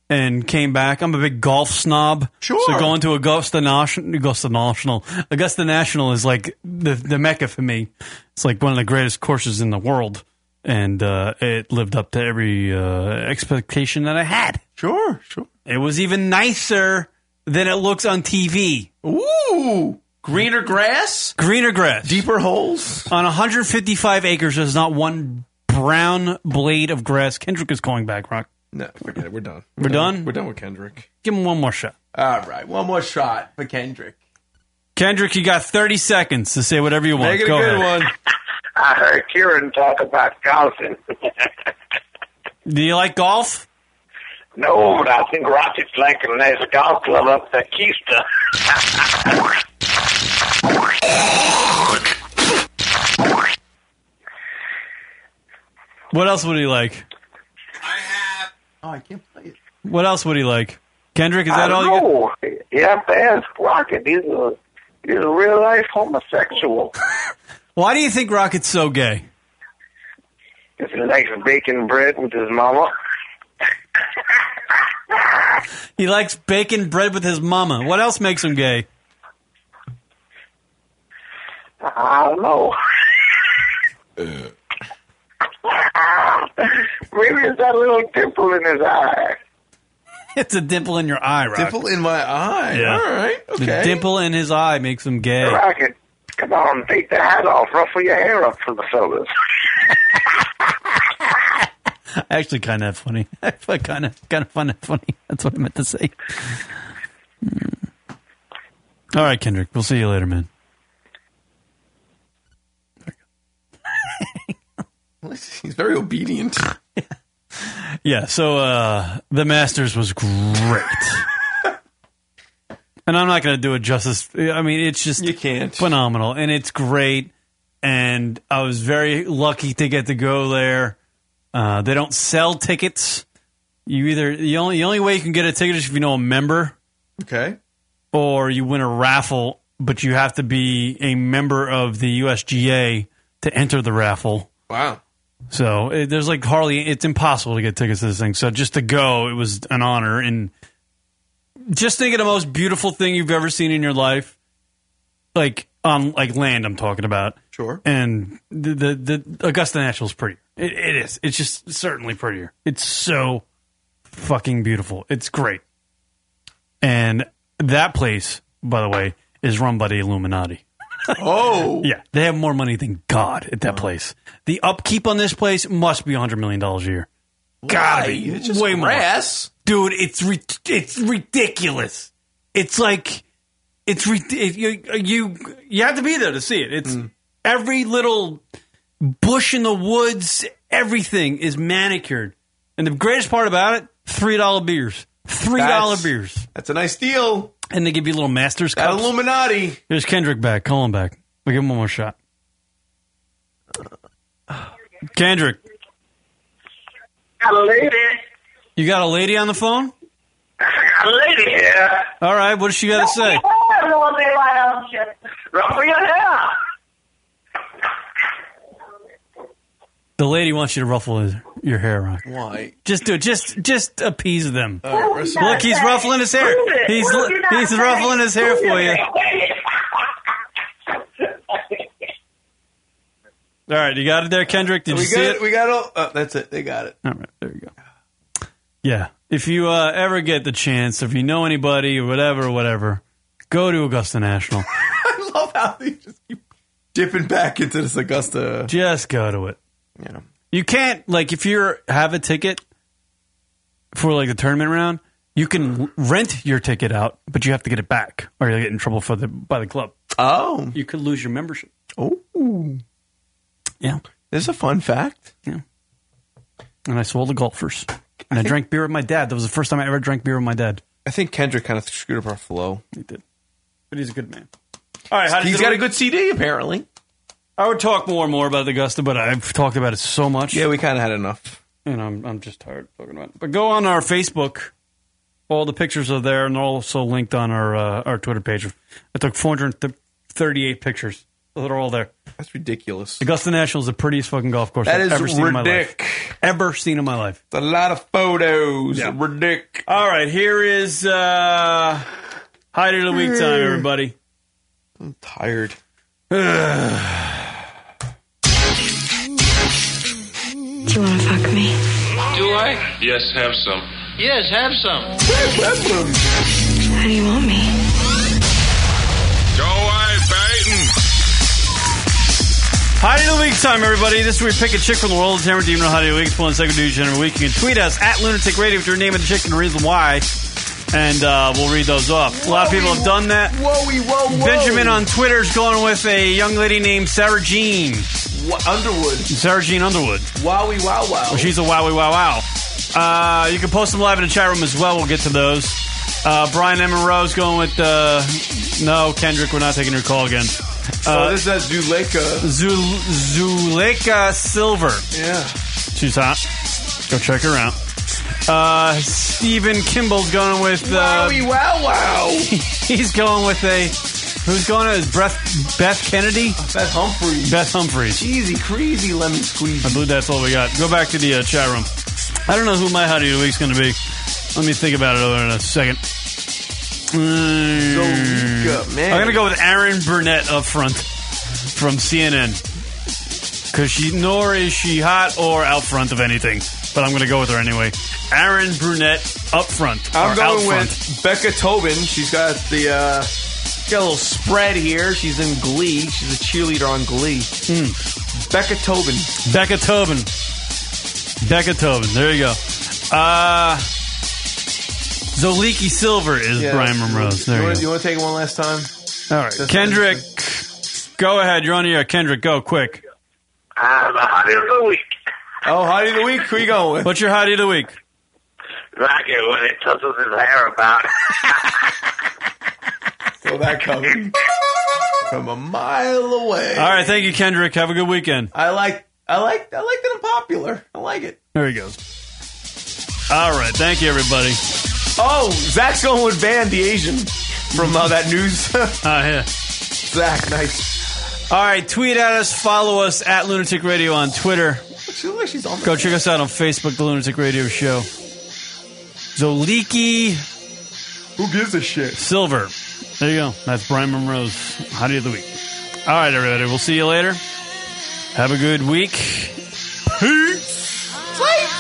[SPEAKER 11] and came back. I'm a big golf snob. Sure. So going to Augusta National, Augusta National, Augusta National is like the the mecca for me. It's like one of the greatest courses in the world, and uh, it lived up to every uh, expectation that I had.
[SPEAKER 12] Sure, sure.
[SPEAKER 11] It was even nicer than it looks on TV.
[SPEAKER 12] Ooh, greener grass,
[SPEAKER 11] greener grass,
[SPEAKER 12] deeper holes.
[SPEAKER 11] On 155 acres, there's not one brown blade of grass. Kendrick is calling back, Rock.
[SPEAKER 12] No,
[SPEAKER 42] forget it. We're done.
[SPEAKER 12] We're done?
[SPEAKER 42] We're done with Kendrick.
[SPEAKER 11] Give him one more shot.
[SPEAKER 12] All right, one more shot for Kendrick.
[SPEAKER 11] Kendrick, you got 30 seconds to say whatever you want.
[SPEAKER 12] Make it a
[SPEAKER 11] Go
[SPEAKER 12] good
[SPEAKER 11] ahead.
[SPEAKER 12] one.
[SPEAKER 7] I heard Kieran talk about golfing.
[SPEAKER 11] Do you like golf?
[SPEAKER 7] no, but I think Rocket's like a nice golf club up at Keister.
[SPEAKER 11] What else would he like?
[SPEAKER 12] Oh, I can't play it.
[SPEAKER 11] What else would he like? Kendrick, is
[SPEAKER 7] I
[SPEAKER 11] that all you got?
[SPEAKER 7] know. You have to ask Rocket. He's a, he's a real life homosexual.
[SPEAKER 11] Why do you think Rocket's so gay?
[SPEAKER 7] if he likes baking bread with his mama.
[SPEAKER 11] He likes bacon bread with his mama. What else makes him gay?
[SPEAKER 7] I don't know.
[SPEAKER 12] Uh.
[SPEAKER 7] Maybe it's that little dimple in his eye.
[SPEAKER 11] It's a dimple in your eye, Rocket.
[SPEAKER 12] Dimple in my eye. All right.
[SPEAKER 11] The
[SPEAKER 12] Okay.
[SPEAKER 11] dimple in his eye makes him gay.
[SPEAKER 7] Rocket, come on, take the hat off, ruffle your hair up for the fellas.
[SPEAKER 11] Actually, kind of funny. Actually, kind of, kind of fun and funny. That's what I meant to say. Hmm. All right, Kendrick. We'll see you later, man.
[SPEAKER 12] He's very obedient.
[SPEAKER 11] Yeah. So uh, the Masters was great, and I'm not going to do it justice. I mean, it's just you can't phenomenal, and it's great. And I was very lucky to get to go there. Uh, they don't sell tickets. You either the only the only way you can get a ticket is if you know a member.
[SPEAKER 12] Okay.
[SPEAKER 11] Or you win a raffle, but you have to be a member of the USGA to enter the raffle.
[SPEAKER 12] Wow.
[SPEAKER 11] So it, there's like hardly it's impossible to get tickets to this thing. So just to go, it was an honor and just think of the most beautiful thing you've ever seen in your life, like on like land. I'm talking about.
[SPEAKER 12] Sure.
[SPEAKER 11] And the the, the Augusta National's prettier. It, it is. It's just certainly prettier. It's so fucking beautiful. It's great. And that place, by the way, is run by the Illuminati.
[SPEAKER 12] Oh.
[SPEAKER 11] yeah. They have more money than God at that place. The upkeep on this place must be $100 million a year. Gotta be.
[SPEAKER 12] It's just
[SPEAKER 11] way
[SPEAKER 12] grass.
[SPEAKER 11] more. Dude, it's, ri- it's ridiculous. It's like, it's, ri- it, you, you, you have to be there to see it. It's
[SPEAKER 12] Mm.
[SPEAKER 11] every little bush in the woods, everything is manicured. And the greatest part about it, $3 beers. $3
[SPEAKER 12] That's-
[SPEAKER 11] beers.
[SPEAKER 12] That's a nice deal.
[SPEAKER 11] And they give you little Masters cups.
[SPEAKER 12] Illuminati.
[SPEAKER 11] There's Kendrick back. Call him back. We'll give him one more shot. Kendrick,
[SPEAKER 7] Got a lady.
[SPEAKER 11] you got a lady on the phone?
[SPEAKER 7] Got a lady here.
[SPEAKER 11] All right, what does she got to say?
[SPEAKER 7] Ruffle your hair.
[SPEAKER 11] The lady wants you to ruffle his, your hair, Rock.
[SPEAKER 12] Why?
[SPEAKER 11] Just do it. Just just appease them.
[SPEAKER 12] All right, rest-
[SPEAKER 11] Look, he's ruffling his hair. He's he's ruffling his hair for you. All right, you got it there, Kendrick. Did
[SPEAKER 12] we
[SPEAKER 11] you see
[SPEAKER 12] got
[SPEAKER 11] it?
[SPEAKER 12] We got all. Oh, that's it. They got it.
[SPEAKER 11] All right, there you go. Yeah. If you uh, ever get the chance, if you know anybody or whatever, whatever, go to Augusta National.
[SPEAKER 12] I love how they just keep dipping back into this Augusta.
[SPEAKER 11] Just go to it. Yeah. You can't like if you have a ticket for like the tournament round, you can rent your ticket out, but you have to get it back, or you'll get in trouble for the by the club.
[SPEAKER 12] Oh.
[SPEAKER 11] You could lose your membership.
[SPEAKER 12] Oh.
[SPEAKER 11] Yeah.
[SPEAKER 12] This is a fun fact.
[SPEAKER 11] Yeah. And I sold the golfers, and I,
[SPEAKER 12] think-
[SPEAKER 11] drank beer with my dad. That was the first time I ever drank beer with my dad.
[SPEAKER 12] I think Kendrick kind of screwed up our flow.
[SPEAKER 11] He did. But he's a good man. All right, how did
[SPEAKER 12] he's
[SPEAKER 11] the
[SPEAKER 12] got a
[SPEAKER 11] week-
[SPEAKER 12] good CD apparently.
[SPEAKER 11] I would talk more and more about Augusta, but I've talked about it so much.
[SPEAKER 12] Yeah, we kind of had enough.
[SPEAKER 11] And I'm I'm just tired of talking about it. But go on our Facebook. All the pictures are there, and they're also linked on our uh, our Twitter page. I took 438 pictures. They're all there.
[SPEAKER 12] That's ridiculous.
[SPEAKER 11] Augusta National is the prettiest fucking golf course
[SPEAKER 12] That
[SPEAKER 11] I've
[SPEAKER 12] is
[SPEAKER 11] ever seen in my life.
[SPEAKER 12] ridic.
[SPEAKER 11] Ever seen in my life.
[SPEAKER 12] It's a lot of photos. Ridic.
[SPEAKER 11] All right, here is uh, Hide of the Week time, everybody.
[SPEAKER 12] I'm tired.
[SPEAKER 11] Uh,
[SPEAKER 15] Do you want to fuck me?
[SPEAKER 1] Do I? Yes, have some.
[SPEAKER 15] Yes, have some. How do you want me?
[SPEAKER 1] Go away, Baton.
[SPEAKER 11] Hide of the Until week's time, everybody. This is where we pick a chick from the world. It's Hammer. Do you know how to do it? It's one second news general week. You can tweet us at Lunatic Radio with your name and the chick and the reason why, and uh, we'll read those off. A lot of people have done that.
[SPEAKER 12] Whoa, whoa, whoa.
[SPEAKER 11] Benjamin on Twitter's going with a young lady named Sarah Jean.
[SPEAKER 12] Underwood.
[SPEAKER 11] Sarah Jean Underwood.
[SPEAKER 12] Wowie wow wow.
[SPEAKER 11] Well, she's a wowie wow wow. Uh, you can post them live in the chat room as well. We'll get to those. Uh, Brian M. Rose going with uh, no Kendrick. We're not taking your call again.
[SPEAKER 12] oh,
[SPEAKER 11] Uh,
[SPEAKER 12] this is Zuleika.
[SPEAKER 11] Zul- Zuleika Silver.
[SPEAKER 12] Yeah.
[SPEAKER 11] She's hot. Go check her out. Uh, Stephen Kimball's going with. Uh,
[SPEAKER 12] Wowie wow wow.
[SPEAKER 11] he's going with a. Who's going to? Is Beth, Beth Kennedy?
[SPEAKER 12] Beth Humphreys.
[SPEAKER 11] Beth Humphreys.
[SPEAKER 12] Cheesy, crazy lemon squeeze.
[SPEAKER 11] I believe that's all we got. Go back to the uh, chat room. I don't know who my hottie of the week's going to be. Let me think about it over in a second. Mm.
[SPEAKER 12] Zolika, man.
[SPEAKER 11] I'm going to go with Aaron Burnett up front from CNN. Because she, nor is she hot or out front of anything. But I'm going to go with her anyway. Aaron Brunette up front.
[SPEAKER 12] I'm
[SPEAKER 11] or out
[SPEAKER 12] going
[SPEAKER 11] front.
[SPEAKER 12] with Becca Tobin. She's got the uh, she's got a little spread here. She's in Glee. She's a cheerleader on Glee.
[SPEAKER 11] Hmm.
[SPEAKER 12] Becca Tobin.
[SPEAKER 11] Becca Tobin. Becca Tobin. There you go. Uh, Zoliki Silver is
[SPEAKER 12] Yeah.
[SPEAKER 11] Brian Monroe's. There
[SPEAKER 12] you
[SPEAKER 11] you
[SPEAKER 12] wanna-
[SPEAKER 11] go.
[SPEAKER 12] you want to take it one last time?
[SPEAKER 11] All right, Kendrick, go ahead. You're on the air. Kendrick, go quick.
[SPEAKER 7] I'm the hottie of the week.
[SPEAKER 12] Oh, hottie of the week. Who you going with?
[SPEAKER 11] What's your hottie of the week?
[SPEAKER 7] Rocket when it tussles his hair about.
[SPEAKER 12] Feel that coming from a mile away.
[SPEAKER 11] All right, thank you, Kendrick. Have a good weekend.
[SPEAKER 12] I like, I like, I like that I'm popular. I like it.
[SPEAKER 11] There he goes. All right, thank you, everybody.
[SPEAKER 12] Oh, Zach's going with Van the Asian from uh, that news.
[SPEAKER 11] Ah, yeah.
[SPEAKER 12] Zach, nice.
[SPEAKER 11] All right, tweet at us, follow us at Lunatic Radio on Twitter.
[SPEAKER 12] She looks like she's on.
[SPEAKER 11] Go check us out on Facebook, The Lunatic Radio Show. Zoliki
[SPEAKER 12] Who gives a shit?
[SPEAKER 11] Silver. There you go. That's Brian Monroe's Hottie of the Week. All right, everybody. We'll see you later. Have a good week. Peace.
[SPEAKER 12] Sleep.